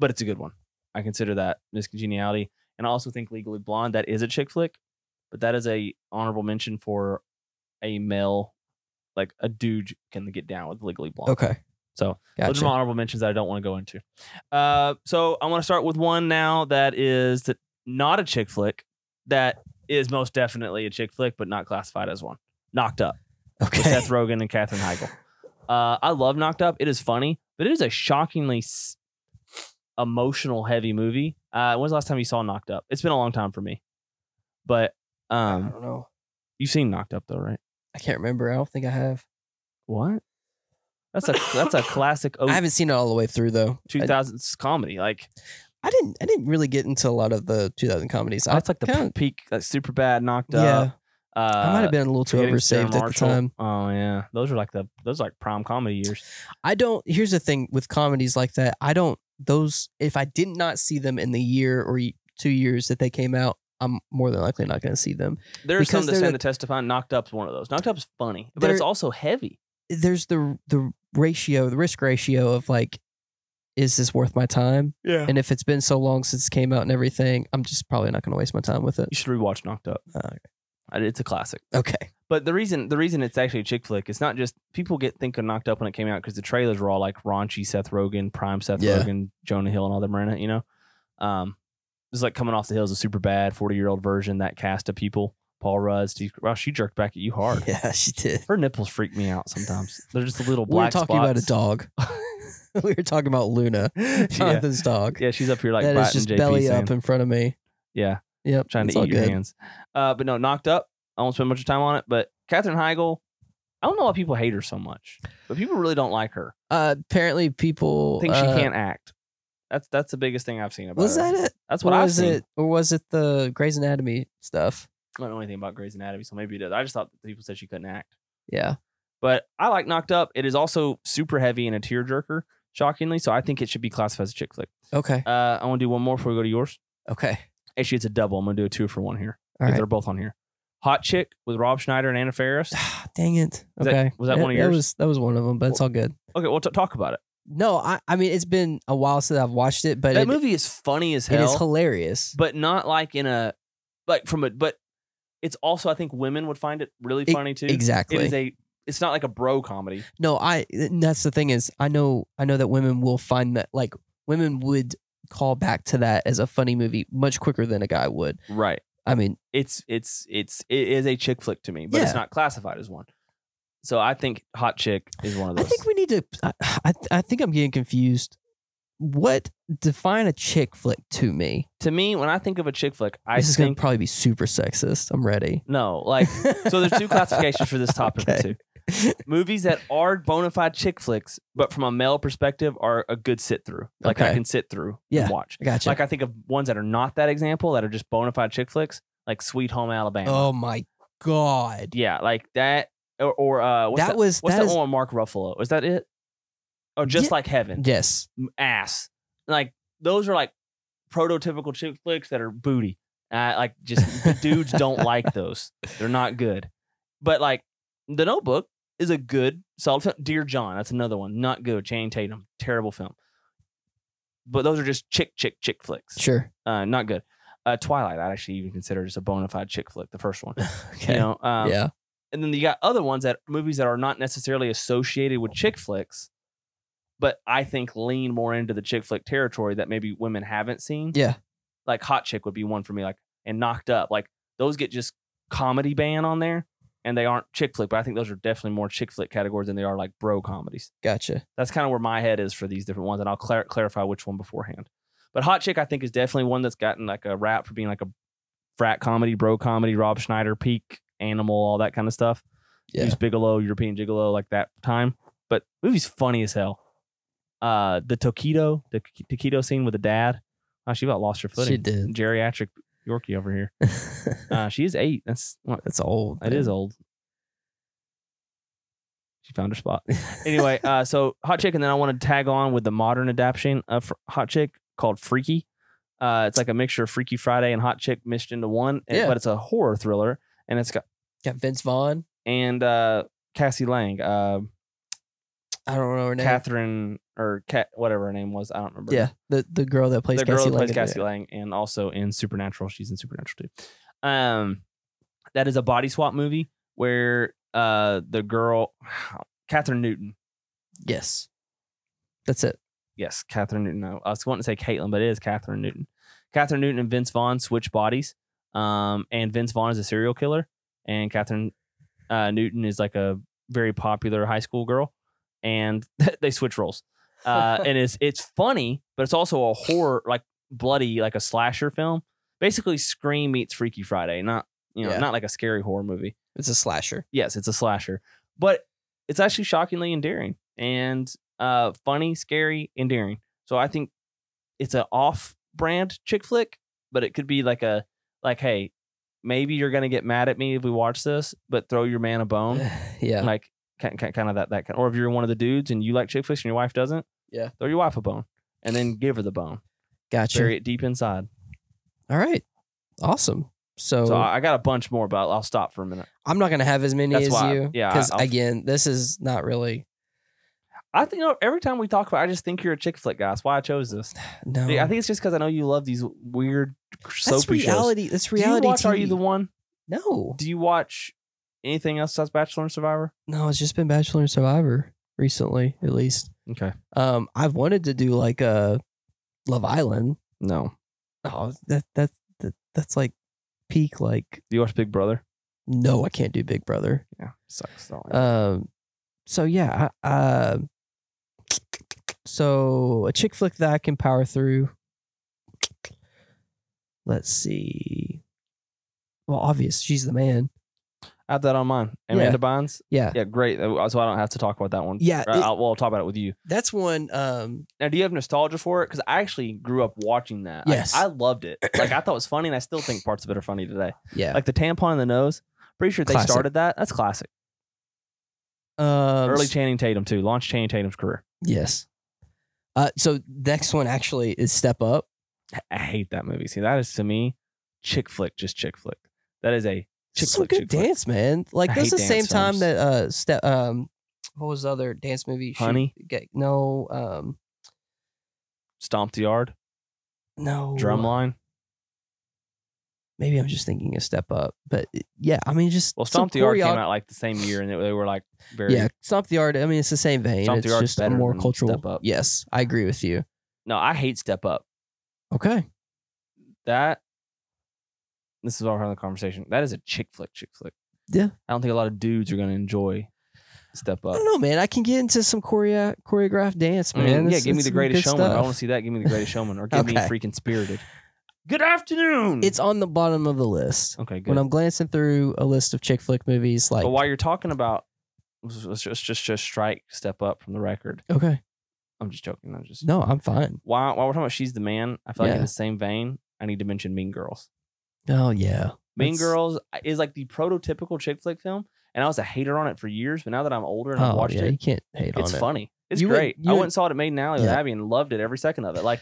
[SPEAKER 1] but it's a good one. I consider that Miss Congeniality, and I also think Legally Blonde that is a chick flick, but that is a honorable mention for a male, like a dude can get down with Legally Blonde.
[SPEAKER 2] Okay.
[SPEAKER 1] So, Those are my
[SPEAKER 2] gotcha.
[SPEAKER 1] honorable mentions that I don't want to go into. Uh, so I want to start with one now that is that not a chick flick, that is most definitely a chick flick, but not classified as one. Knocked Up
[SPEAKER 2] Okay.
[SPEAKER 1] with Seth Rogen and Katherine Heigl. Uh, I love Knocked Up. It is funny, but it is a shockingly s- emotional heavy movie. Uh, when's the last time you saw Knocked Up? It's been a long time for me, but
[SPEAKER 2] (laughs) I
[SPEAKER 1] um,
[SPEAKER 2] don't know.
[SPEAKER 1] you've seen Knocked Up though, right?
[SPEAKER 2] I can't remember. I don't think I have.
[SPEAKER 1] What? That's a that's a classic
[SPEAKER 2] I
[SPEAKER 1] O
[SPEAKER 2] haven't seen it all the way through though. I-
[SPEAKER 1] 2000s comedy. Like
[SPEAKER 2] I didn't. I didn't really get into a lot of the 2000 comedies. I
[SPEAKER 1] Oh, That's like the
[SPEAKER 2] kinda-
[SPEAKER 1] peak, like super bad, knocked
[SPEAKER 2] (laughs) yeah.
[SPEAKER 1] up. Uh,
[SPEAKER 2] I might have been a little too
[SPEAKER 1] Forgetting Sarah
[SPEAKER 2] oversaved at the
[SPEAKER 1] Marshall.
[SPEAKER 2] time.
[SPEAKER 1] Oh yeah, those are like the those are like prime comedy years.
[SPEAKER 2] I don't. Here's the thing with comedies like that. I don't. Those. If I did not see them in the year or y- two years that they came out, I'm more than likely not going to see them.
[SPEAKER 1] There are some
[SPEAKER 2] Because
[SPEAKER 1] that
[SPEAKER 2] they're
[SPEAKER 1] stand
[SPEAKER 2] the-
[SPEAKER 1] to testify. Knocked up's one of those. Knocked up's funny, but
[SPEAKER 2] They're-
[SPEAKER 1] it's also heavy.
[SPEAKER 2] There's the the ratio, the risk ratio of like, is this worth my time?
[SPEAKER 1] Yeah,
[SPEAKER 2] (laughs) And if it's been so long since it came out and everything, I'm just probably not going to waste my time with it.
[SPEAKER 1] you should rewatch Knocked Up.
[SPEAKER 2] Uh,
[SPEAKER 1] I- It's a classic.
[SPEAKER 2] okay.
[SPEAKER 1] But the reason the reason it's actually a chick flick, it's not just people get think of Knocked Up when it came out because the trailers were all like raunchy Seth Rogen, prime Seth
[SPEAKER 2] Yeah.
[SPEAKER 1] Rogen, Jonah Hill, and all them in it. You know, um, it's like coming off the hills, a super bad forty year old version that cast of people. Paul Rudd, Steve. Wow, she jerked back at you hard.
[SPEAKER 2] (laughs) Yeah, she did.
[SPEAKER 1] Her nipples freak me out sometimes. They're just a little
[SPEAKER 2] We were
[SPEAKER 1] black.
[SPEAKER 2] talking about a
[SPEAKER 1] spots. (laughs)
[SPEAKER 2] dog. (laughs) we were talking about Luna, (laughs)
[SPEAKER 1] yeah.
[SPEAKER 2] Jonathan's dog.
[SPEAKER 1] yeah, she's up here like
[SPEAKER 2] that is
[SPEAKER 1] biting
[SPEAKER 2] just
[SPEAKER 1] JP
[SPEAKER 2] belly
[SPEAKER 1] saying,
[SPEAKER 2] up in front of me.
[SPEAKER 1] Yeah,
[SPEAKER 2] Yep.
[SPEAKER 1] trying
[SPEAKER 2] it's
[SPEAKER 1] to
[SPEAKER 2] all
[SPEAKER 1] eat your
[SPEAKER 2] good.
[SPEAKER 1] hands. Uh, but no, knocked up. I won't spend much time on it. But Katherine Heigl, I don't know why people hate her so much, but people really don't like her.
[SPEAKER 2] Uh, apparently, people
[SPEAKER 1] Think
[SPEAKER 2] uh,
[SPEAKER 1] she can't act. That's that's the biggest thing I've seen about.
[SPEAKER 2] Was
[SPEAKER 1] her.
[SPEAKER 2] that it?
[SPEAKER 1] That's
[SPEAKER 2] Or
[SPEAKER 1] what I've
[SPEAKER 2] was
[SPEAKER 1] seen.
[SPEAKER 2] it, or was it the Grey's Anatomy stuff?
[SPEAKER 1] I don't know anything about Grey's Anatomy, so maybe it is. I just thought that people said she couldn't act.
[SPEAKER 2] Yeah,
[SPEAKER 1] But I like Knocked Up. It is also super heavy and a tearjerker, shockingly. So I think it should be classified as a chick flick.
[SPEAKER 2] okay,
[SPEAKER 1] Uh, I want to do one more before we go to yours.
[SPEAKER 2] okay,
[SPEAKER 1] Actually, it's a double. I'm gonna do a two for one here.
[SPEAKER 2] all
[SPEAKER 1] 'cause
[SPEAKER 2] right.
[SPEAKER 1] They're both on here. Hot Chick with Rob Schneider and Anna
[SPEAKER 2] (sighs)
[SPEAKER 1] Faris.
[SPEAKER 2] Dang it.
[SPEAKER 1] Was that-
[SPEAKER 2] Okay,
[SPEAKER 1] was that one of
[SPEAKER 2] That
[SPEAKER 1] yours?
[SPEAKER 2] was that was one of them, but it's all good.
[SPEAKER 1] Okay, well, t- talk about it.
[SPEAKER 2] No, I I mean it's been a while since I've watched it, but
[SPEAKER 1] that
[SPEAKER 2] it,
[SPEAKER 1] movie is funny as
[SPEAKER 2] it
[SPEAKER 1] hell,
[SPEAKER 2] is hilarious.
[SPEAKER 1] but not like in a like from a but. It's also I think women would find it really
[SPEAKER 2] E-
[SPEAKER 1] funny too.
[SPEAKER 2] exactly.
[SPEAKER 1] It is a. It's not like a bro comedy.
[SPEAKER 2] no, I and that's the thing is I know I know that women will find that like women would call back to that as a funny movie much quicker than a guy would.
[SPEAKER 1] Right.
[SPEAKER 2] I mean,
[SPEAKER 1] It's it's it's it is a chick flick to me, but
[SPEAKER 2] Yeah.
[SPEAKER 1] it's not classified as one. So I think Hot Chick is one of
[SPEAKER 2] I
[SPEAKER 1] those.
[SPEAKER 2] think we need to. I, I I think I'm getting confused. What define a chick flick to me?
[SPEAKER 1] to me, when I think of a chick flick, I
[SPEAKER 2] this is going
[SPEAKER 1] think
[SPEAKER 2] to probably be super sexist. I'm ready.
[SPEAKER 1] no like. So there's
[SPEAKER 2] (laughs)
[SPEAKER 1] two (laughs) classifications for this topic
[SPEAKER 2] Okay.
[SPEAKER 1] too. movies that are bona fide chick flicks, but from a male perspective are a good sit through. Like I
[SPEAKER 2] Okay.
[SPEAKER 1] can sit through
[SPEAKER 2] Yeah.
[SPEAKER 1] and watch.
[SPEAKER 2] I gotcha.
[SPEAKER 1] Like I think of ones that are not that example that are just bona fide chick flicks, like Sweet Home Alabama.
[SPEAKER 2] oh my god,
[SPEAKER 1] Yeah, like that or, or uh what's
[SPEAKER 2] that,
[SPEAKER 1] that,
[SPEAKER 2] was
[SPEAKER 1] what's
[SPEAKER 2] that
[SPEAKER 1] that
[SPEAKER 2] is-
[SPEAKER 1] one with Mark Ruffalo? Is that it? Oh, just
[SPEAKER 2] Yeah.
[SPEAKER 1] like heaven.
[SPEAKER 2] yes.
[SPEAKER 1] M- Ass. Like those are like prototypical chick flicks that are booty. Uh, like
[SPEAKER 2] (laughs)
[SPEAKER 1] just the dudes don't like those. They're not good. But like The Notebook is a good solid film. Dear John, that's another one. Not good. Channing Tatum, terrible film. But those are just chick chick chick flicks.
[SPEAKER 2] Sure.
[SPEAKER 1] Uh, not good. Uh, Twilight, I actually even consider just a bona fide chick flick. The first one,
[SPEAKER 2] Okay.
[SPEAKER 1] you know. Um,
[SPEAKER 2] yeah.
[SPEAKER 1] And then you got other ones that movies that are not necessarily associated with chick flicks, but I think lean more into the chick flick territory that maybe women haven't seen
[SPEAKER 2] Yeah.
[SPEAKER 1] like Hot Chick would be one for me, like and Knocked Up. Like those get just comedy ban on there and they aren't chick flick, but I think those are definitely more chick flick categories than they are like bro comedies.
[SPEAKER 2] Gotcha.
[SPEAKER 1] That's kind of where my head is for these different ones, and I'll clar- clarify which one beforehand. But Hot Chick, I think, is definitely one that's gotten like a rap for being like a frat comedy, bro comedy, Rob Schneider peak Animal, all that kind of stuff.
[SPEAKER 2] Yeah.
[SPEAKER 1] Use Bigelow, European Gigolo, like that time. But movie's funny as hell. Uh, the Tokido, the Tokido scene with the dad. Oh, she about lost her footing.
[SPEAKER 2] She did. (laughs)
[SPEAKER 1] Geriatric Yorkie over here.
[SPEAKER 2] That's
[SPEAKER 1] Uh, she is eight. That's well,
[SPEAKER 2] old.
[SPEAKER 1] it is old. She found her spot.
[SPEAKER 2] (laughs)
[SPEAKER 1] Anyway, uh, so Hot Chick, and then I want to tag on with the modern adaptation of Fr- Hot Chick called Freaky. Uh, it's like a mixture of Freaky Friday and Hot Chick mixed into one, and-
[SPEAKER 2] Yeah.
[SPEAKER 1] but it's a horror thriller, and it's got
[SPEAKER 2] Got Vince Vaughn.
[SPEAKER 1] and uh, Cassie Lang, uh,
[SPEAKER 2] I don't know her name.
[SPEAKER 1] Catherine or Cat, whatever her name was, I don't remember.
[SPEAKER 2] Yeah, the the girl that plays
[SPEAKER 1] the girl
[SPEAKER 2] Cassie
[SPEAKER 1] that plays
[SPEAKER 2] Lang.
[SPEAKER 1] Cassie Lang, and also in Supernatural, she's in Supernatural too. Um, that is a body swap movie where uh the girl, (sighs) Catherine Newton,
[SPEAKER 2] Yes, that's it.
[SPEAKER 1] yes, Catherine Newton. I I was wanting to say Caitlin, but it is Catherine Newton. Catherine Newton and Vince Vaughn switch bodies, um, and Vince Vaughn is a serial killer, and Catherine uh, Newton is like a very popular high school girl, and (laughs) they switch roles. Uh, and it's it's funny, but it's also a horror, like bloody, like a slasher film. Basically, Scream meets Freaky Friday. Not you know,
[SPEAKER 2] Yeah.
[SPEAKER 1] not like a scary horror movie
[SPEAKER 2] It's a slasher.
[SPEAKER 1] yes, it's a slasher, but it's actually shockingly endearing and uh, funny, scary, endearing. So I think it's an off-brand chick flick, but it could be like a like, hey, maybe you're gonna get mad at me if we watch this, but throw your man a bone,
[SPEAKER 2] (sighs) (laughs) yeah,
[SPEAKER 1] like kind, kind of that that kind. Or if you're one of the dudes and you like chick flicks and your wife doesn't,
[SPEAKER 2] Yeah.
[SPEAKER 1] throw your wife a bone and then give her the bone,
[SPEAKER 2] gotcha.
[SPEAKER 1] bury it deep inside.
[SPEAKER 2] All right, awesome. So,
[SPEAKER 1] So I I got a bunch more, but I'll- I'll stop for a minute.
[SPEAKER 2] I'm not gonna have as many
[SPEAKER 1] That's
[SPEAKER 2] as
[SPEAKER 1] why-
[SPEAKER 2] you.
[SPEAKER 1] yeah, I-
[SPEAKER 2] because
[SPEAKER 1] I'll-
[SPEAKER 2] again, this is not really.
[SPEAKER 1] I think you know, every time we talk about, it, I just think you're a chick flick guy. That's why I chose this.
[SPEAKER 2] No,
[SPEAKER 1] Yeah, I think it's just because I know you love these weird
[SPEAKER 2] Um, that's
[SPEAKER 1] soapy
[SPEAKER 2] reality. That's
[SPEAKER 1] shows.
[SPEAKER 2] reality.
[SPEAKER 1] Do you watch Are You
[SPEAKER 2] TV.
[SPEAKER 1] the One?
[SPEAKER 2] No,
[SPEAKER 1] Do you watch anything else besides Bachelor and Survivor?
[SPEAKER 2] no. It's just been Bachelor and Survivor recently, at least.
[SPEAKER 1] Okay.
[SPEAKER 2] Um, I've wanted to do like a Love Island.
[SPEAKER 1] No.
[SPEAKER 2] Oh, that that, that that's like peak. Like,
[SPEAKER 1] Do you watch Big Brother?
[SPEAKER 2] no, I can't do Big Brother.
[SPEAKER 1] Yeah. Sucks. Don't like it.
[SPEAKER 2] Um, so yeah, I- uh, so a chick flick that I can power through. Let's see. Well, obvious, she's the man.
[SPEAKER 1] I have that on mine. Amanda
[SPEAKER 2] yeah.
[SPEAKER 1] Bynes.
[SPEAKER 2] Yeah,
[SPEAKER 1] Yeah, great. Uh, So I don't have to talk about that one.
[SPEAKER 2] Yeah,
[SPEAKER 1] Right,
[SPEAKER 2] it-
[SPEAKER 1] I'll, well, I'll talk about it with you.
[SPEAKER 2] that's one. Um,
[SPEAKER 1] Now, do you have nostalgia for it? Because I actually grew up watching that. Like,
[SPEAKER 2] Yes.
[SPEAKER 1] I loved it. Like I thought it was funny, and I still think parts of it are funny today.
[SPEAKER 2] yeah.
[SPEAKER 1] Like the tampon in the nose. Pretty sure they
[SPEAKER 2] Classic.
[SPEAKER 1] started that. That's classic.
[SPEAKER 2] um,
[SPEAKER 1] Early Channing Tatum too. Launch Channing Tatum's career.
[SPEAKER 2] yes. Uh, so next one actually is Step Up.
[SPEAKER 1] I hate that movie. See, that is to me chick flick, just chick flick. That is a chick
[SPEAKER 2] Some
[SPEAKER 1] flick.
[SPEAKER 2] good
[SPEAKER 1] chick flick.
[SPEAKER 2] dance, man. Like
[SPEAKER 1] I
[SPEAKER 2] that's the
[SPEAKER 1] hate
[SPEAKER 2] same
[SPEAKER 1] dance
[SPEAKER 2] time
[SPEAKER 1] films.
[SPEAKER 2] that uh, Step. Um, what was the other dance movie? She-
[SPEAKER 1] Honey?
[SPEAKER 2] get- no. Um,
[SPEAKER 1] Stomp the yard,
[SPEAKER 2] no.
[SPEAKER 1] drumline.
[SPEAKER 2] maybe I'm just thinking a step up, but yeah, I mean, just
[SPEAKER 1] Well,
[SPEAKER 2] some
[SPEAKER 1] Stomp the Yard
[SPEAKER 2] choreo-
[SPEAKER 1] came out like the same year, and they, they were like very.
[SPEAKER 2] Yeah, stomp the yard. I mean, it's the same vein.
[SPEAKER 1] Stomp the
[SPEAKER 2] it's
[SPEAKER 1] Yard's
[SPEAKER 2] just a
[SPEAKER 1] better
[SPEAKER 2] more
[SPEAKER 1] than
[SPEAKER 2] cultural.
[SPEAKER 1] Step Up.
[SPEAKER 2] Yes, I agree with you.
[SPEAKER 1] No, I hate Step Up.
[SPEAKER 2] Okay,
[SPEAKER 1] That. This is all around the conversation. That is a chick flick, chick flick.
[SPEAKER 2] Yeah.
[SPEAKER 1] I don't think a lot of dudes are going to enjoy Step
[SPEAKER 2] I
[SPEAKER 1] Up.
[SPEAKER 2] don't know, man. I can get into some choreo- choreographed dance,
[SPEAKER 1] I
[SPEAKER 2] (laughs) man.
[SPEAKER 1] mean, Mm, yeah,
[SPEAKER 2] It's-
[SPEAKER 1] give me
[SPEAKER 2] it's
[SPEAKER 1] the
[SPEAKER 2] some
[SPEAKER 1] greatest
[SPEAKER 2] good
[SPEAKER 1] showman. If I
[SPEAKER 2] stuff.
[SPEAKER 1] want to see that. Give me the greatest showman, or give me
[SPEAKER 2] (laughs) Okay.
[SPEAKER 1] freaking Spirited. Good afternoon.
[SPEAKER 2] It's on the bottom of the list
[SPEAKER 1] okay. Good.
[SPEAKER 2] when I'm glancing through a list of chick flick movies. Like,
[SPEAKER 1] but while you're talking about, let's just just just strike step up from the record.
[SPEAKER 2] okay,
[SPEAKER 1] I'm just joking. I'm just
[SPEAKER 2] no, I'm fine.
[SPEAKER 1] while while we're talking about she's the man. I feel like
[SPEAKER 2] Yeah.
[SPEAKER 1] in the same vein, I need to mention Mean Girls.
[SPEAKER 2] Oh yeah,
[SPEAKER 1] Mean
[SPEAKER 2] That's-
[SPEAKER 1] Girls is like the prototypical chick flick film, and I was a hater on it for years. But now that I'm older and I've
[SPEAKER 2] oh
[SPEAKER 1] watched
[SPEAKER 2] yeah, you
[SPEAKER 1] it,
[SPEAKER 2] can't hate on
[SPEAKER 1] it's
[SPEAKER 2] it.
[SPEAKER 1] funny. It's
[SPEAKER 2] You would-
[SPEAKER 1] great.
[SPEAKER 2] you
[SPEAKER 1] I
[SPEAKER 2] would-
[SPEAKER 1] went and saw it at Maiden Alley with
[SPEAKER 2] Yeah.
[SPEAKER 1] Abby and loved it every second of it. Like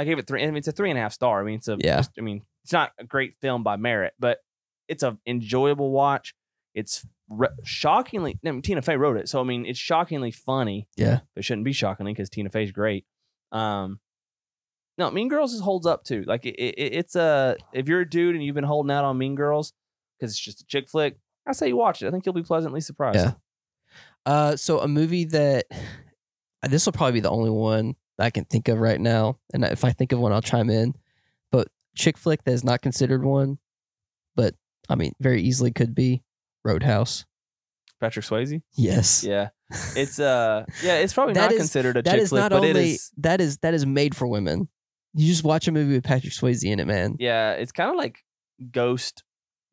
[SPEAKER 1] I gave it three. I mean, it's a three and a half star. I mean, it's a.
[SPEAKER 2] Yeah.
[SPEAKER 1] I mean, it's not a great film by merit, but it's a enjoyable watch. It's re- shockingly. I mean, Tina Fey wrote it, so I mean, it's shockingly funny.
[SPEAKER 2] Yeah.
[SPEAKER 1] but it shouldn't be shockingly because Tina Fey's great. Um, no, Mean Girls just holds up too. Like it, it, it's a if you're a dude and you've been holding out on Mean Girls because it's just a chick flick, I say you watch it. I think you'll be pleasantly surprised.
[SPEAKER 2] Yeah. Uh, so a movie that this will probably be the only one that I can think of right now, and if I think of one, I'll chime in. But chick flick that is not considered one, but I mean, very easily could be Roadhouse.
[SPEAKER 1] Patrick Swayze.
[SPEAKER 2] Yes,
[SPEAKER 1] Yeah,
[SPEAKER 2] (laughs)
[SPEAKER 1] it's uh, yeah, it's probably
[SPEAKER 2] That
[SPEAKER 1] not
[SPEAKER 2] is-
[SPEAKER 1] considered a
[SPEAKER 2] that
[SPEAKER 1] chick
[SPEAKER 2] is
[SPEAKER 1] flick,
[SPEAKER 2] not
[SPEAKER 1] but
[SPEAKER 2] only
[SPEAKER 1] it is.
[SPEAKER 2] that is that is made for women. You just watch a movie with Patrick Swayze in it, man.
[SPEAKER 1] Yeah, it's kind of like Ghost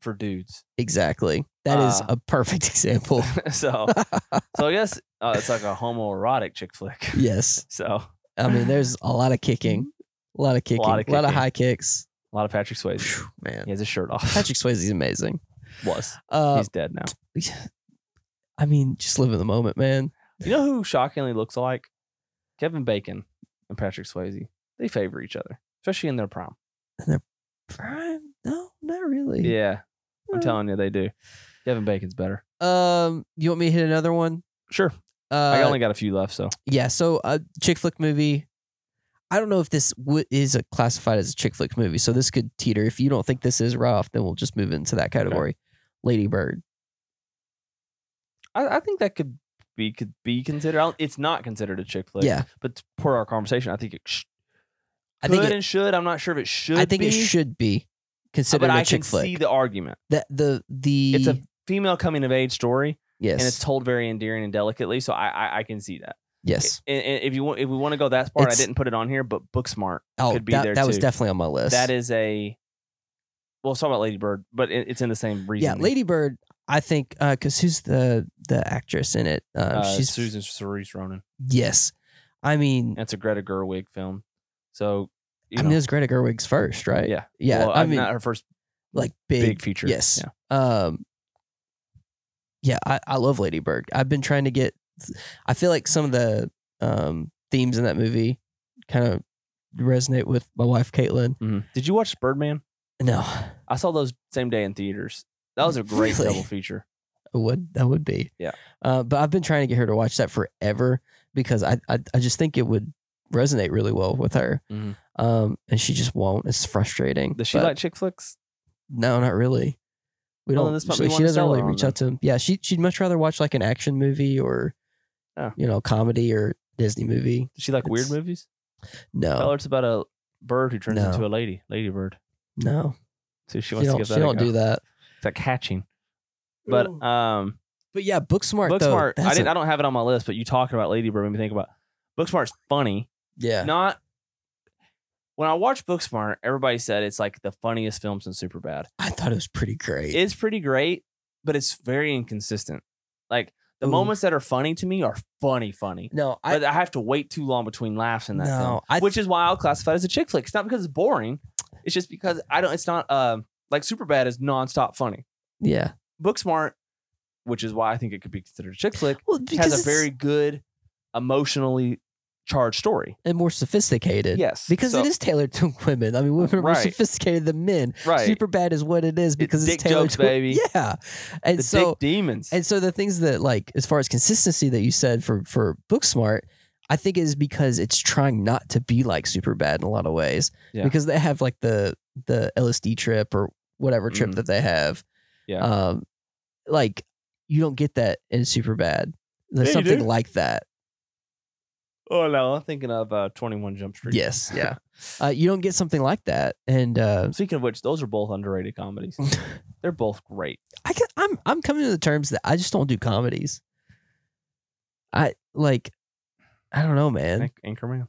[SPEAKER 1] for dudes. (laughs)
[SPEAKER 2] Exactly. That is
[SPEAKER 1] Ah.
[SPEAKER 2] a perfect (laughs) example. (laughs)
[SPEAKER 1] so so I guess uh, it's like a homoerotic chick flick. (laughs)
[SPEAKER 2] yes.
[SPEAKER 1] So a
[SPEAKER 2] I mean, there's a lot of kicking, a lot of kicking, a lot of,
[SPEAKER 1] kicking.
[SPEAKER 2] high kicks.
[SPEAKER 1] lot of Patrick Swayze.
[SPEAKER 2] Phew, man,
[SPEAKER 1] He has his shirt off.
[SPEAKER 2] Patrick Swayze's amazing.
[SPEAKER 1] was. (laughs)
[SPEAKER 2] Uh,
[SPEAKER 1] He's dead now.
[SPEAKER 2] I mean, just live in the moment, man.
[SPEAKER 1] You know who shockingly looks like Kevin Bacon and Patrick Swayze. They favor each other, especially in their prime.
[SPEAKER 2] Prime? No, not really.
[SPEAKER 1] Yeah, I'm
[SPEAKER 2] Uh,
[SPEAKER 1] telling you, they do. Kevin Bacon's better.
[SPEAKER 2] Um, you want me to hit another one?
[SPEAKER 1] Sure,
[SPEAKER 2] Uh,
[SPEAKER 1] I only got a few left, so
[SPEAKER 2] yeah. So a chick flick movie. I don't know if this w- is a classified as a chick flick movie, so this could teeter. If you don't think this is rough, then we'll just move into that category. Lady Bird.
[SPEAKER 1] I, I think that could be could be considered. I don't- It's not considered a chick flick.
[SPEAKER 2] yeah,
[SPEAKER 1] but per our conversation, I think it sh-
[SPEAKER 2] I think
[SPEAKER 1] could
[SPEAKER 2] it,
[SPEAKER 1] and should. I'm not sure if it should.
[SPEAKER 2] I think
[SPEAKER 1] be,
[SPEAKER 2] it should be
[SPEAKER 1] uh,
[SPEAKER 2] considered
[SPEAKER 1] But
[SPEAKER 2] a
[SPEAKER 1] I
[SPEAKER 2] chick
[SPEAKER 1] can
[SPEAKER 2] flick.
[SPEAKER 1] see the argument.
[SPEAKER 2] the the the
[SPEAKER 1] It's a female coming of age story,
[SPEAKER 2] yes
[SPEAKER 1] and it's told very endearing and delicately. So I I, I can see that.
[SPEAKER 2] yes.
[SPEAKER 1] And, and if you want, if we want to go that far, I
[SPEAKER 2] It's-
[SPEAKER 1] didn't put it on here, but Booksmart.
[SPEAKER 2] Oh,
[SPEAKER 1] could be
[SPEAKER 2] that,
[SPEAKER 1] there
[SPEAKER 2] that was
[SPEAKER 1] too.
[SPEAKER 2] definitely on my list.
[SPEAKER 1] That is a. Well, it's talking about Lady Bird, but it, it's in the same reason.
[SPEAKER 2] yeah. Lady Bird. I think because who's the the actress in it? Um,
[SPEAKER 1] Uh,
[SPEAKER 2] she's
[SPEAKER 1] Susan Cerise Ronan.
[SPEAKER 2] yes. I mean,
[SPEAKER 1] That's a Greta Gerwig film. So, you
[SPEAKER 2] I
[SPEAKER 1] know,
[SPEAKER 2] mean, it was Greta Gerwig's first, right?
[SPEAKER 1] yeah,
[SPEAKER 2] yeah.
[SPEAKER 1] Well,
[SPEAKER 2] I mean,
[SPEAKER 1] not her first
[SPEAKER 2] like
[SPEAKER 1] big,
[SPEAKER 2] big,
[SPEAKER 1] feature.
[SPEAKER 2] Yes.
[SPEAKER 1] Yeah.
[SPEAKER 2] Um, yeah, I, I love Lady Bird. I've been trying to get. I feel like some of the um, themes in that movie kind of resonate with my wife, Caitlin.
[SPEAKER 1] Mhm. Did you watch Birdman?
[SPEAKER 2] No,
[SPEAKER 1] I saw those same day in theaters. That was a great
[SPEAKER 2] Really?
[SPEAKER 1] double feature.
[SPEAKER 2] it would that would be
[SPEAKER 1] Yeah.
[SPEAKER 2] Uh, but I've been trying to get her to watch that forever because I I, I just think it would resonate really well with her.
[SPEAKER 1] Mhm.
[SPEAKER 2] Um, and she just won't. It's frustrating.
[SPEAKER 1] Does she
[SPEAKER 2] but-
[SPEAKER 1] like chick flicks?
[SPEAKER 2] No, not really. We
[SPEAKER 1] Well, then
[SPEAKER 2] don't.
[SPEAKER 1] this might
[SPEAKER 2] she,
[SPEAKER 1] be one to
[SPEAKER 2] she doesn't
[SPEAKER 1] sell
[SPEAKER 2] really
[SPEAKER 1] her on
[SPEAKER 2] reach out to him. Yeah, she she'd much rather watch like an action movie or,
[SPEAKER 1] Oh.
[SPEAKER 2] you know, comedy or Disney movie.
[SPEAKER 1] Does she like weird
[SPEAKER 2] It's-
[SPEAKER 1] movies? Tell her
[SPEAKER 2] No,
[SPEAKER 1] it's about a bird who turns
[SPEAKER 2] No.
[SPEAKER 1] into a lady, lady bird.
[SPEAKER 2] no,
[SPEAKER 1] So she
[SPEAKER 2] she
[SPEAKER 1] wants to
[SPEAKER 2] don't,
[SPEAKER 1] give
[SPEAKER 2] she
[SPEAKER 1] that. a
[SPEAKER 2] don't
[SPEAKER 1] go.
[SPEAKER 2] do that.
[SPEAKER 1] It's like catching. But
[SPEAKER 2] Ooh.
[SPEAKER 1] um,
[SPEAKER 2] But yeah, Booksmart. though,
[SPEAKER 1] Booksmart. I
[SPEAKER 2] that's
[SPEAKER 1] didn't.
[SPEAKER 2] a-
[SPEAKER 1] I I don't have it on my list, but you talking about Lady Bird made me think about Booksmart's funny.
[SPEAKER 2] yeah,
[SPEAKER 1] Not when I watched Booksmart, everybody said it's like the funniest film since Superbad.
[SPEAKER 2] I thought it was pretty great.
[SPEAKER 1] It's pretty great, but it's very inconsistent. Like the
[SPEAKER 2] Ooh.
[SPEAKER 1] moments that are funny to me are funny, funny.
[SPEAKER 2] no, I
[SPEAKER 1] but I have to wait too long between laughs in that
[SPEAKER 2] No,
[SPEAKER 1] film,
[SPEAKER 2] I
[SPEAKER 1] which is why I'll classify it as a chick flick. It's not because it's boring; it's just because I don't. It's not um like Superbad is nonstop funny.
[SPEAKER 2] yeah.
[SPEAKER 1] Booksmart, which is why I think it could be considered a chick flick,
[SPEAKER 2] Well, because
[SPEAKER 1] has a
[SPEAKER 2] it's
[SPEAKER 1] very good, emotionally charged story.
[SPEAKER 2] and more sophisticated.
[SPEAKER 1] Yes,
[SPEAKER 2] Because
[SPEAKER 1] so-
[SPEAKER 2] it is tailored to (laughs) women. I mean, women are more
[SPEAKER 1] Right.
[SPEAKER 2] sophisticated than men.
[SPEAKER 1] right.
[SPEAKER 2] Super bad is what it is because it's,
[SPEAKER 1] dick
[SPEAKER 2] tailored
[SPEAKER 1] jokes,
[SPEAKER 2] to
[SPEAKER 1] baby.
[SPEAKER 2] (laughs) Yeah, and
[SPEAKER 1] the
[SPEAKER 2] so
[SPEAKER 1] dick demons.
[SPEAKER 2] And so the things that like as far as consistency that you said for for Booksmart, I think is because it's trying not to be like super bad in a lot of ways.
[SPEAKER 1] Yeah.
[SPEAKER 2] Because they have like the the LSD trip or whatever trip
[SPEAKER 1] Mhm.
[SPEAKER 2] that they have.
[SPEAKER 1] Yeah.
[SPEAKER 2] Um like you don't get that in super bad. There's
[SPEAKER 1] Yeah, you
[SPEAKER 2] something
[SPEAKER 1] do.
[SPEAKER 2] like that.
[SPEAKER 1] oh no, I'm thinking of uh, Twenty One Jump Street. (laughs)
[SPEAKER 2] Yes. Yeah. uh, you don't get something like that. And uh
[SPEAKER 1] Speaking of which, those are both underrated
[SPEAKER 2] (laughs)
[SPEAKER 1] comedies. They're both great.
[SPEAKER 2] I can, I'm I'm coming to the terms that I just don't do comedies. I like I don't know, man.
[SPEAKER 1] Anch- Anchorman.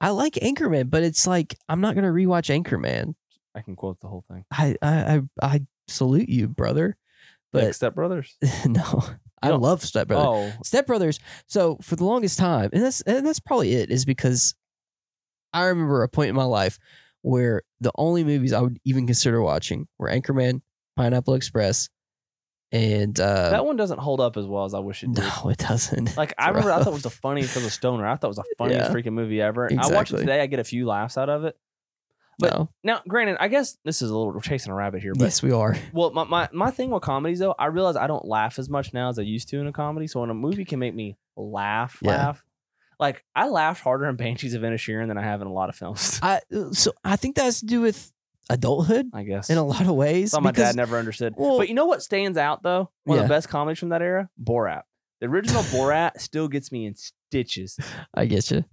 [SPEAKER 2] I like Anchorman, but it's like I'm not gonna rewatch Anchorman.
[SPEAKER 1] I can quote the whole thing.
[SPEAKER 2] I I I, I salute you, brother.
[SPEAKER 1] But
[SPEAKER 2] But
[SPEAKER 1] Step Brothers.
[SPEAKER 2] (laughs) no, I
[SPEAKER 1] don't-
[SPEAKER 2] love Step Brothers.
[SPEAKER 1] Oh,
[SPEAKER 2] Step Brothers. So for the longest time, and that's and that's probably it, is because I remember a point in my life where the only movies I would even consider watching were Anchorman, Pineapple Express, and uh,
[SPEAKER 1] that one doesn't hold up as well as I wish it did.
[SPEAKER 2] no, it doesn't.
[SPEAKER 1] Like I remember, I thought it was the
[SPEAKER 2] rough.
[SPEAKER 1] funniest because of Stoner. I thought it was the funniest
[SPEAKER 2] (laughs) Yeah.
[SPEAKER 1] freaking movie ever. And I watch it
[SPEAKER 2] Exactly.
[SPEAKER 1] today. I get a few laughs out of it. but-
[SPEAKER 2] no.
[SPEAKER 1] Now, granted, I guess this is a little we're chasing a rabbit here, but
[SPEAKER 2] yes, we are.
[SPEAKER 1] well, my, my my thing with comedies though, I realize I don't laugh as much now as I used to in a comedy. So when a movie can make me laugh,
[SPEAKER 2] Yeah.
[SPEAKER 1] laugh, like I laughed harder in Banshees of Inisherin than I have in a lot of films.
[SPEAKER 2] I so I think that has to do with adulthood.
[SPEAKER 1] (laughs) I guess.
[SPEAKER 2] in a lot of ways.
[SPEAKER 1] Something my
[SPEAKER 2] because-
[SPEAKER 1] dad never understood.
[SPEAKER 2] well-
[SPEAKER 1] but you know what stands out though? One of
[SPEAKER 2] Yeah.
[SPEAKER 1] the best comedies from that era, Borat. The
[SPEAKER 2] (laughs)
[SPEAKER 1] original Borat still gets me in stitches.
[SPEAKER 2] I get you.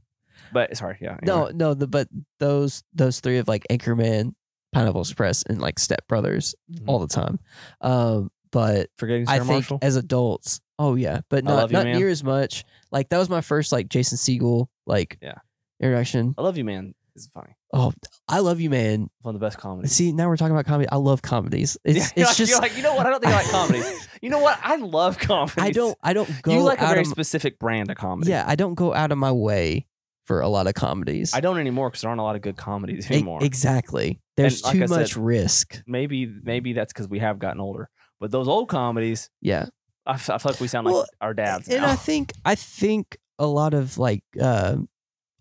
[SPEAKER 1] But sorry, yeah.
[SPEAKER 2] No,
[SPEAKER 1] anyway.
[SPEAKER 2] no, the, but those those three of like Anchorman, Pineapple Express, and like Step Brothers
[SPEAKER 1] Mhm.
[SPEAKER 2] all the time. Um, but
[SPEAKER 1] forgetting
[SPEAKER 2] I
[SPEAKER 1] Sarah
[SPEAKER 2] think
[SPEAKER 1] Marshall.
[SPEAKER 2] as adults, oh yeah, but not
[SPEAKER 1] love you,
[SPEAKER 2] not
[SPEAKER 1] man.
[SPEAKER 2] near as much. Like that was my first like Jason Siegel like
[SPEAKER 1] Yeah.
[SPEAKER 2] introduction.
[SPEAKER 1] I love you, man. is funny.
[SPEAKER 2] Oh, I love you, man.
[SPEAKER 1] One of the best comedies.
[SPEAKER 2] See, now we're talking about comedy. I love comedies.
[SPEAKER 1] (laughs)
[SPEAKER 2] It's
[SPEAKER 1] you're,
[SPEAKER 2] it's
[SPEAKER 1] like,
[SPEAKER 2] just
[SPEAKER 1] you're like, you know what? I don't think I like
[SPEAKER 2] (laughs)
[SPEAKER 1] comedies. You know what? I love comedies.
[SPEAKER 2] I don't I don't go
[SPEAKER 1] you like a
[SPEAKER 2] out
[SPEAKER 1] very
[SPEAKER 2] of,
[SPEAKER 1] specific brand of comedy.
[SPEAKER 2] yeah I don't go out of my way for a lot of comedies.
[SPEAKER 1] I don't anymore because there aren't a lot of good comedies
[SPEAKER 2] E-
[SPEAKER 1] anymore.
[SPEAKER 2] exactly. There's
[SPEAKER 1] like
[SPEAKER 2] too
[SPEAKER 1] I said-
[SPEAKER 2] much risk.
[SPEAKER 1] maybe maybe that's because we have gotten older. But those old comedies,
[SPEAKER 2] Yeah,
[SPEAKER 1] I, f- I feel like we sound like
[SPEAKER 2] Well,
[SPEAKER 1] our dads.
[SPEAKER 2] and
[SPEAKER 1] now.
[SPEAKER 2] I think I think a lot of like uh,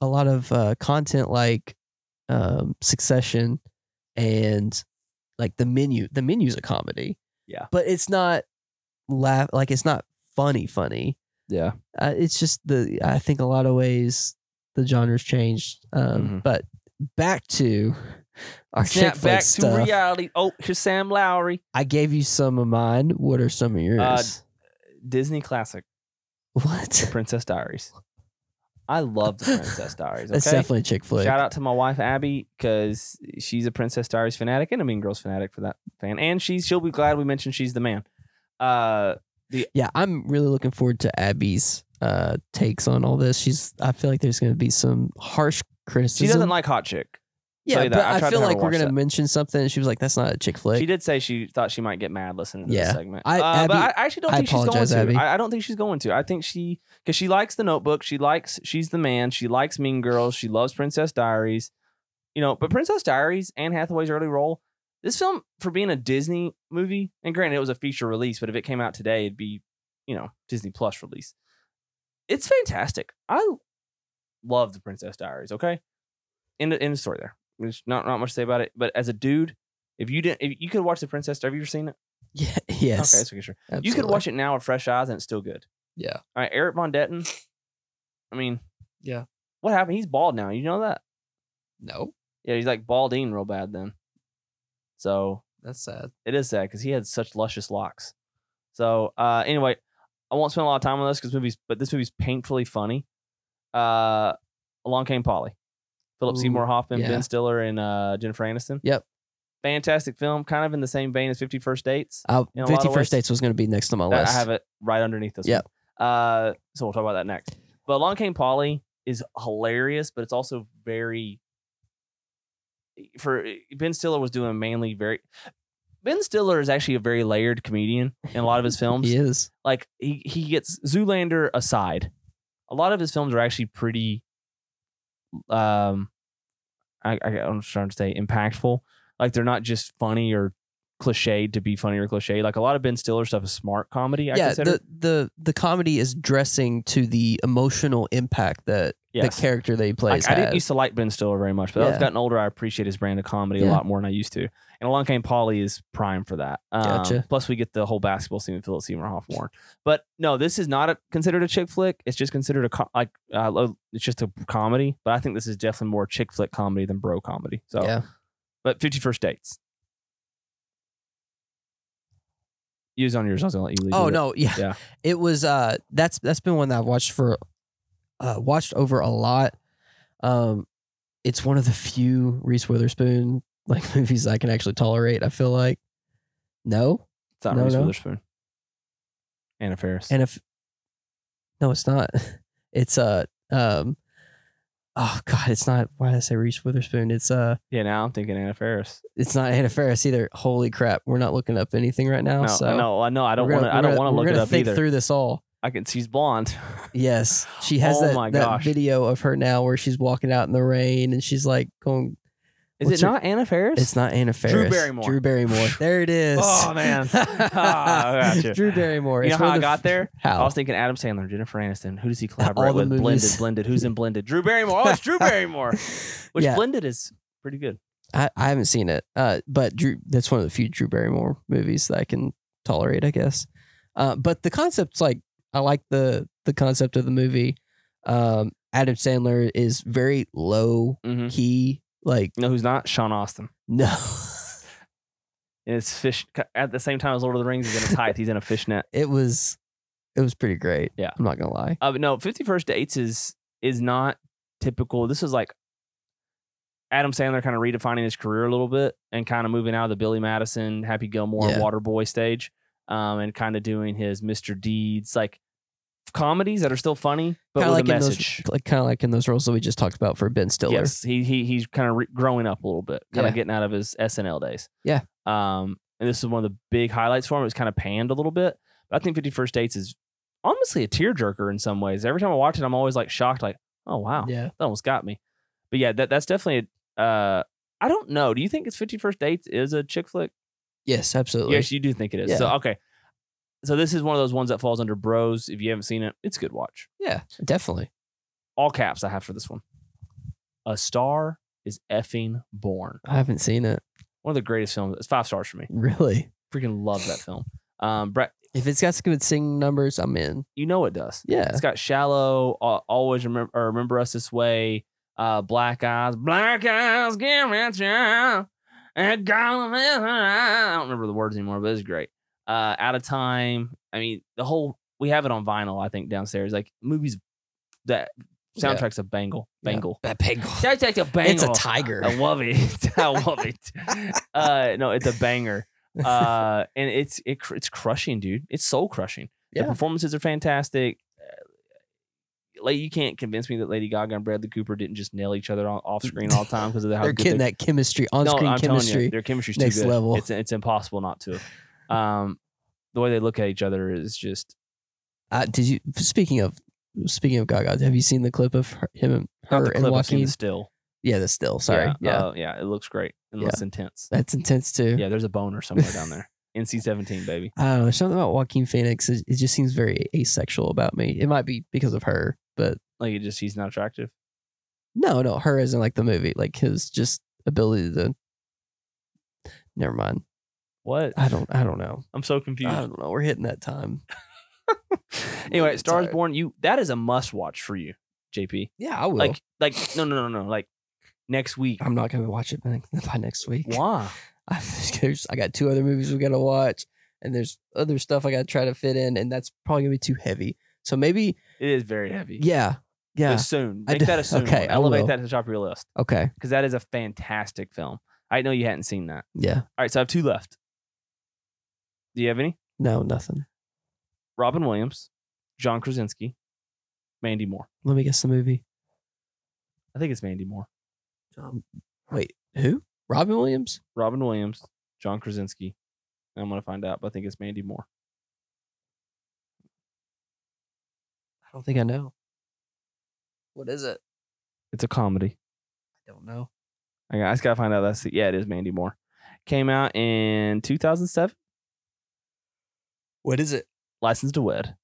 [SPEAKER 2] a lot of uh, content like um, Succession and like the menu. The menu's a comedy.
[SPEAKER 1] Yeah.
[SPEAKER 2] but it's not laugh like it's not funny funny.
[SPEAKER 1] (laughs) yeah,
[SPEAKER 2] uh, it's just the I think a lot of ways the genre's changed. Um,
[SPEAKER 1] Mhm.
[SPEAKER 2] But back to our
[SPEAKER 1] snap
[SPEAKER 2] Chick flick
[SPEAKER 1] back to
[SPEAKER 2] stuff.
[SPEAKER 1] reality. Oh, here's Sam Lowry,
[SPEAKER 2] I gave you some of mine. What are some of
[SPEAKER 1] Uh,
[SPEAKER 2] yours?
[SPEAKER 1] Disney classic, The
[SPEAKER 2] what?
[SPEAKER 1] Princess Diaries. I love The Princess Diaries.
[SPEAKER 2] (laughs) That's
[SPEAKER 1] okay?
[SPEAKER 2] definitely a chick flick.
[SPEAKER 1] Shout out to my wife Abby because she's a Princess Diaries fanatic and a Mean Girls fanatic for that fan, and she's she'll be glad we mentioned she's the man. Uh,
[SPEAKER 2] Yeah, I'm really looking forward to Abby's uh, takes on all this. She's. I feel like there's going to be some harsh
[SPEAKER 1] she
[SPEAKER 2] criticism.
[SPEAKER 1] doesn't like hot chick.
[SPEAKER 2] Yeah,
[SPEAKER 1] tell you
[SPEAKER 2] but
[SPEAKER 1] that. I tried
[SPEAKER 2] I
[SPEAKER 1] to
[SPEAKER 2] feel
[SPEAKER 1] have her
[SPEAKER 2] like we're
[SPEAKER 1] watch
[SPEAKER 2] going to
[SPEAKER 1] that.
[SPEAKER 2] mention something. And she was like, "That's not a chick flick."
[SPEAKER 1] She did say she thought she might get mad listening to
[SPEAKER 2] Yeah.
[SPEAKER 1] this segment.
[SPEAKER 2] I-
[SPEAKER 1] uh, but
[SPEAKER 2] Abby-
[SPEAKER 1] I I actually don't
[SPEAKER 2] I
[SPEAKER 1] think she's going
[SPEAKER 2] apologize, Abby.
[SPEAKER 1] to. I, I don't think she's going to. I think she because she likes the Notebook. She likes she's the man. She likes Mean Girls. She loves Princess Diaries. You know, but Princess Diaries, Anne Hathaway's early role. This film, for being a Disney movie, and granted it was a feature release, but if it came out today, it'd be you know Disney Plus release. It's fantastic. I love the Princess Diaries. Okay, end end of story there. There's not not much to say about it. But as a dude, if you didn't, if you could watch the Princess, Diaries- have you ever seen it?
[SPEAKER 2] (laughs) Yeah.
[SPEAKER 1] Okay,
[SPEAKER 2] Yes.
[SPEAKER 1] so sure.
[SPEAKER 2] Okay,
[SPEAKER 1] You could watch it now with fresh eyes and it's still good.
[SPEAKER 2] Yeah.
[SPEAKER 1] All right, Eric Von Detten. I mean,
[SPEAKER 2] Yeah.
[SPEAKER 1] What happened? He's bald now. You know that?
[SPEAKER 2] No,
[SPEAKER 1] Yeah, he's like balding real bad then. So
[SPEAKER 2] that's sad.
[SPEAKER 1] it is sad because he had such luscious locks. So uh, anyway, I won't spend a lot of time on this because movies, but this movie's painfully funny. Uh, Along Came Polly, Philip
[SPEAKER 2] Ooh,
[SPEAKER 1] Seymour Hoffman,
[SPEAKER 2] yeah.
[SPEAKER 1] Ben Stiller, and uh, Jennifer Aniston.
[SPEAKER 2] Yep.
[SPEAKER 1] fantastic film. Kind of in the same vein as Fifty First Dates.
[SPEAKER 2] Uh,
[SPEAKER 1] In a lot of
[SPEAKER 2] 51st
[SPEAKER 1] ways.
[SPEAKER 2] Dates was going to be next on my
[SPEAKER 1] That-
[SPEAKER 2] list.
[SPEAKER 1] I have it right underneath this.
[SPEAKER 2] Yep.
[SPEAKER 1] one. Uh, so we'll talk about that next. But Along Came Polly is hilarious, but it's also very. For Ben Stiller was doing mainly very. Ben Stiller is actually a very layered comedian in a lot
[SPEAKER 2] (laughs)
[SPEAKER 1] of his films.
[SPEAKER 2] He is.
[SPEAKER 1] Like he he gets Zoolander aside, a lot of his films are actually pretty. Um, I, I I'm just trying to say impactful. Like they're not just funny or cliched to be funny or cliche. Like a lot of Ben Stiller stuff is smart comedy. I
[SPEAKER 2] yeah,
[SPEAKER 1] consider.
[SPEAKER 2] the, the the comedy is dressing to the emotional impact that
[SPEAKER 1] Yes.
[SPEAKER 2] the character that he plays
[SPEAKER 1] Like, I didn't
[SPEAKER 2] has.
[SPEAKER 1] used to like Ben Stiller very much, but as
[SPEAKER 2] Yeah.
[SPEAKER 1] I've gotten older, I appreciate his brand of comedy a
[SPEAKER 2] Yeah.
[SPEAKER 1] lot more than I used to. And Along Came Polly is prime for that. Um,
[SPEAKER 2] Gotcha.
[SPEAKER 1] Plus, we get the whole basketball scene with Philip Seymour Hoffman. But no, this is not a, considered a chick flick. It's just considered a co- like uh, lo- it's just a comedy. But I think this is definitely more chick flick comedy than bro comedy. So,
[SPEAKER 2] yeah,
[SPEAKER 1] but Fifty First Dates. Use on yours. I was gonna let you leave.
[SPEAKER 2] Oh
[SPEAKER 1] with it.
[SPEAKER 2] no, yeah.
[SPEAKER 1] Yeah.
[SPEAKER 2] It was uh that's that's been one that I've watched for uh watched over a lot. Um it's one of the few Reese Witherspoon like (laughs) movies I can actually tolerate, I feel like. No?
[SPEAKER 1] it's not
[SPEAKER 2] no,
[SPEAKER 1] Reese
[SPEAKER 2] no.
[SPEAKER 1] Witherspoon. Anna Faris.
[SPEAKER 2] And if No, it's not. (laughs) It's uh um Oh god, it's not why did I say Reese Witherspoon? It's uh
[SPEAKER 1] yeah, now I'm thinking Anna Faris.
[SPEAKER 2] it's not Anna Faris either. Holy crap. We're not looking up anything right now.
[SPEAKER 1] No,
[SPEAKER 2] so
[SPEAKER 1] I know, I know. I don't
[SPEAKER 2] we're
[SPEAKER 1] want
[SPEAKER 2] gonna-
[SPEAKER 1] to.
[SPEAKER 2] we're
[SPEAKER 1] I don't
[SPEAKER 2] gonna-
[SPEAKER 1] want to
[SPEAKER 2] we're
[SPEAKER 1] look it
[SPEAKER 2] gonna
[SPEAKER 1] up
[SPEAKER 2] think
[SPEAKER 1] either.
[SPEAKER 2] through this all.
[SPEAKER 1] I can. She's blonde.
[SPEAKER 2] Yes, she has
[SPEAKER 1] Oh
[SPEAKER 2] that,
[SPEAKER 1] my
[SPEAKER 2] that
[SPEAKER 1] gosh.
[SPEAKER 2] video of her now where she's walking out in the rain and she's like going.
[SPEAKER 1] Is
[SPEAKER 2] What's
[SPEAKER 1] it
[SPEAKER 2] her-
[SPEAKER 1] not Anna Faris?
[SPEAKER 2] It's not Anna Faris.
[SPEAKER 1] Barrymore. (laughs)
[SPEAKER 2] Drew Barrymore. There it is.
[SPEAKER 1] Oh, man. Ah, I
[SPEAKER 2] (laughs)
[SPEAKER 1] gotcha.
[SPEAKER 2] Drew Barrymore.
[SPEAKER 1] You
[SPEAKER 2] It's
[SPEAKER 1] know how
[SPEAKER 2] one
[SPEAKER 1] I
[SPEAKER 2] of the
[SPEAKER 1] got
[SPEAKER 2] f-
[SPEAKER 1] there? I
[SPEAKER 2] How?
[SPEAKER 1] was thinking Adam Sandler, Jennifer Aniston. Who does he
[SPEAKER 2] All
[SPEAKER 1] collaborate
[SPEAKER 2] the
[SPEAKER 1] with?
[SPEAKER 2] movies.
[SPEAKER 1] Blended, blended. Who's in
[SPEAKER 2] (laughs)
[SPEAKER 1] Blended? Drew Barrymore. Oh, it's Drew Barrymore. Which
[SPEAKER 2] Yeah.
[SPEAKER 1] Blended is pretty good.
[SPEAKER 2] I, I haven't seen it, uh, but Drew. That's one of the few Drew Barrymore movies that I can tolerate, I guess. Uh, but the concept's like I like the the concept of the movie. Um, Adam Sandler is very low
[SPEAKER 1] Mm-hmm.
[SPEAKER 2] key. Like (laughs)
[SPEAKER 1] No, who's not? Sean Austin.
[SPEAKER 2] no,
[SPEAKER 1] And it's fish at the same time as Lord of the Rings. He's in a tithe. He's in a fishnet.
[SPEAKER 2] it was it was pretty great.
[SPEAKER 1] Yeah.
[SPEAKER 2] I'm not gonna lie.
[SPEAKER 1] Uh, but no, Fifty First Dates is is not typical. This is like Adam Sandler kind of redefining his career a little bit and kind of moving out of the Billy Madison, Happy Gilmore,
[SPEAKER 2] Yeah.
[SPEAKER 1] Waterboy stage, um, and kind of doing his Mr. Deeds. Like comedies that are still funny, but
[SPEAKER 2] Kinda
[SPEAKER 1] with
[SPEAKER 2] like
[SPEAKER 1] a
[SPEAKER 2] in those-
[SPEAKER 1] message.
[SPEAKER 2] like kind of like in those roles that we just talked about for Ben Stiller.
[SPEAKER 1] Yes, he he he's kind of re- growing up a little bit, kind of
[SPEAKER 2] Yeah.
[SPEAKER 1] getting out of his SNL days.
[SPEAKER 2] Yeah.
[SPEAKER 1] Um, and this is one of the big highlights for him. It was kind of panned a little bit, but I think Fifty First Dates is honestly a tearjerker in some ways. Every time I watch it, I'm always like shocked, like, oh wow,
[SPEAKER 2] Yeah.
[SPEAKER 1] that almost got me. But yeah, that that's definitely. A, uh, I don't know. Do you think it's Fifty First Dates is a chick flick?
[SPEAKER 2] Yes, absolutely.
[SPEAKER 1] Yes, you do think it is. So okay. So this is one of those ones that falls under Bros. If you haven't seen it, it's a good watch.
[SPEAKER 2] yeah, definitely.
[SPEAKER 1] All caps I have for this one. A star is effing born.
[SPEAKER 2] I haven't seen it (laughs)
[SPEAKER 1] one of the greatest films. It's five stars for me.
[SPEAKER 2] really.
[SPEAKER 1] Freaking love that film. Um, Brett,
[SPEAKER 2] If it's got some good singing numbers, I'm in.
[SPEAKER 1] you know it does.
[SPEAKER 2] Yeah.
[SPEAKER 1] it's got shallow. Uh, always remember, or remember us this way. Uh, black eyes, black eyes, give it you. And God, I don't remember the words anymore, but it's great. Uh, out of time. I mean, the whole we have it on vinyl. I think downstairs, like movies that
[SPEAKER 2] Yeah.
[SPEAKER 1] soundtracks of Bangle,
[SPEAKER 2] Yeah.
[SPEAKER 1] Bangle.
[SPEAKER 2] That (laughs)
[SPEAKER 1] (laughs)
[SPEAKER 2] bangle.
[SPEAKER 1] Soundtrack's of Bangle.
[SPEAKER 2] It's a tiger.
[SPEAKER 1] I love it. (laughs) I love it.
[SPEAKER 2] (laughs)
[SPEAKER 1] Uh, no, it's a banger. Uh, and it's it, cr- it's crushing, dude. It's soul crushing.
[SPEAKER 2] Yeah.
[SPEAKER 1] The performances are fantastic. Uh, Like you can't convince me that Lady Gaga and Bradley Cooper didn't just nail each other on, off screen all the time because of how
[SPEAKER 2] They're
[SPEAKER 1] good
[SPEAKER 2] getting
[SPEAKER 1] their-
[SPEAKER 2] that chemistry, on-screen
[SPEAKER 1] I'm telling you,
[SPEAKER 2] chemistry.
[SPEAKER 1] their chemistry's
[SPEAKER 2] next
[SPEAKER 1] too good.
[SPEAKER 2] level.
[SPEAKER 1] It's it's impossible not to. Um, the way they look at each other is just
[SPEAKER 2] Uh, did you? Speaking of speaking of Gaga, have you seen the clip of her, him, and-
[SPEAKER 1] not
[SPEAKER 2] her
[SPEAKER 1] the
[SPEAKER 2] and
[SPEAKER 1] clip, I've seen
[SPEAKER 2] Joaquin?
[SPEAKER 1] the still.
[SPEAKER 2] Yeah, the still. Sorry. Yeah,
[SPEAKER 1] yeah, uh, yeah, it looks great and
[SPEAKER 2] Yeah.
[SPEAKER 1] looks intense.
[SPEAKER 2] that's intense too.
[SPEAKER 1] Yeah, there's a boner somewhere
[SPEAKER 2] (laughs)
[SPEAKER 1] down there. NC-17, baby.
[SPEAKER 2] I don't know. there's Something about Joaquin Phoenix. It, it just seems very asexual about me. It might be because of her, but
[SPEAKER 1] Like it just he's not attractive.
[SPEAKER 2] no, no, her isn't like the movie. Like his just ability to. Never mind.
[SPEAKER 1] What?
[SPEAKER 2] I don't. I don't know.
[SPEAKER 1] I'm so confused.
[SPEAKER 2] I don't know. We're hitting that time. (laughs)
[SPEAKER 1] anyway, Stars
[SPEAKER 2] Sorry.
[SPEAKER 1] Born, you that is a must watch for you, JP.
[SPEAKER 2] Yeah, I will.
[SPEAKER 1] Like like no no no no like next week.
[SPEAKER 2] I'm not gonna watch it by next- by next week.
[SPEAKER 1] Why?
[SPEAKER 2] I, (laughs) there's, I got two other movies we gotta watch, and there's other stuff I gotta try to fit in, and that's probably gonna be too heavy. So maybe,
[SPEAKER 1] It is very heavy.
[SPEAKER 2] yeah,
[SPEAKER 1] So
[SPEAKER 2] yeah,
[SPEAKER 1] soon.
[SPEAKER 2] I
[SPEAKER 1] Make
[SPEAKER 2] d-
[SPEAKER 1] that a soon.
[SPEAKER 2] okay,
[SPEAKER 1] one.
[SPEAKER 2] I
[SPEAKER 1] Elevate
[SPEAKER 2] will.
[SPEAKER 1] that to the top of your list
[SPEAKER 2] okay,
[SPEAKER 1] because that is a fantastic film. I know you hadn't seen that.
[SPEAKER 2] yeah,
[SPEAKER 1] All right, so I have two left. Do you have any?
[SPEAKER 2] no, nothing.
[SPEAKER 1] Robin Williams, John Krasinski, Mandy Moore.
[SPEAKER 2] Let me guess the movie.
[SPEAKER 1] I think it's Mandy Moore.
[SPEAKER 2] Um, wait, who? Robin Williams?
[SPEAKER 1] Robin Williams, John Krasinski. I'm gonna find out, but I think it's Mandy Moore.
[SPEAKER 2] I don't think I know. What is it?
[SPEAKER 1] It's a comedy.
[SPEAKER 2] I don't know.
[SPEAKER 1] I, got, I just gotta find out that's the, yeah, it is Mandy Moore. Came out in 2007.
[SPEAKER 2] What is it?
[SPEAKER 1] Licensed to Wed.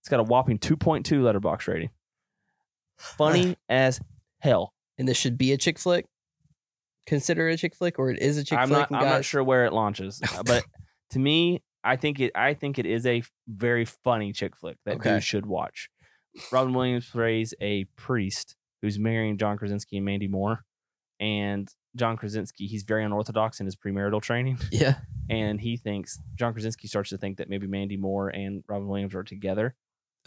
[SPEAKER 1] It's got a whopping 2.2 letterbox rating. Funny as hell.
[SPEAKER 2] And this should be a chick flick. Consider it a chick flick, or it is a chick
[SPEAKER 1] I'm
[SPEAKER 2] flick.
[SPEAKER 1] not.
[SPEAKER 2] and
[SPEAKER 1] I'm not
[SPEAKER 2] guys-
[SPEAKER 1] sure where it launches, uh,
[SPEAKER 2] (laughs)
[SPEAKER 1] but to me, I think it. I think it is a very funny chick flick that
[SPEAKER 2] Okay.
[SPEAKER 1] you should watch. Robin Williams plays a priest who's marrying John Krasinski and Mandy Moore, and John Krasinski he's very unorthodox in his premarital training.
[SPEAKER 2] Yeah,
[SPEAKER 1] and he thinks John Krasinski starts to think that maybe Mandy Moore and Robin Williams are together.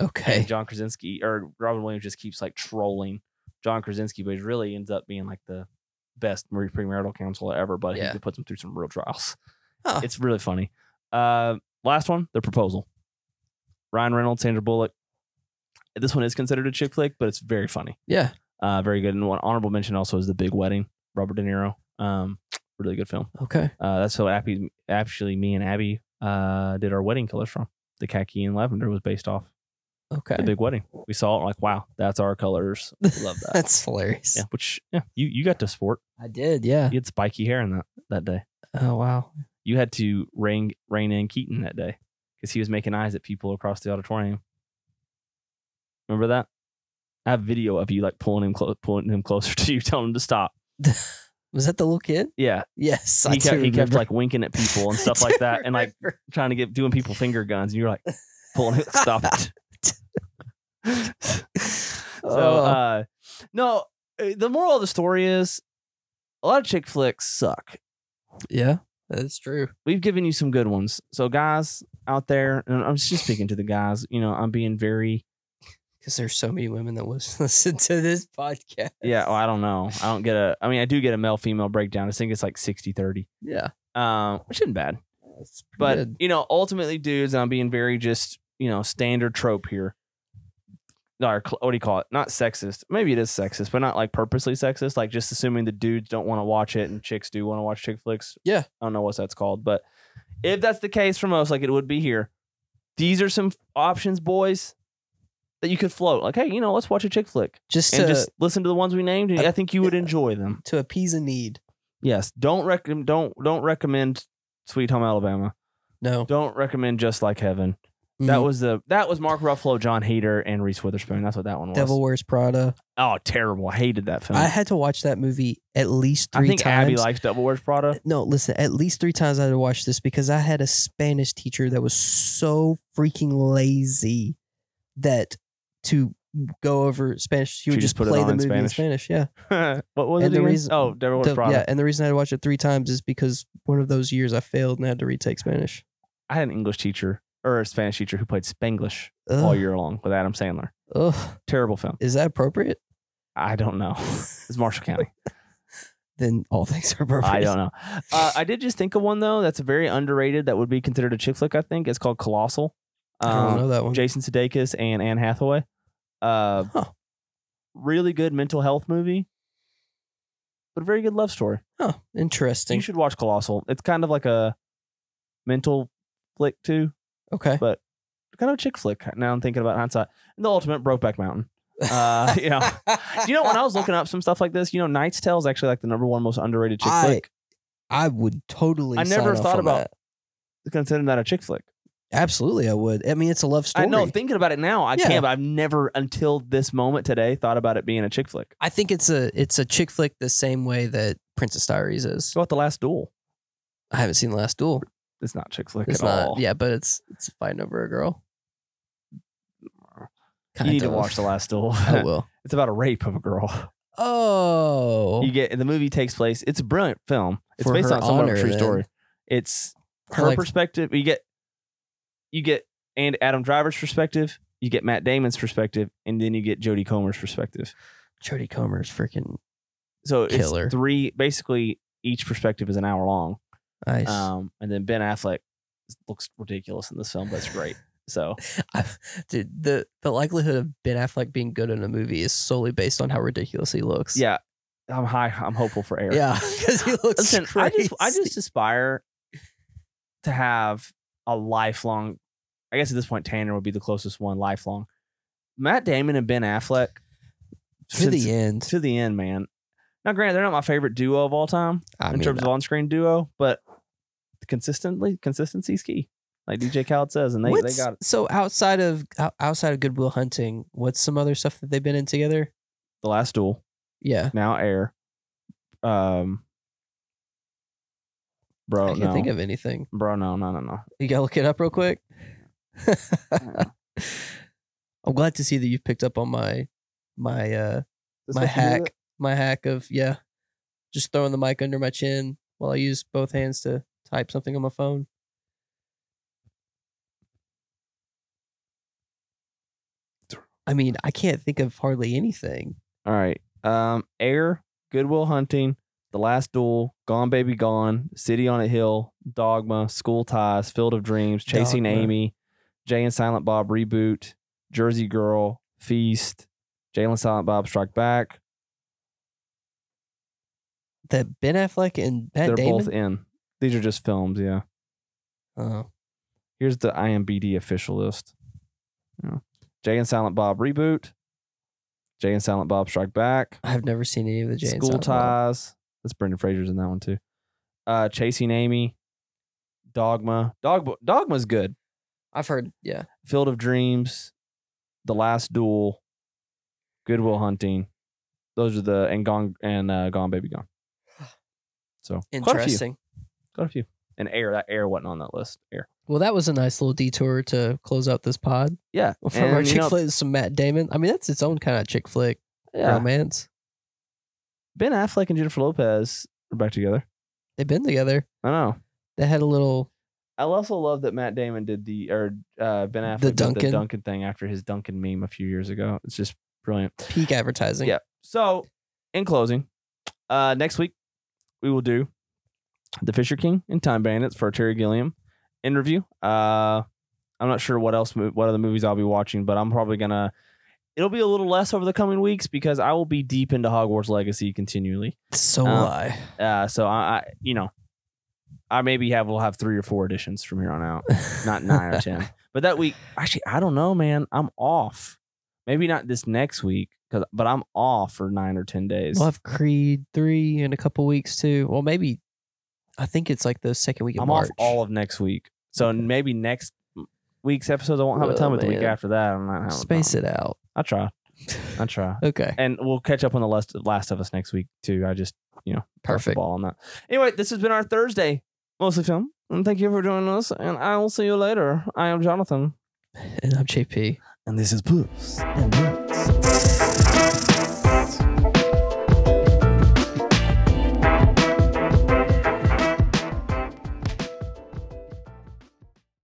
[SPEAKER 2] okay,
[SPEAKER 1] And John Krasinski or Robin Williams just keeps like trolling John Krasinski, but he really ends up being like the best mar- premarital counselor ever. But
[SPEAKER 2] Yeah.
[SPEAKER 1] he puts him through some real trials.
[SPEAKER 2] Huh.
[SPEAKER 1] It's really funny. Uh, last one, The Proposal. Ryan Reynolds, Sandra Bullock. This one is considered a chick flick, but it's very funny.
[SPEAKER 2] yeah.
[SPEAKER 1] Uh, very good. And one honorable mention also is The Big Wedding, Robert De Niro. Um, really good film.
[SPEAKER 2] Okay,
[SPEAKER 1] Uh, that's how Abby, actually me and Abby uh, did our wedding colors from. The khaki and lavender was based off
[SPEAKER 2] okay.
[SPEAKER 1] the big wedding. We saw it like, wow, that's our colors. Love
[SPEAKER 2] (laughs)
[SPEAKER 1] that.
[SPEAKER 2] That's hilarious.
[SPEAKER 1] yeah, which yeah, you you got to sport.
[SPEAKER 2] I did. Yeah.
[SPEAKER 1] You had spiky hair in that that day.
[SPEAKER 2] Oh wow.
[SPEAKER 1] You had to rein rein in Keaton that day because he was making eyes at people across the auditorium. Remember that? I have video of you like pulling him clo- pulling him closer (laughs) to you, telling him to stop.
[SPEAKER 2] Was that the little kid?
[SPEAKER 1] Yeah,
[SPEAKER 2] Yes, I
[SPEAKER 1] he
[SPEAKER 2] do
[SPEAKER 1] kept he kept
[SPEAKER 2] remember.
[SPEAKER 1] like winking at people and
[SPEAKER 2] (laughs) I
[SPEAKER 1] stuff
[SPEAKER 2] do
[SPEAKER 1] like that, and like
[SPEAKER 2] remember.
[SPEAKER 1] trying to get doing people finger guns, and you're like pulling it. Stop it. (laughs) so,
[SPEAKER 2] Oh,
[SPEAKER 1] uh, no, uh, the moral of the story is a lot of chick flicks suck.
[SPEAKER 2] yeah, that's true.
[SPEAKER 1] We've given you some good ones, so guys out there, and I'm just speaking to the guys. You know, I'm being very
[SPEAKER 2] Because there's so many women that was (laughs) listen to this podcast.
[SPEAKER 1] yeah. Oh, I don't know. I don't get a. I mean, I do get a male female breakdown. I think it's like 60 30,
[SPEAKER 2] yeah,
[SPEAKER 1] um, which isn't bad.
[SPEAKER 2] that's pretty
[SPEAKER 1] But
[SPEAKER 2] good.
[SPEAKER 1] you know, ultimately, dudes, and I'm being very just you know standard trope here. or cl- what do you call it? Not sexist. Maybe it is sexist, but not like purposely sexist. Like just assuming the dudes don't want to watch it and chicks do want to watch chick flicks.
[SPEAKER 2] Yeah.
[SPEAKER 1] I don't know what that's called, but if that's the case for most, like it would be here. These are some options, boys, that you could float. Like, hey, you know, let's watch a chick flick
[SPEAKER 2] Just
[SPEAKER 1] and
[SPEAKER 2] to
[SPEAKER 1] just listen to the ones we named. And I think you would
[SPEAKER 2] Yeah.
[SPEAKER 1] enjoy them.
[SPEAKER 2] to appease a need.
[SPEAKER 1] Yes. Don't recommend. Don't don't recommend Sweet Home Alabama.
[SPEAKER 2] No,
[SPEAKER 1] Don't recommend Just Like Heaven. That
[SPEAKER 2] Mm.
[SPEAKER 1] was the that was Mark Ruffalo, John Hader, and Reese Witherspoon. That's what that one was.
[SPEAKER 2] Devil Wears Prada.
[SPEAKER 1] Oh, terrible! I hated that film.
[SPEAKER 2] I
[SPEAKER 1] I,
[SPEAKER 2] had to watch that movie at least three
[SPEAKER 1] think
[SPEAKER 2] times.
[SPEAKER 1] Abby likes Devil Wears Prada. (laughs)
[SPEAKER 2] no, listen, at least three times I had to watch this because I had a Spanish teacher that was so freaking lazy that to go over Spanish, she would
[SPEAKER 1] She just
[SPEAKER 2] just,
[SPEAKER 1] put it
[SPEAKER 2] play
[SPEAKER 1] on
[SPEAKER 2] the
[SPEAKER 1] in
[SPEAKER 2] movie in
[SPEAKER 1] Spanish.
[SPEAKER 2] Spanish. Yeah.
[SPEAKER 1] what was
[SPEAKER 2] And
[SPEAKER 1] it?
[SPEAKER 2] the
[SPEAKER 1] again?
[SPEAKER 2] reason-
[SPEAKER 1] oh, Devil Wears
[SPEAKER 2] The-
[SPEAKER 1] Prada.
[SPEAKER 2] yeah. And the reason I had to watch it three times is because one of those years I failed and I had to retake Spanish.
[SPEAKER 1] I had an English teacher or a Spanish teacher who played Spanglish
[SPEAKER 2] Ugh,
[SPEAKER 1] all year long with Adam Sandler.
[SPEAKER 2] ugh.
[SPEAKER 1] Terrible film.
[SPEAKER 2] Is that appropriate?
[SPEAKER 1] I don't know. (laughs) It's Marshall
[SPEAKER 2] (laughs)
[SPEAKER 1] County.
[SPEAKER 2] Then all (laughs) things are appropriate.
[SPEAKER 1] I don't know. Uh, I did just think of one though that's very underrated that would be considered a chick flick. I think it's called Colossal.
[SPEAKER 2] I don't
[SPEAKER 1] Um,
[SPEAKER 2] know that one.
[SPEAKER 1] Jason Sudeikis and Anne Hathaway. Uh,
[SPEAKER 2] Huh.
[SPEAKER 1] really good mental health movie, but a very good love story.
[SPEAKER 2] Huh,
[SPEAKER 1] You
[SPEAKER 2] interesting.
[SPEAKER 1] should watch Colossal. It's kind of like a mental flick too,
[SPEAKER 2] Okay.
[SPEAKER 1] kind of a chick flick. Now I'm thinking about hindsight. And the ultimate Brokeback Mountain.
[SPEAKER 2] (laughs)
[SPEAKER 1] Uh, you know, you know when I was looking up some stuff like this, you know, Knight's Tale is actually like the number one most underrated chick
[SPEAKER 2] I-
[SPEAKER 1] flick.
[SPEAKER 2] (laughs) I would totally.
[SPEAKER 1] I never
[SPEAKER 2] sign off
[SPEAKER 1] thought
[SPEAKER 2] on
[SPEAKER 1] about
[SPEAKER 2] that.
[SPEAKER 1] Considering that a chick flick,
[SPEAKER 2] Absolutely, I would. I mean, it's a love story.
[SPEAKER 1] I know. Thinking about it now, I
[SPEAKER 2] Yeah.
[SPEAKER 1] can't. But I've never until this moment today thought about it being a chick flick.
[SPEAKER 2] I think it's a it's a chick flick the same way that Princess Diaries is.
[SPEAKER 1] What about the Last Duel?
[SPEAKER 2] I haven't seen Last Duel.
[SPEAKER 1] It's not chick flick
[SPEAKER 2] It's
[SPEAKER 1] at
[SPEAKER 2] not.
[SPEAKER 1] all.
[SPEAKER 2] Yeah, but it's it's fighting over a girl.
[SPEAKER 1] you
[SPEAKER 2] Kind
[SPEAKER 1] need to
[SPEAKER 2] of. (laughs)
[SPEAKER 1] watch The Last Duel.
[SPEAKER 2] I will.
[SPEAKER 1] (laughs) it's about a rape of a girl.
[SPEAKER 2] Oh,
[SPEAKER 1] You get the movie takes place. It's a brilliant film. It's
[SPEAKER 2] For
[SPEAKER 1] based
[SPEAKER 2] her
[SPEAKER 1] on somewhat of
[SPEAKER 2] honor,
[SPEAKER 1] a true
[SPEAKER 2] then.
[SPEAKER 1] story. It's
[SPEAKER 2] I
[SPEAKER 1] her
[SPEAKER 2] like-
[SPEAKER 1] perspective. You get you get and Adam Driver's perspective. You get Matt Damon's perspective, and then you get Jodie Comer's perspective.
[SPEAKER 2] Jodie Comer's freaking
[SPEAKER 1] So it's
[SPEAKER 2] Killer.
[SPEAKER 1] three. Basically, each perspective is an hour long.
[SPEAKER 2] ice.
[SPEAKER 1] Um, and then Ben Affleck looks ridiculous in this film, but it's great.
[SPEAKER 2] (laughs)
[SPEAKER 1] So
[SPEAKER 2] (laughs) I, dude, the the likelihood of Ben Affleck being good in a movie is solely based on how ridiculous he looks.
[SPEAKER 1] yeah, I'm high. I'm hopeful for Eric.
[SPEAKER 2] (laughs) yeah, because he looks.
[SPEAKER 1] Listen, I just I
[SPEAKER 2] crazy.
[SPEAKER 1] just aspire to have a lifelong. I guess at this point, Tanner would be the closest one. Lifelong, Matt Damon and Ben Affleck
[SPEAKER 2] to
[SPEAKER 1] since-
[SPEAKER 2] the end.
[SPEAKER 1] to the end, man. Now, granted, they're not my favorite duo of all time
[SPEAKER 2] I
[SPEAKER 1] in
[SPEAKER 2] mean,
[SPEAKER 1] terms of on-screen duo, but consistently, consistency's key. Like DJ Khaled says, and they, they
[SPEAKER 2] What's-
[SPEAKER 1] got it.
[SPEAKER 2] So outside of ou- outside of Goodwill Hunting, what's some other stuff that they've been in together?
[SPEAKER 1] the last duel.
[SPEAKER 2] Yeah,
[SPEAKER 1] Now air, um, bro,
[SPEAKER 2] I can't
[SPEAKER 1] no,
[SPEAKER 2] think of anything.
[SPEAKER 1] bro, no, no, no, no.
[SPEAKER 2] You gotta look it up real quick. (laughs) I'm glad to see that you've picked up on my my uh
[SPEAKER 1] This what you do
[SPEAKER 2] my
[SPEAKER 1] with
[SPEAKER 2] hack my hack of yeah, just throwing the mic under my chin while I use both hands to type something on my phone. I mean, I can't think of hardly anything.
[SPEAKER 1] All right. Um, Air, Goodwill Hunting, The Last Duel, Gone Baby Gone, City on a Hill, Dogma, School Ties, Field of Dreams, Chasing
[SPEAKER 2] Dogma.
[SPEAKER 1] Amy, Jay and Silent Bob Reboot, Jersey Girl, Feast, Jalen Silent Bob Strike Back.
[SPEAKER 2] That Ben Affleck and Matt
[SPEAKER 1] They're
[SPEAKER 2] Damon.
[SPEAKER 1] both in. These are just films, yeah.
[SPEAKER 2] Oh,
[SPEAKER 1] Here's the IMBD official list. Yeah. Jay and Silent Bob Reboot, Jay and Silent Bob Strike Back,
[SPEAKER 2] I've never seen any of the Jay and
[SPEAKER 1] School
[SPEAKER 2] Silent Bob.
[SPEAKER 1] Ties. That's Brendan Fraser's in that one too. Uh, Chasing Amy, Dogma. Dogma. Dogma's good.
[SPEAKER 2] I've heard, yeah.
[SPEAKER 1] Field of Dreams, The Last Duel, Goodwill Hunting. Those are the and Gone and uh, Gone Baby Gone. So quite a few.
[SPEAKER 2] Interesting.
[SPEAKER 1] Quite a few. And Air. That Air wasn't on that list. Air.
[SPEAKER 2] Well, that was a nice little detour to close out this pod
[SPEAKER 1] Yeah.
[SPEAKER 2] (laughs) from
[SPEAKER 1] and,
[SPEAKER 2] our
[SPEAKER 1] you
[SPEAKER 2] chick
[SPEAKER 1] know,
[SPEAKER 2] flick with some Matt Damon. I mean, that's its own kind of chick flick
[SPEAKER 1] yeah.
[SPEAKER 2] romance.
[SPEAKER 1] Ben Affleck and Jennifer Lopez are back together.
[SPEAKER 2] They've been together.
[SPEAKER 1] I know.
[SPEAKER 2] They had a little.
[SPEAKER 1] I also love that Matt Damon did the or uh, Ben Affleck
[SPEAKER 2] The
[SPEAKER 1] did the
[SPEAKER 2] Duncan.
[SPEAKER 1] Duncan thing after his Duncan meme a few years ago. It's just brilliant.
[SPEAKER 2] peak advertising.
[SPEAKER 1] Yeah. So, in closing, uh, next week we will do the Fisher King and Time Bandits for Terry Gilliam in review. Uh, I'm not sure what else, mo- what other movies I'll be watching, but I'm probably gonna It'll be a little less over the coming weeks because I will be deep into Hogwarts Legacy continually.
[SPEAKER 2] So will
[SPEAKER 1] Um,
[SPEAKER 2] I.
[SPEAKER 1] Uh, so I, I you know, I maybe have will have three or four editions from here on out, (laughs) not nine or
[SPEAKER 2] (laughs)
[SPEAKER 1] ten. But that week, actually, I don't know, man. I'm off. Maybe not this next week, 'cause- but I'm off for nine or ten days.
[SPEAKER 2] We'll have Creed three in a couple weeks too. Well, maybe I think it's like the second week of
[SPEAKER 1] I'm
[SPEAKER 2] March.
[SPEAKER 1] off all of next week. So
[SPEAKER 2] Okay.
[SPEAKER 1] maybe next week's episodes I won't have a
[SPEAKER 2] Oh,
[SPEAKER 1] ton, but the week
[SPEAKER 2] man.
[SPEAKER 1] after that I'm not having a
[SPEAKER 2] Space
[SPEAKER 1] ton.
[SPEAKER 2] it out.
[SPEAKER 1] I try. I
[SPEAKER 2] (laughs)
[SPEAKER 1] try.
[SPEAKER 2] Okay,
[SPEAKER 1] And we'll catch up on the last Last of Us next week too. I just dropped the
[SPEAKER 2] perfect.
[SPEAKER 1] ball on that. Anyway, this has been our Thursday mostly film. And thank you for joining us. And I will see you later. I am Jonathan,
[SPEAKER 2] And I'm JP.
[SPEAKER 1] and this is Puss.